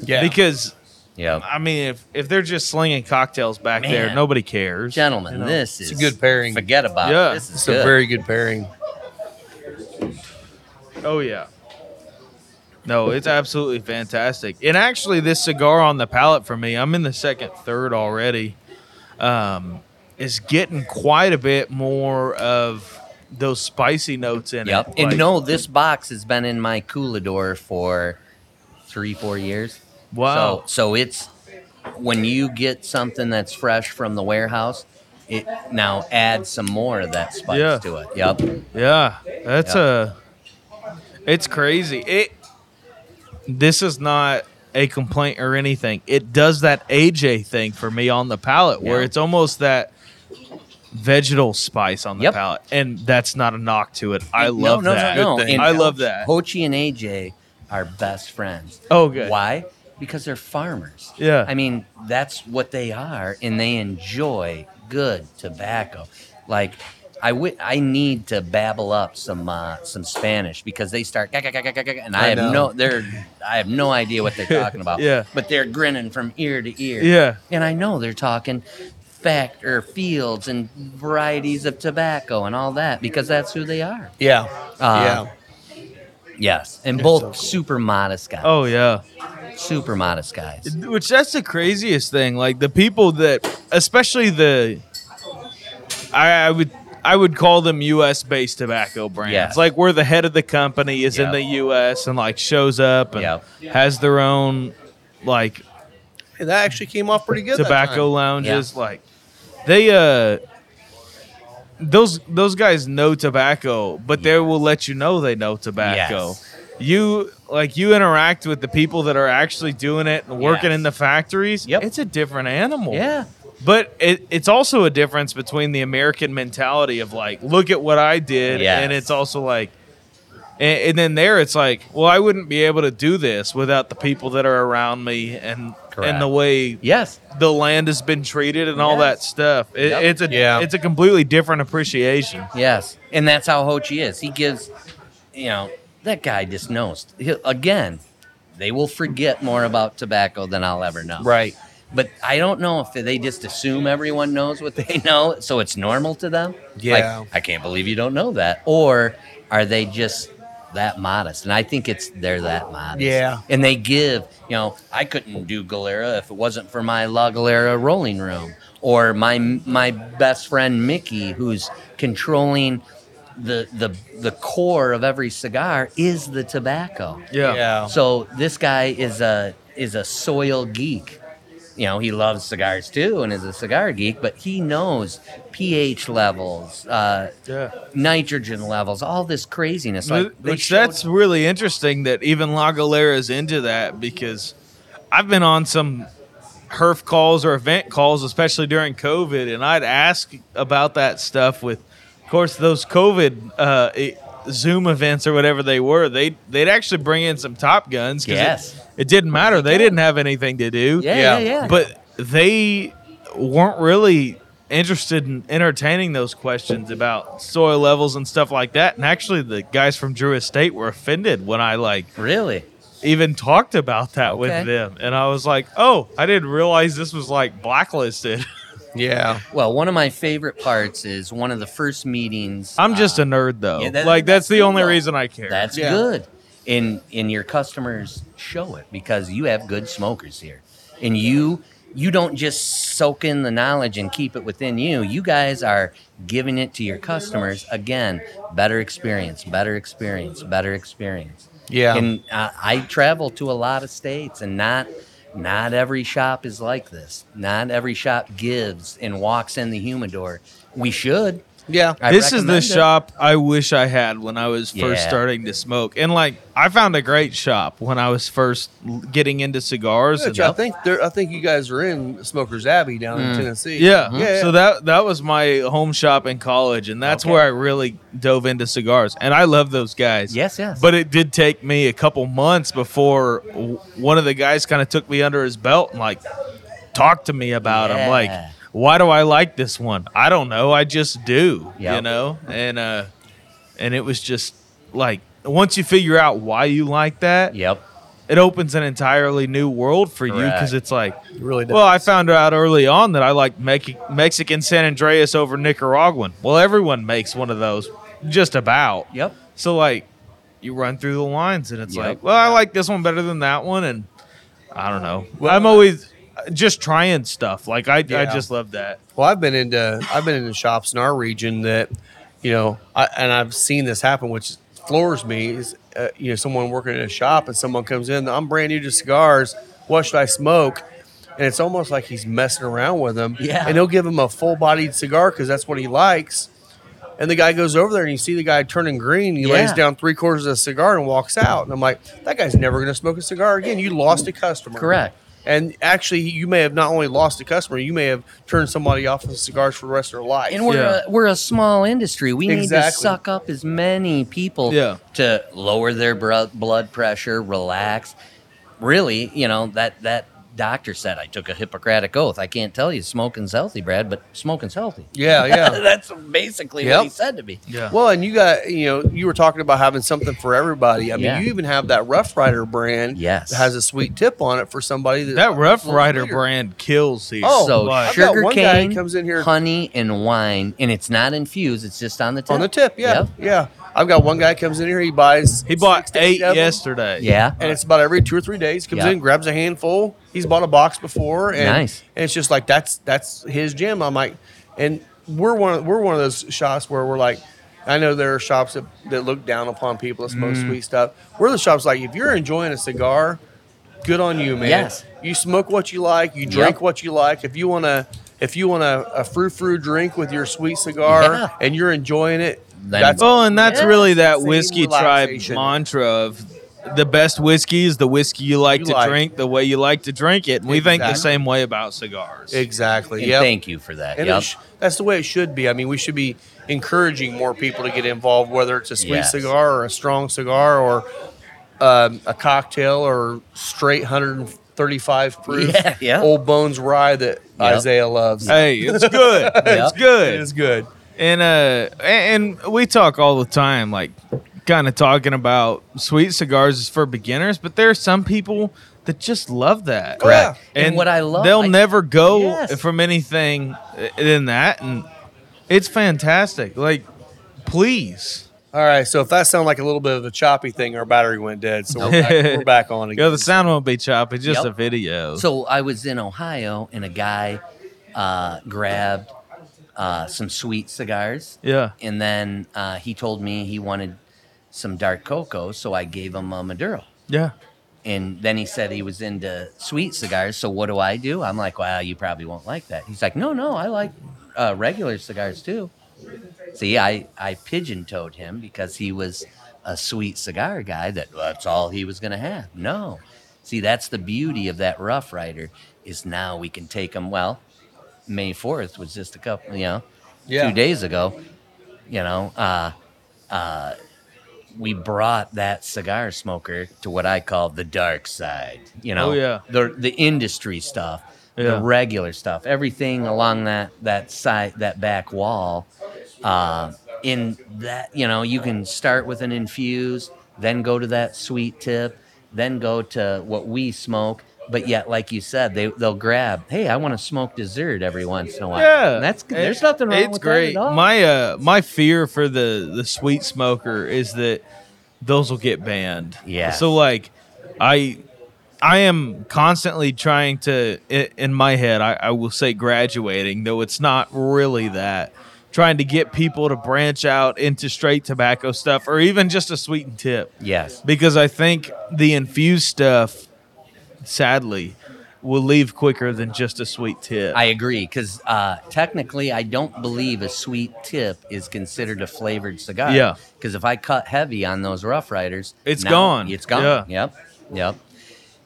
S3: yeah,
S4: Because
S2: Yeah.
S4: I mean, if if they're just slinging cocktails back there,
S2: Man.
S4: nobody cares.
S2: Gentlemen,
S3: You know,
S2: this
S3: it's
S2: is
S3: a good pairing.
S2: Forget about
S4: Yeah.
S2: it. This is
S3: It's
S2: good.
S3: a very good pairing.
S4: Oh yeah. No, it's absolutely fantastic. And actually, this cigar on the palate for me, I'm in the second third already. Um, is getting quite a bit more of those spicy notes in
S2: yep.
S4: it.
S2: And
S4: Like,
S2: no, this box has been in my coolador for three, four years.
S4: wow,
S2: So, so it's when you get something that's fresh from the warehouse, it now adds some more of that spice
S4: Yeah.
S2: to it. Yep.
S4: yeah, that's a.
S2: Yeah.
S4: It's crazy. It. This is not a complaint or anything. It does that AJ thing for me on the palate, where
S2: Yeah.
S4: it's almost that vegetal spice on the
S2: Yep.
S4: palate, and that's not a knock to it. I
S2: No,
S4: love
S2: no, no,
S4: that.
S2: no.
S4: thing.
S2: And
S4: I love that.
S2: Ho Chi and AJ are best friends.
S4: Oh, good.
S2: Why? Because they're farmers.
S4: Yeah.
S2: I mean, that's what they are, and they enjoy good tobacco. Like, I wi- I need to babble up some uh, some Spanish because they start "Gah, gah, gah, gah, gah, gah," and I,
S3: I
S2: have
S3: know.
S2: no they're I have no idea what they're talking about.
S4: Yeah.
S2: But they're grinning from ear to ear.
S4: Yeah.
S2: And I know they're talking fact or fields and varieties of tobacco and all that because that's who they are.
S3: Yeah.
S2: Uh,
S3: yeah.
S2: Yes, and both
S3: so cool.
S2: super modest guys.
S4: Oh yeah.
S2: super modest guys.
S4: Which that's the craziest thing. Like the people that, especially the, I, I would I would call them U.S. based tobacco brands.
S2: Yes.
S4: Like where the head of the company is in
S2: Yep.
S4: the U.S. and like shows up and
S2: Yep.
S4: has their own like
S3: Hey, that actually came off pretty good. that
S4: tobacco
S3: time.
S4: lounges. Like they uh. Those those guys know tobacco, but they will let you know they know tobacco.
S2: Yes.
S4: You like you interact with the people that are actually doing it and working
S2: Yes.
S4: in the factories.
S2: Yep.
S4: It's a different animal.
S2: Yeah.
S4: But it, it's also a difference between the American mentality of like, look at what I did,
S2: Yes.
S4: and it's also like, and, and then there it's like, well, I wouldn't be able to do this without the people that are around me and
S2: Correct.
S4: and the way
S2: Yes.
S4: the land has been treated and all that
S2: Yes.
S4: stuff. It,
S2: Yep.
S4: It's a
S3: Yeah.
S4: it's a completely different appreciation.
S2: Yes. And that's how Ho Chi is. He gives, you know, that guy just knows. He'll, again, they will forget more about tobacco than I'll ever know.
S3: Right.
S2: But I don't know if they just assume everyone knows what they know, so it's normal to them.
S3: Yeah.
S2: Like, I can't believe you don't know that. Or are they just that modest? And I think it's they're that modest.
S3: Yeah.
S2: And they give, you know, I couldn't do Galera if it wasn't for my La Galera rolling room or my my best friend Mickey who's controlling the the the core of every cigar is the tobacco.
S4: Yeah.
S3: Yeah.
S2: So this guy is a is a soil geek. You know, he loves cigars too, and is a cigar geek. But he knows pH levels, uh,
S4: Yeah.
S2: nitrogen levels, all this craziness. Like they
S4: Which
S2: showed-
S4: that's really interesting that even La Galera's into that because I've been on some herf calls or event calls, especially during COVID, and I'd ask about that stuff with, of course, those COVID uh, e- Zoom events or whatever they were. They they'd actually bring in some Top Guns. 'cause it-
S2: Yes.
S4: It, didn't matter. They didn't have anything to do.
S2: yeah,
S3: yeah,
S2: yeah, yeah.
S4: But they weren't really interested in entertaining those questions about soil levels and stuff like that. And actually, the guys from Drew Estate were offended when I like
S2: really,
S4: even talked about that with
S2: Okay.
S4: them. And I was like, oh, I didn't realize this was like blacklisted.
S3: Yeah.
S2: well, one of my favorite parts is one of the first meetings.
S4: I'm just
S2: uh,
S4: a nerd though.
S2: yeah, that-
S4: like that's,
S2: that's
S4: the
S2: cool,
S4: only
S2: though.
S4: reason I care.
S2: That's
S3: Yeah.
S2: good. And and your customers show it because you have good smokers here. And you you don't just soak in the knowledge and keep it within you. You guys are giving it to your customers again. Better experience, better experience, better experience.
S3: Yeah.
S2: And uh, I travel to a lot of states, and not not every shop is like this. Not every shop gives and walks in the humidor. We should.
S3: yeah.
S2: I
S4: this is the
S2: recommend it.
S4: shop I wish I had when I was first
S2: Yeah.
S4: starting to smoke. And like I found a great shop when I was first l- getting into cigars.
S3: Which
S4: and-
S3: I think there, I think you guys are in Smokers Abbey down in Tennessee.
S4: Mm. Yeah.
S2: Mm-hmm.
S3: yeah.
S4: So that that was my home shop in college, and that's where I really dove into cigars. And I love those guys.
S2: Yes, yes.
S4: But it did take me a couple months before w- one of the guys kind of took me under his belt and like talked to me about 'em.
S2: Yeah.
S4: Like, why do I like this one? I don't know. I just do. You
S2: Yep.
S4: know. And uh, and it was just like once you figure out why you like that,
S2: Yep.
S4: it opens an entirely new world for you
S2: Correct.
S4: because it's like,
S3: really does.
S4: well, I found out early on that I like Mexi- Mexican San Andreas over Nicaraguan. Well, everyone makes one of those, just about.
S2: Yep.
S4: So like, you run through the lines, and it's
S2: Yep.
S4: like, well, I like this one better than that one, and I don't know. I'm always just trying stuff. Like I, I
S3: Yeah.
S4: just love that.
S3: Well, I've been into I've been into shops in our region that, you know, I, and I've seen this happen, which floors me. Is uh, you know someone working in a shop and someone comes in, I'm brand new to cigars. What should I smoke? And it's almost like he's messing around with them.
S2: Yeah.
S3: And he'll give him a full bodied cigar because that's what he likes. And the guy goes over there and you see the guy turning green. He lays
S2: Yeah.
S3: down three quarters of a cigar and walks out. And I'm like, that guy's never going to smoke a cigar again. You lost a customer.
S2: Correct.
S3: And actually, you may have not only lost a customer, you may have turned somebody off of cigars for the rest of their life.
S2: And we're
S4: Yeah.
S2: a, we're a small industry. We need to
S3: Exactly.
S2: suck up as many people
S4: Yeah.
S2: to lower their bro- blood pressure, relax. Really, you know that that doctor said I took a Hippocratic oath. I can't tell you smoking's healthy, Brad, but smoking's healthy.
S3: yeah, yeah.
S2: That's basically what
S3: Yep.
S2: he said to me.
S4: Yeah.
S3: Well, and you got you know you were talking about having something for everybody. I mean,
S2: Yeah.
S3: you even have that Rough Rider brand.
S2: Yes.
S3: that has a sweet tip on it for somebody that,
S4: That Rough
S3: little
S4: Rider
S3: leader.
S4: brand kills here.
S3: Oh,
S2: so
S3: I've got
S2: sugar
S3: one guy
S2: cane,
S3: comes in here-
S2: honey, and wine, and it's not infused. It's just on the tip.
S3: on the tip. Yeah, yeah. I've got one guy comes in here. He buys.
S4: he bought
S3: six to
S4: eight
S3: of them,
S4: yesterday.
S2: Yeah.
S3: And it's about every two or three days. Comes
S2: Yeah.
S3: in, grabs a handful. He's bought a box before, and,
S2: Nice.
S3: and it's just like that's that's his gym. I'm like, and we're one of, we're one of those shops where we're like, I know there are shops that, that look down upon people that
S2: Mm.
S3: smoke sweet stuff. We're the shops like if you're enjoying a cigar, good on you, man.
S2: Yes.
S3: You smoke what you like. You drink
S2: Yep.
S3: what you like. If you wanna. If you want a, a frou frou drink with your sweet cigar
S2: Yeah.
S3: and you're enjoying it,
S2: Then-
S3: that's
S4: Oh, and that's
S3: Yeah,
S4: really
S3: it's
S4: that
S3: the same
S4: whiskey tribe
S3: relaxation.
S4: mantra of the best whiskey is the whiskey you like
S3: You
S4: to
S3: like.
S4: drink the way you like to drink it. And we think the
S3: Exactly.
S4: same way about cigars.
S3: exactly.
S2: And
S3: Yeah.
S2: thank you for that.
S3: And
S2: Yep.
S3: it sh- that's the way it should be. I mean, we should be encouraging more people to get involved, whether it's a sweet
S2: Yes.
S3: cigar or a strong cigar or um, a cocktail or straight 135 proof
S2: Yeah, yeah.
S3: Old Bones Rye that
S2: Yep.
S3: Isaiah loves.
S4: Hey, it's good. It's
S2: Yep.
S4: good.
S3: It is good.
S4: and uh and and we talk all the time like kind of talking about sweet cigars is for beginners but there are some people that just love that
S3: Correct.
S2: And what I love-
S4: they'll
S2: I-
S4: never go
S2: Yes.
S4: from anything than that and it's fantastic like please
S3: All right, so if that sounded like a little bit of a choppy thing, our battery went dead, so we're back, we're back on
S4: yeah
S3: again.
S4: the sound won't be choppy just
S2: Yep.
S4: a video
S2: So I was in Ohio, and a guy uh, grabbed uh, some sweet cigars,
S4: yeah
S2: and then uh, he told me he wanted some dark cocoa, so I gave him a Maduro.
S4: yeah
S2: And then he said he was into sweet cigars. So what do I do? I'm like, well, you probably won't like that. He's like, no, no, I like uh, regular cigars too. See, I I pigeon toed him because he was a sweet cigar guy. That that's all he was gonna have. No, see, that's the beauty of that Rough Rider is now we can take them. Well, May Fourth was just a couple, you know,
S3: Yeah.
S2: two days ago. You know, uh, uh, we brought that cigar smoker to what I call the dark side. You know,
S4: Oh, yeah.
S2: the the industry stuff,
S4: Yeah.
S2: the regular stuff, everything along that that side, that back wall. Uh, in that, you know, you can start with an infused, then go to that sweet tip, then go to what we smoke. But yet, like you said, they they'll grab. Hey, I want to smoke dessert every once in a while.
S4: Yeah,
S2: And that's
S4: It-
S2: there's nothing wrong
S4: It's
S2: with
S4: great.
S2: that at all.
S4: My uh, my fear for the the sweet smoker is that those will get banned.
S2: Yes.
S4: So like, I I am constantly trying to i- in my head. I, I will say graduating, though it's not really that. Trying to get people to branch out into straight tobacco stuff, or even just a sweetened tip
S2: yes,
S4: because I think the infused stuff, sadly, will leave quicker than just a sweet tip.
S2: I agree because uh, technically, I don't believe a sweet tip is considered a flavored cigar.
S4: Yeah.
S2: Because if I cut heavy on those Rough Riders,
S4: It's
S2: now
S4: gone.
S2: It's gone. Yep. Yep.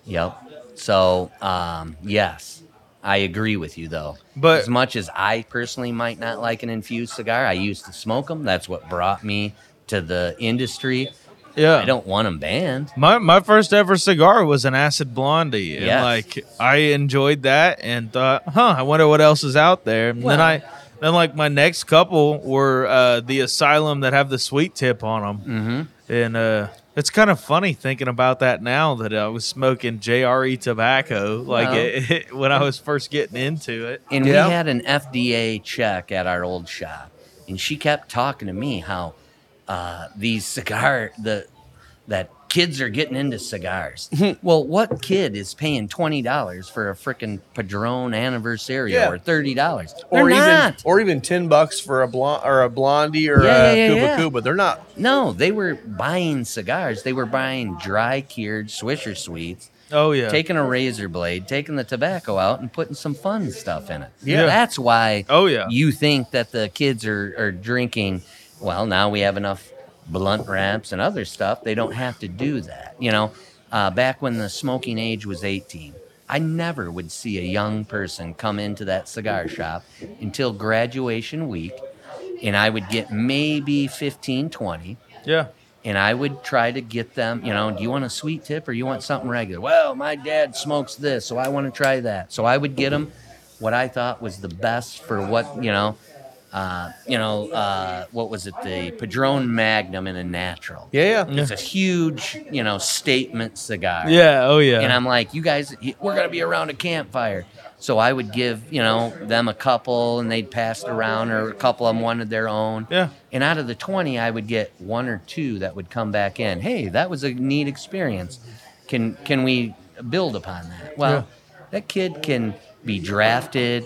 S2: Yep. So um, yes, I agree with you though.
S4: But-
S2: as much as I personally might not like an infused cigar, I used to smoke them. That's what brought me to the industry.
S4: yeah.
S2: I don't want them banned.
S4: My my first ever cigar was an acid blondie, and
S2: Yes.
S4: like I enjoyed that, and thought, huh, I wonder what else is out there. And then
S2: Well-
S4: I, then like my next couple were uh, the asylum that have the sweet tip on them,
S2: Mm-hmm.
S4: and uh, It's kind of funny thinking about that now that I was smoking JRE tobacco like
S2: Well.
S4: it, when I was first getting into it.
S2: Uh-huh. And
S3: Yeah.
S2: we had an FDA check at our old shop, and she kept talking to me how uh, these cigar the that kids are getting into cigars.
S3: Hmm.
S2: well, what kid is paying twenty dollars for a frickin' Padron Anniversario
S3: Yeah.
S2: or thirty dollars?
S3: or even
S2: not.
S3: or even ten bucks for a blonde or a blondie or
S2: Yeah, yeah,
S3: a
S2: yeah,
S3: Cuba
S2: yeah.
S3: Cuba. They're not.
S2: no, they were buying cigars. They were buying dry cured Swisher sweets.
S4: Oh yeah.
S2: Taking a razor blade, taking the tobacco out, and putting some fun stuff in it.
S4: Yeah.
S2: that's why
S4: oh yeah.
S2: you think that the kids are, are drinking well now we have enough blunt wraps and other stuff they don't have to do that you know uh, back when the smoking age was 18 i never would see a young person come into that cigar shop until graduation week and i would get maybe 15 20
S4: yeah.
S2: and I would try to get them, you know, do you want a sweet tip or you want something regular? Well, my dad smokes this, so I want to try that. So I would get them what I thought was the best for what, you know, uh, you know, uh, what was it? The Padron Magnum in a natural.
S3: Yeah, yeah.
S2: It's a huge, you know, statement cigar.
S4: Yeah, oh yeah.
S2: And I'm like, you guys, we're going to be around a campfire. So I would give, you know, them a couple and they'd pass it around or a couple of them wanted their own.
S4: Yeah.
S2: And out of the 20, I would get one or two that would come back in. Hey, that was a neat experience. Can can we build upon that? Well, that kid can be drafted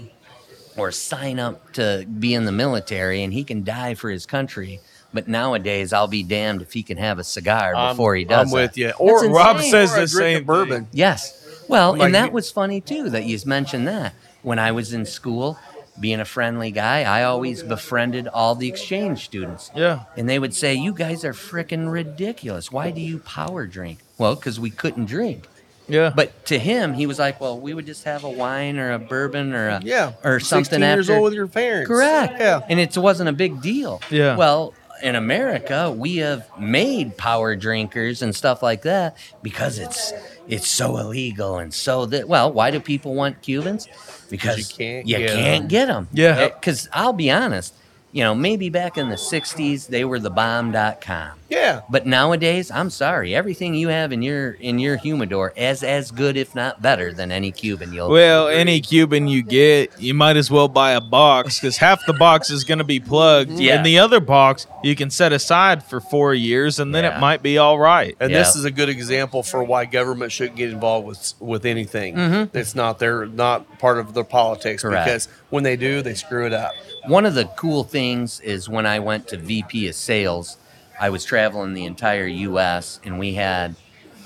S2: or sign up to be in the military and he can die for his country. But nowadays, I'll be damned if he can have a cigar
S3: I'm-
S2: before he does.
S3: I'm
S2: it.
S3: with you. Or
S2: That's
S4: Rob
S2: insane.
S4: says
S3: or a
S4: the
S3: drink
S4: same
S3: of bourbon.
S4: Thing.
S2: Yes. Well,
S3: Like-
S2: and that was funny too that you mentioned that. When I was in school, being a friendly guy, I always befriended all the exchange students.
S4: Yeah.
S2: And they would say, You guys are freaking ridiculous. Why do you power drink? Well, because we couldn't drink.
S4: Yeah.
S2: But to him, he was like, Well, we would just have a wine or a bourbon or a
S3: Yeah,
S2: or
S3: 16
S2: something
S3: years
S2: after
S3: old with your parents.
S2: Correct.
S3: Yeah.
S2: And it wasn't a big deal.
S4: Yeah.
S2: Well, in America, we have made power drinkers and stuff like that because it's it's so illegal and so that. Well, why do people want Cubans? Because
S3: you can't
S2: you
S3: get 'em.
S2: can't get them.
S4: Yeah.
S2: Because I'll be honest, you know, maybe back in the '60s they were the bomb.com.
S3: Yeah.
S2: But nowadays, I'm sorry, everything you have in your in your humidor is as good, if not better, than any Cuban you'll.
S4: Well, any Cuban you get, you might as well buy a box because half the box is going to be plugged,
S2: Yeah.
S4: and the other box you can set aside for four years, and then
S2: Yeah.
S4: it might be all right.
S3: And
S2: Yeah.
S3: this is a good example for why government shouldn't get involved with with anything that's not their not part of their politics
S2: Mm-hmm. Correct.
S3: because when they do, they screw it up.
S2: One of the cool things is when I went to VP of sales, I was traveling the entire US and we had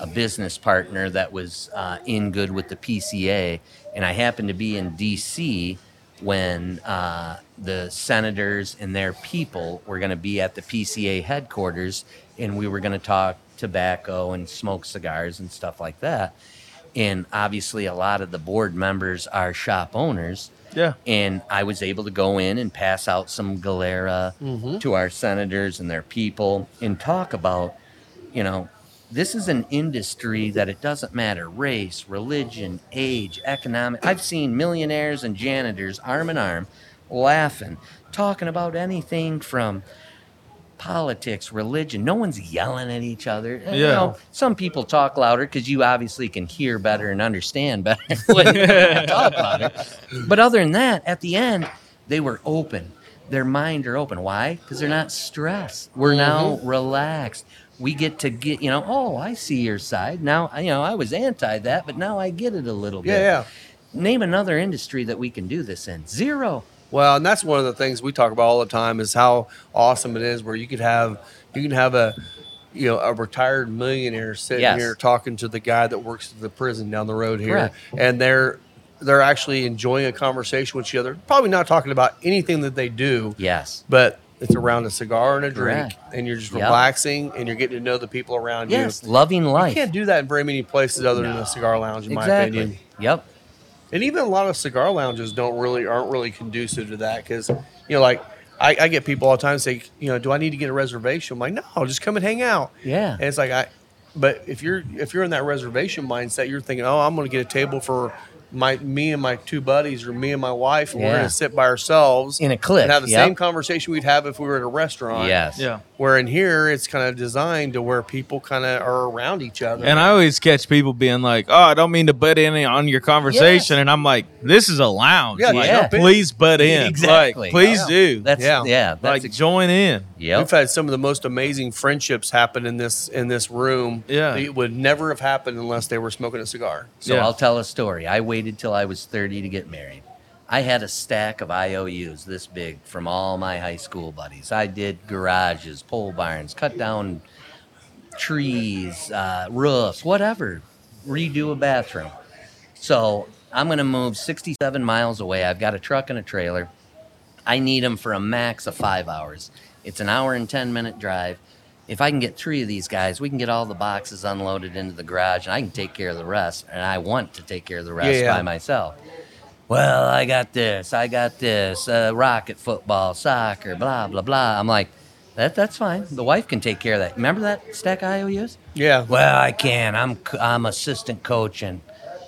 S2: a business partner that was uh, in good with the PCA. And I happened to be in DC when uh, the senators and their people were going to be at the PCA headquarters and we were going to talk tobacco and smoke cigars and stuff like that. And obviously, a lot of the board members are shop owners
S4: Yeah.
S2: and I was able to go in and pass out some galera
S4: Mm-hmm.
S2: to our senators and their people and talk about, you know, this is an industry that it doesn't matter race, religion, age, economic. I've seen millionaires and janitors arm in arm laughing, talking about anything from politics, religion. No one's yelling at each other. Yeah. You
S4: Yeah.
S2: know, some people talk louder because you obviously can hear better and understand better when you talk louder. But other than that, at the end, they were open. Their mind are open. Why? Because they're not stressed. We're now
S3: Mm-hmm.
S2: relaxed. We get to get, you know, oh, I see your side. Now, you know, I was anti that, but now I get it a little
S3: Yeah,
S2: bit.
S3: yeah.
S2: Name another industry that we can do this in. Zero.
S3: Well, and that's one of the things we talk about all the time is how awesome it is where you could have you can have a you know a retired millionaire sitting
S2: Yes.
S3: here talking to the guy that works at the prison down the road here,
S2: Correct.
S3: and they're they're actually enjoying a conversation with each other. Probably not talking about anything that they do,
S2: Yes.
S3: but it's around a cigar and a drink,
S2: Correct.
S3: and you're just
S2: Yep.
S3: relaxing and you're getting to know the people around
S2: Yes.
S3: you.
S2: Loving life.
S3: You can't do that in very many places other than a cigar lounge, in my
S2: exactly.
S3: opinion.
S2: Yep.
S3: And even a lot of cigar lounges don't really aren't really conducive to that because you know, like I, I get people all the time say, you know, do I need to get a reservation? I'm like, no, just come and hang out.
S2: Yeah.
S3: And it's like I, but if you're if you're in that reservation mindset, you're thinking, oh, I'm going to get a table for my me and my two buddies or me and my wife we're
S2: Yeah.
S3: gonna sit by ourselves
S2: In a clique,
S3: and have the
S2: yep.
S3: same conversation we'd have if we were at a restaurant.
S2: Yes.
S4: Yeah.
S3: Where in here it's kind of designed to where people kind of are around each other.
S4: And I always catch people being like, "Oh, I don't mean to butt in on your conversation,"
S2: Yes.
S4: and I'm like, "This is a lounge.
S3: Yeah,
S4: like,
S2: yeah.
S4: please butt in.
S2: Exactly.
S4: Like, please do.
S2: That's
S3: Yeah.
S2: yeah. Yeah.
S4: like,
S2: That's ex-
S4: join in.
S2: yep.
S3: We've had some of the most amazing friendships happen in this in this room.
S4: Yeah.
S3: it would never have happened unless they were smoking a cigar.
S2: So
S4: Yeah.
S2: I'll tell a story. I waited till I was 30 to get married. I had a stack of IOUs this big from all my high school buddies. I did garages, pole barns, cut down trees, uh, roofs, whatever, redo a bathroom. So I'm going to move 67 miles away. I've got a truck and a trailer. I need them for a max of five hours. It's an hour and 10 minute drive. If I can get three of these guys, we can get all the boxes unloaded into the garage and I can take care of the rest. And I want to take care of the rest
S3: Yeah, yeah.
S2: by myself. Well, I got this, I got this, uh, rocket football, soccer, blah, blah, blah. I'm like, that, that's fine. The wife can take care of that. Remember that stack of IOUs?
S3: Yeah,
S2: Well, I can. I'm c- I'm assistant coaching,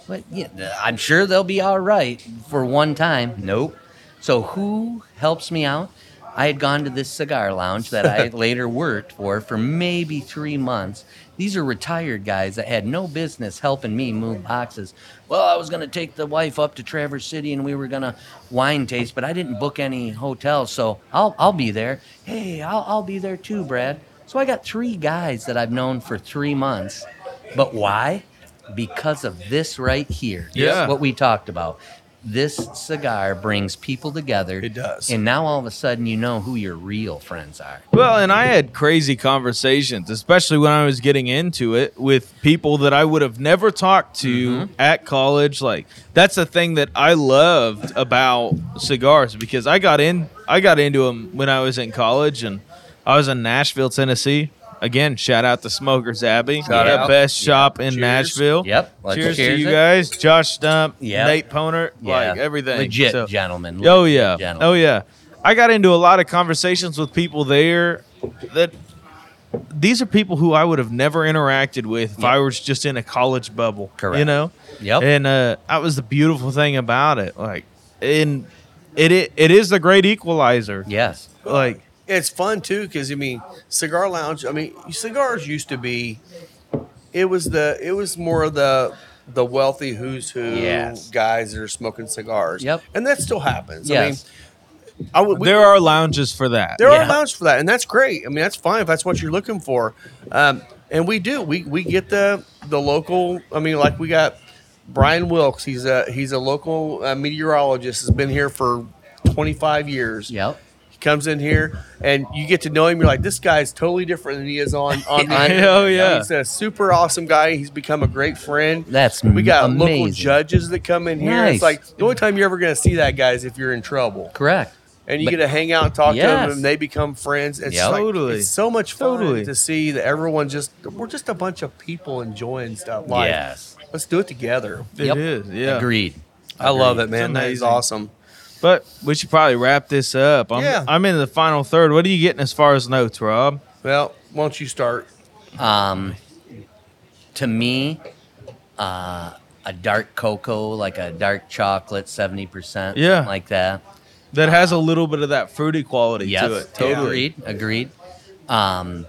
S2: but yeah, I'm sure they'll be all right for one time. Nope. So who helps me out? I had gone to this cigar lounge that I later worked for for maybe three months. These are retired guys that had no business helping me move boxes. Well, I was going to take the wife up to Traverse City and we were going to wine taste, but I didn't book any hotels, so I'll, I'll be there. Hey, I'll, I'll be there too, Brad. So I got three guys that I've known for three months. But why? Because of this right here. This is
S4: Yeah.
S2: What we talked about. This cigar brings people together.
S3: It does.
S2: And now all of a sudden you know who your real friends are.
S4: Well, and I had crazy conversations, especially when I was getting into it with people that I would have never talked to
S2: Mm-hmm.
S4: at college. Like that's the thing that I loved about cigars because I got in I got into them when I was in college and I was in Nashville, Tennessee. Again, shout out to Smokers Abbey,
S2: Shout
S4: the
S2: out.
S4: best shop in
S3: Cheers.
S4: Nashville.
S2: Yep. Let's
S4: Cheers, to
S2: cheers
S4: you
S2: it.
S4: guys, Josh Stump,
S2: Yep.
S4: Nate Poner, like
S2: Yeah.
S4: everything.
S2: Legit
S4: So-
S2: gentlemen.
S4: Oh
S2: legit
S4: yeah.
S2: gentlemen.
S4: Oh yeah. I got into a lot of conversations with people there that these are people who I would have never interacted with if I was just in a college bubble. You
S2: Correct.
S4: know?
S2: Yep.
S4: And uh that was the beautiful thing about it. Like and it it, it is the great equalizer.
S2: Yes.
S4: Like
S3: it's fun too because I mean, cigar lounge. I mean, cigars used to be. It was the. It was more of the the wealthy who's who
S2: Yes.
S3: guys that are smoking cigars.
S2: Yep.
S3: and that still happens.
S2: Yes.
S3: I mean, I would. we-
S4: there are lounges for that.
S3: there are
S2: Yeah.
S3: lounges for that, and that's great. I mean, that's fine if that's what you're looking for. Um, and we do. We we get the the local. I mean, like we got Brian Wilkes. He's a he's a local uh, meteorologist. Has been here for 25 years.
S2: Yep.
S3: He comes in here, and you get to know him. You're like, this guy's totally different than he is on on.
S4: Hell yeah.
S3: He's a super awesome guy. He's become a great friend.
S2: That's
S3: we got local
S2: amazing.
S3: judges that come in here. It's
S2: Nice.
S3: like the only time you're ever going to see that guy is if you're in trouble
S2: Correct.
S3: and you
S2: But-
S3: get to hang out and talk to them,
S2: Yes.
S3: and they become friends. It's
S2: Yep.
S3: like-
S4: Totally.
S3: it's so much fun
S4: Totally.
S3: to see that everyone just we're just a bunch of people enjoying stuff. Like,
S2: Yes.
S3: let's do it together.
S4: It
S2: Yep.
S4: is, yeah.
S2: Agreed.
S3: I love it, man.
S4: It's
S3: That is
S4: amazing.
S3: awesome.
S4: But we should probably wrap this up. I'm
S3: Yeah.
S4: I'm in the final third. What are you getting as far as notes, Rob?
S3: Well, why don't you start?
S2: Um, to me, uh, a dark cocoa, like a dark chocolate, seventy percent,
S4: Yeah.
S2: like that.
S4: That has a little bit of that fruity quality
S2: Yes,
S4: to it. Totally.
S2: agreed, agreed. Um,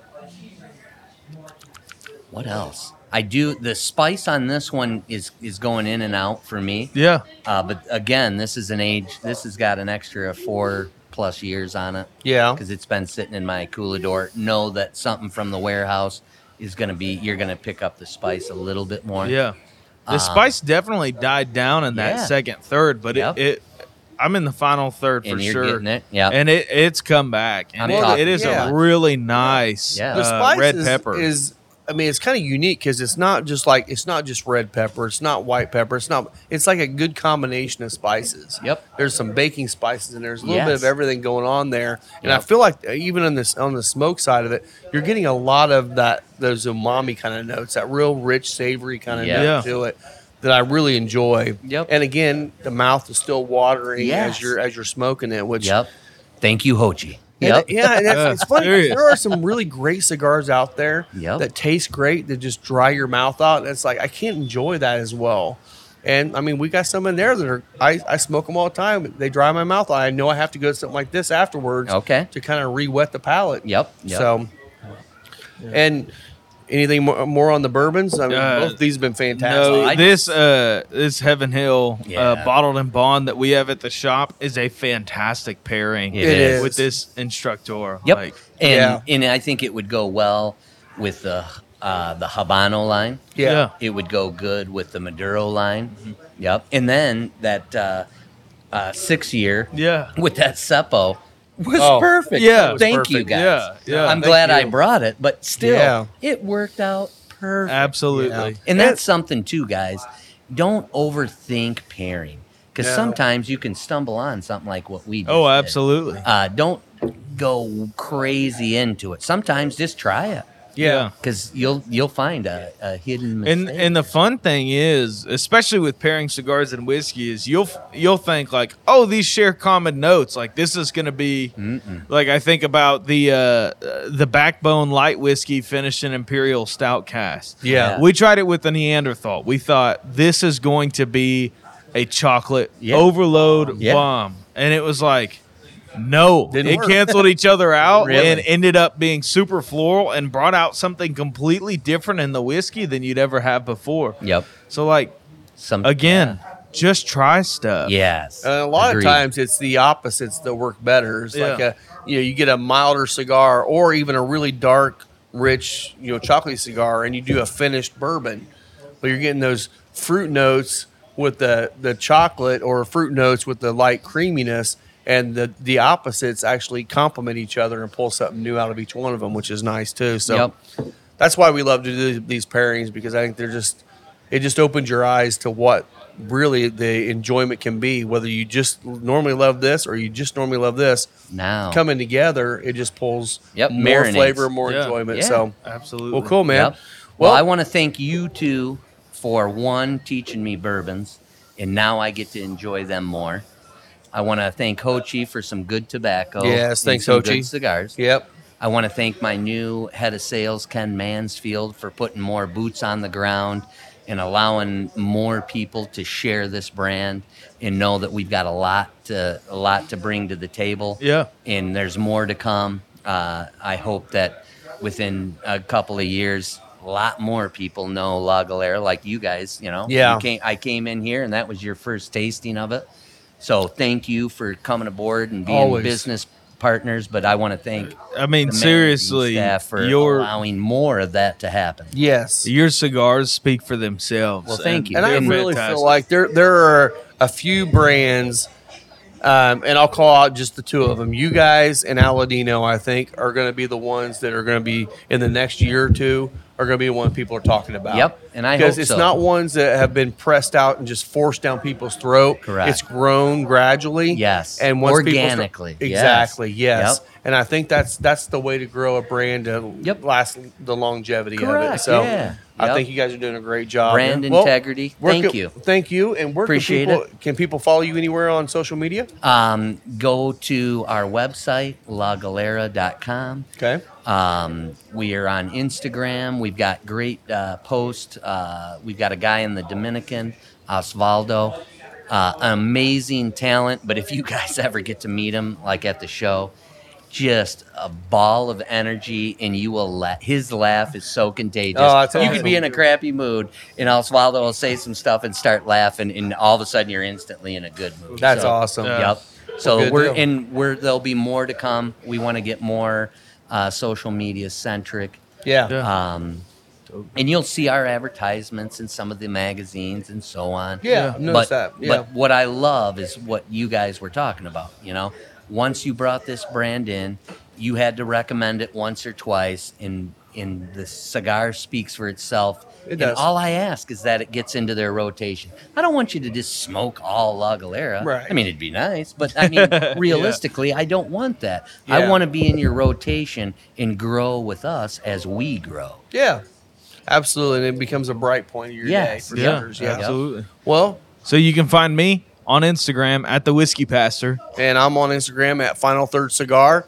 S2: what else? I do the spice on this one is is going in and out for me.
S4: Yeah.
S2: Uh, but again, this is an age. This has got an extra four plus years on it.
S3: Yeah.
S2: because it's been sitting in my coolador. Know that something from the warehouse is going to be. You're going to pick up the spice a little bit more.
S4: Yeah. The
S2: Um,
S4: spice definitely died down in that
S2: yeah.
S4: second third, but
S2: Yep.
S4: it, it I'm in the final third for
S2: and you're
S4: sure.
S2: getting it. Yeah,
S4: And it it's come back.
S2: I'm
S4: And it,
S2: talking-
S4: it is
S3: Yeah.
S4: a really nice
S2: Yeah.
S4: uh,
S2: The
S4: red
S3: is,
S4: pepper.
S3: is I mean, it's kind of unique because it's not just like it's not just red pepper, it's not white pepper, it's not. It's like a good combination of spices.
S2: Yep.
S3: There's some baking spices and there's a little bit
S2: Yes.
S3: of everything going on there, and I
S2: Yep.
S3: feel like uh, even on this on the smoke side of it, you're getting a lot of that those umami kind of notes, that real rich savory kind of
S2: Yeah.
S3: note
S4: Yeah.
S3: to it that I really enjoy.
S2: Yep.
S3: And again, the mouth is still watering as
S2: Yes.
S3: you're as you're smoking it, which
S2: yep. Thank you, Hochi.
S3: and-
S2: Yep.
S3: yeah, and that's,
S4: Yeah,
S3: it's funny.
S4: there is.
S3: There are some really great cigars out there
S2: Yep.
S3: that taste great that just dry your mouth out. And it's like I can't enjoy that as well. And I mean, we got some in there that are I, I smoke them all the time. They dry my mouth. I know I have to go to something like this afterwards.
S2: Okay.
S3: To kind of re-wet the palate.
S2: Yep, yep.
S3: So, and anything more, more on the bourbons? I mean,
S4: Uh,
S3: both of these have been fantastic.
S4: No,
S2: I-
S4: this uh, this Heaven Hill
S2: Yeah.
S4: uh, bottled and bond that we have at the shop is a fantastic pairing.
S2: It It
S3: is.
S4: with this instructor.
S2: Yep.
S4: Like,
S2: and
S3: Yeah.
S2: and I think it would go well with the uh, the Habano line.
S3: yeah.
S4: yeah. Mm-hmm.
S2: It would go good with the Maduro line. Yep. And then that uh, uh, six year
S4: yeah.
S2: with that Seppo was
S3: Oh,
S2: perfect.
S4: yeah. It was
S2: Thank you
S3: perfect.
S2: guys.
S4: Yeah, yeah.
S2: I'm
S4: Thank
S2: glad I
S4: you.
S2: brought it, but still
S3: Yeah.
S2: it worked out perfect.
S4: Absolutely.
S3: Yeah.
S2: And that's something too, guys. Don't overthink pairing because
S3: No.
S2: sometimes you can stumble on something like what we. Just
S4: Oh,
S2: did.
S4: absolutely.
S2: Uh, don't go crazy into it. Sometimes just try it
S4: yeah.
S2: because you'll you'll find a, a hidden
S4: And
S2: mistake.
S4: and the fun thing is, especially with pairing cigars and whiskey, is you'll you'll think like, oh, these share common notes. Like this is going to be like I think about the uh, uh, the backbone light whiskey finished in imperial stout cast.
S3: Yeah.
S4: we tried it with the Neanderthal. We thought this is going to be a chocolate
S2: Yeah.
S4: overload
S2: Yeah.
S4: bomb, and it was like. No,
S3: Didn't
S4: it
S3: work.
S4: canceled each other out
S3: Really?
S4: and ended up being super floral and brought out something completely different in the whiskey than you'd ever have before.
S2: yep.
S4: So, like,
S2: Some
S4: again, just try stuff.
S2: Yes.
S3: And Uh, a lot
S2: Agreed.
S3: of times it's the opposites that work better. It's like
S4: Yeah.
S3: a you know you get a milder cigar or even a really dark, rich you know chocolate cigar, and you do a finished bourbon, but you're getting those fruit notes with the the chocolate or fruit notes with the light creaminess, and the the opposites actually complement each other and pull something new out of each one of them, which is nice too. So
S2: Yep.
S3: that's why we love to do these pairings because I think they're just it just opens your eyes to what really the enjoyment can be. Whether you just normally love this or you just normally love this,
S2: Now.
S3: coming together it just pulls
S2: Yep,
S3: more
S2: marinates.
S3: flavor, more
S4: Yeah.
S3: enjoyment.
S2: Yeah.
S3: So
S4: Absolutely.
S3: well, cool, man.
S2: Yep. Well,
S3: Well,
S2: I want to thank you two for one teaching me bourbons, and now I get to enjoy them more. I want to thank Ho Chi for some good tobacco.
S3: Yes,
S2: and
S3: thanks,
S2: some
S3: Ho Chi.
S2: Good cigars.
S3: Yep.
S2: I want to thank my new head of sales, Ken Mansfield, for putting more boots on the ground and allowing more people to share this brand and know that we've got a lot to a lot to bring to the table.
S4: Yeah.
S2: and there's more to come. Uh, I hope that within a couple of years, a lot more people know La Galera, like you guys. You know,
S3: Yeah.
S2: You came, I came in here, and that was your first tasting of it. So thank you for coming aboard and being
S3: Always. Uh,
S2: business partners. But I want to thank
S4: I mean,
S2: the managing
S4: seriously,
S2: staff for
S4: your
S2: allowing more of that to happen.
S3: Yes.
S4: your cigars speak for themselves.
S2: Well, thank you.
S3: and I
S4: they're
S3: really
S4: fantastic.
S3: feel like there there are a few brands, um, and I'll call out just the two of them. You guys and Aladino, I think, are going to be the ones that are going to be in the next year or two are going to be the ones people are talking about.
S2: Yep, and I
S3: because
S2: hope
S3: it's
S2: so.
S3: not ones that have been pressed out and just forced down people's throat.
S2: Correct.
S3: It's grown gradually.
S2: Yes.
S3: and once people start-
S2: Organically, yes.
S3: exactly. Yes.
S2: Yep.
S3: And I think that's that's the way to grow a brand to
S2: Yep.
S3: last the longevity of it.
S2: Correct,
S3: So
S2: yeah.
S3: I
S2: Yep.
S3: think you guys are doing a great job.
S2: Brand
S3: Well,
S2: integrity.
S3: where
S2: Thank
S3: can-
S2: you.
S3: Thank you. And where
S2: Appreciate
S3: can people, can people follow you anywhere on social media?
S2: Um, go to our website, lagalera.com.
S3: Okay.
S2: Um, we are on Instagram. We've got great uh, posts. Uh, we've got a guy in the Dominican, Osvaldo, uh, amazing talent. But if you guys ever get to meet him, like at the show, just a ball of energy, and you will laugh. His laugh is so contagious.
S3: Oh, that's
S2: you
S3: awesome.
S2: could be in a crappy mood, and Osvaldo will say some stuff and start laughing, and all of a sudden you're instantly in a good mood.
S3: That's
S2: So-
S3: awesome.
S4: Yeah.
S2: Yep. So
S3: Good
S2: we're
S3: deal.
S2: and we're there'll be more to come. We want to get more uh, social media centric,
S3: Yeah.
S4: Yeah.
S2: um, and you'll see our advertisements in some of the magazines and so on.
S3: Yeah, I've noticed that. Yeah.
S2: But what I love is what you guys were talking about. You know, once you brought this brand in, you had to recommend it once or twice, and and the cigar speaks for itself.
S3: It
S2: and
S3: does.
S2: all I ask is that it gets into their rotation. I don't want you to just smoke all La Galera.
S3: Right.
S2: I mean, it'd be nice, but I mean, realistically, I don't want that. I
S3: Yeah.
S2: want to be in your rotation and grow with us as we grow.
S3: Yeah. Absolutely. And it becomes a bright point of your
S2: Yes.
S3: day for
S4: yeah,
S3: others. Yeah.
S4: absolutely.
S3: Well,
S4: So you can find me on Instagram at the Whiskey Pastor.
S3: and I'm on Instagram at Final Third Cigar.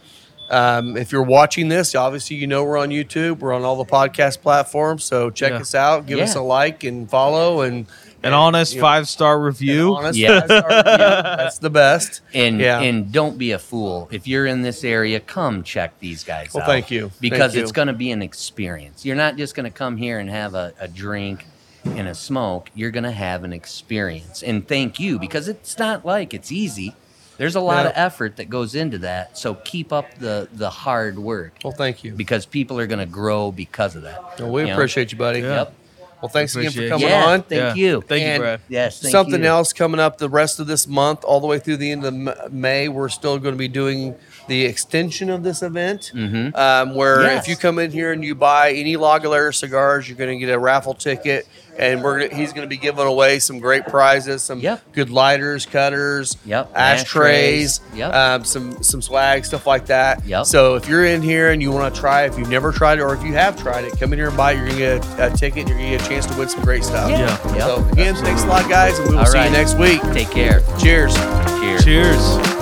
S3: Um, if you're watching this, obviously you know we're on YouTube. We're on all the podcast platforms, so check
S4: Yeah.
S3: us out, give us
S2: Yeah.
S3: a like and follow, and
S4: An honest
S3: you know,
S4: five star review.
S3: honest,
S2: Yeah.
S3: that's, our- yeah, that's the best.
S2: And
S3: Yeah.
S2: and don't be a fool. If you're in this area, come check these guys
S3: Well,
S2: out.
S3: thank you.
S2: Because
S3: Thank you.
S2: it's going to be an experience. You're not just going to come here and have a, a drink and a smoke. You're going to have an experience. And thank you because it's not like it's easy. There's a lot of effort that goes into that. So keep up the the hard work
S3: Well, thank you.
S2: because people are going to grow because of that.
S3: Well, we
S2: You know?
S3: appreciate you, buddy.
S2: Yep.
S3: Well, thanks again for
S4: Appreciate
S3: coming
S2: yeah,
S3: on.
S4: Yeah.
S2: Thank you.
S4: Thank
S3: And-
S4: you, Brad.
S2: yes. Thank
S3: Something
S2: you.
S3: else coming up the rest of this month, all the way through the end of M- May. We're still going to be doing the extension of this event,
S2: Mhm.
S3: um, where
S2: Yes.
S3: if you come in here and you buy any Lagalera cigars, you're going to get a raffle ticket, and we're gonna, he's going to be giving away some great prizes, some
S2: Yep.
S3: good lighters, cutters,
S2: Yep.
S3: ashtrays,
S2: Ashtrays. Yep.
S3: um, some some swag, stuff like that.
S2: Yep.
S3: So if you're in here and you want to try, if you've never tried it, or if you have tried it, come in here and buy. it. You're going to get a, a ticket. and You're going to get a chance to win some great stuff.
S2: Yeah. Yep.
S3: So again, thanks a lot, guys, and we will
S2: All
S3: see
S2: right.
S3: you next week.
S2: Take care.
S3: Cheers.
S2: Cheers.
S4: Cheers.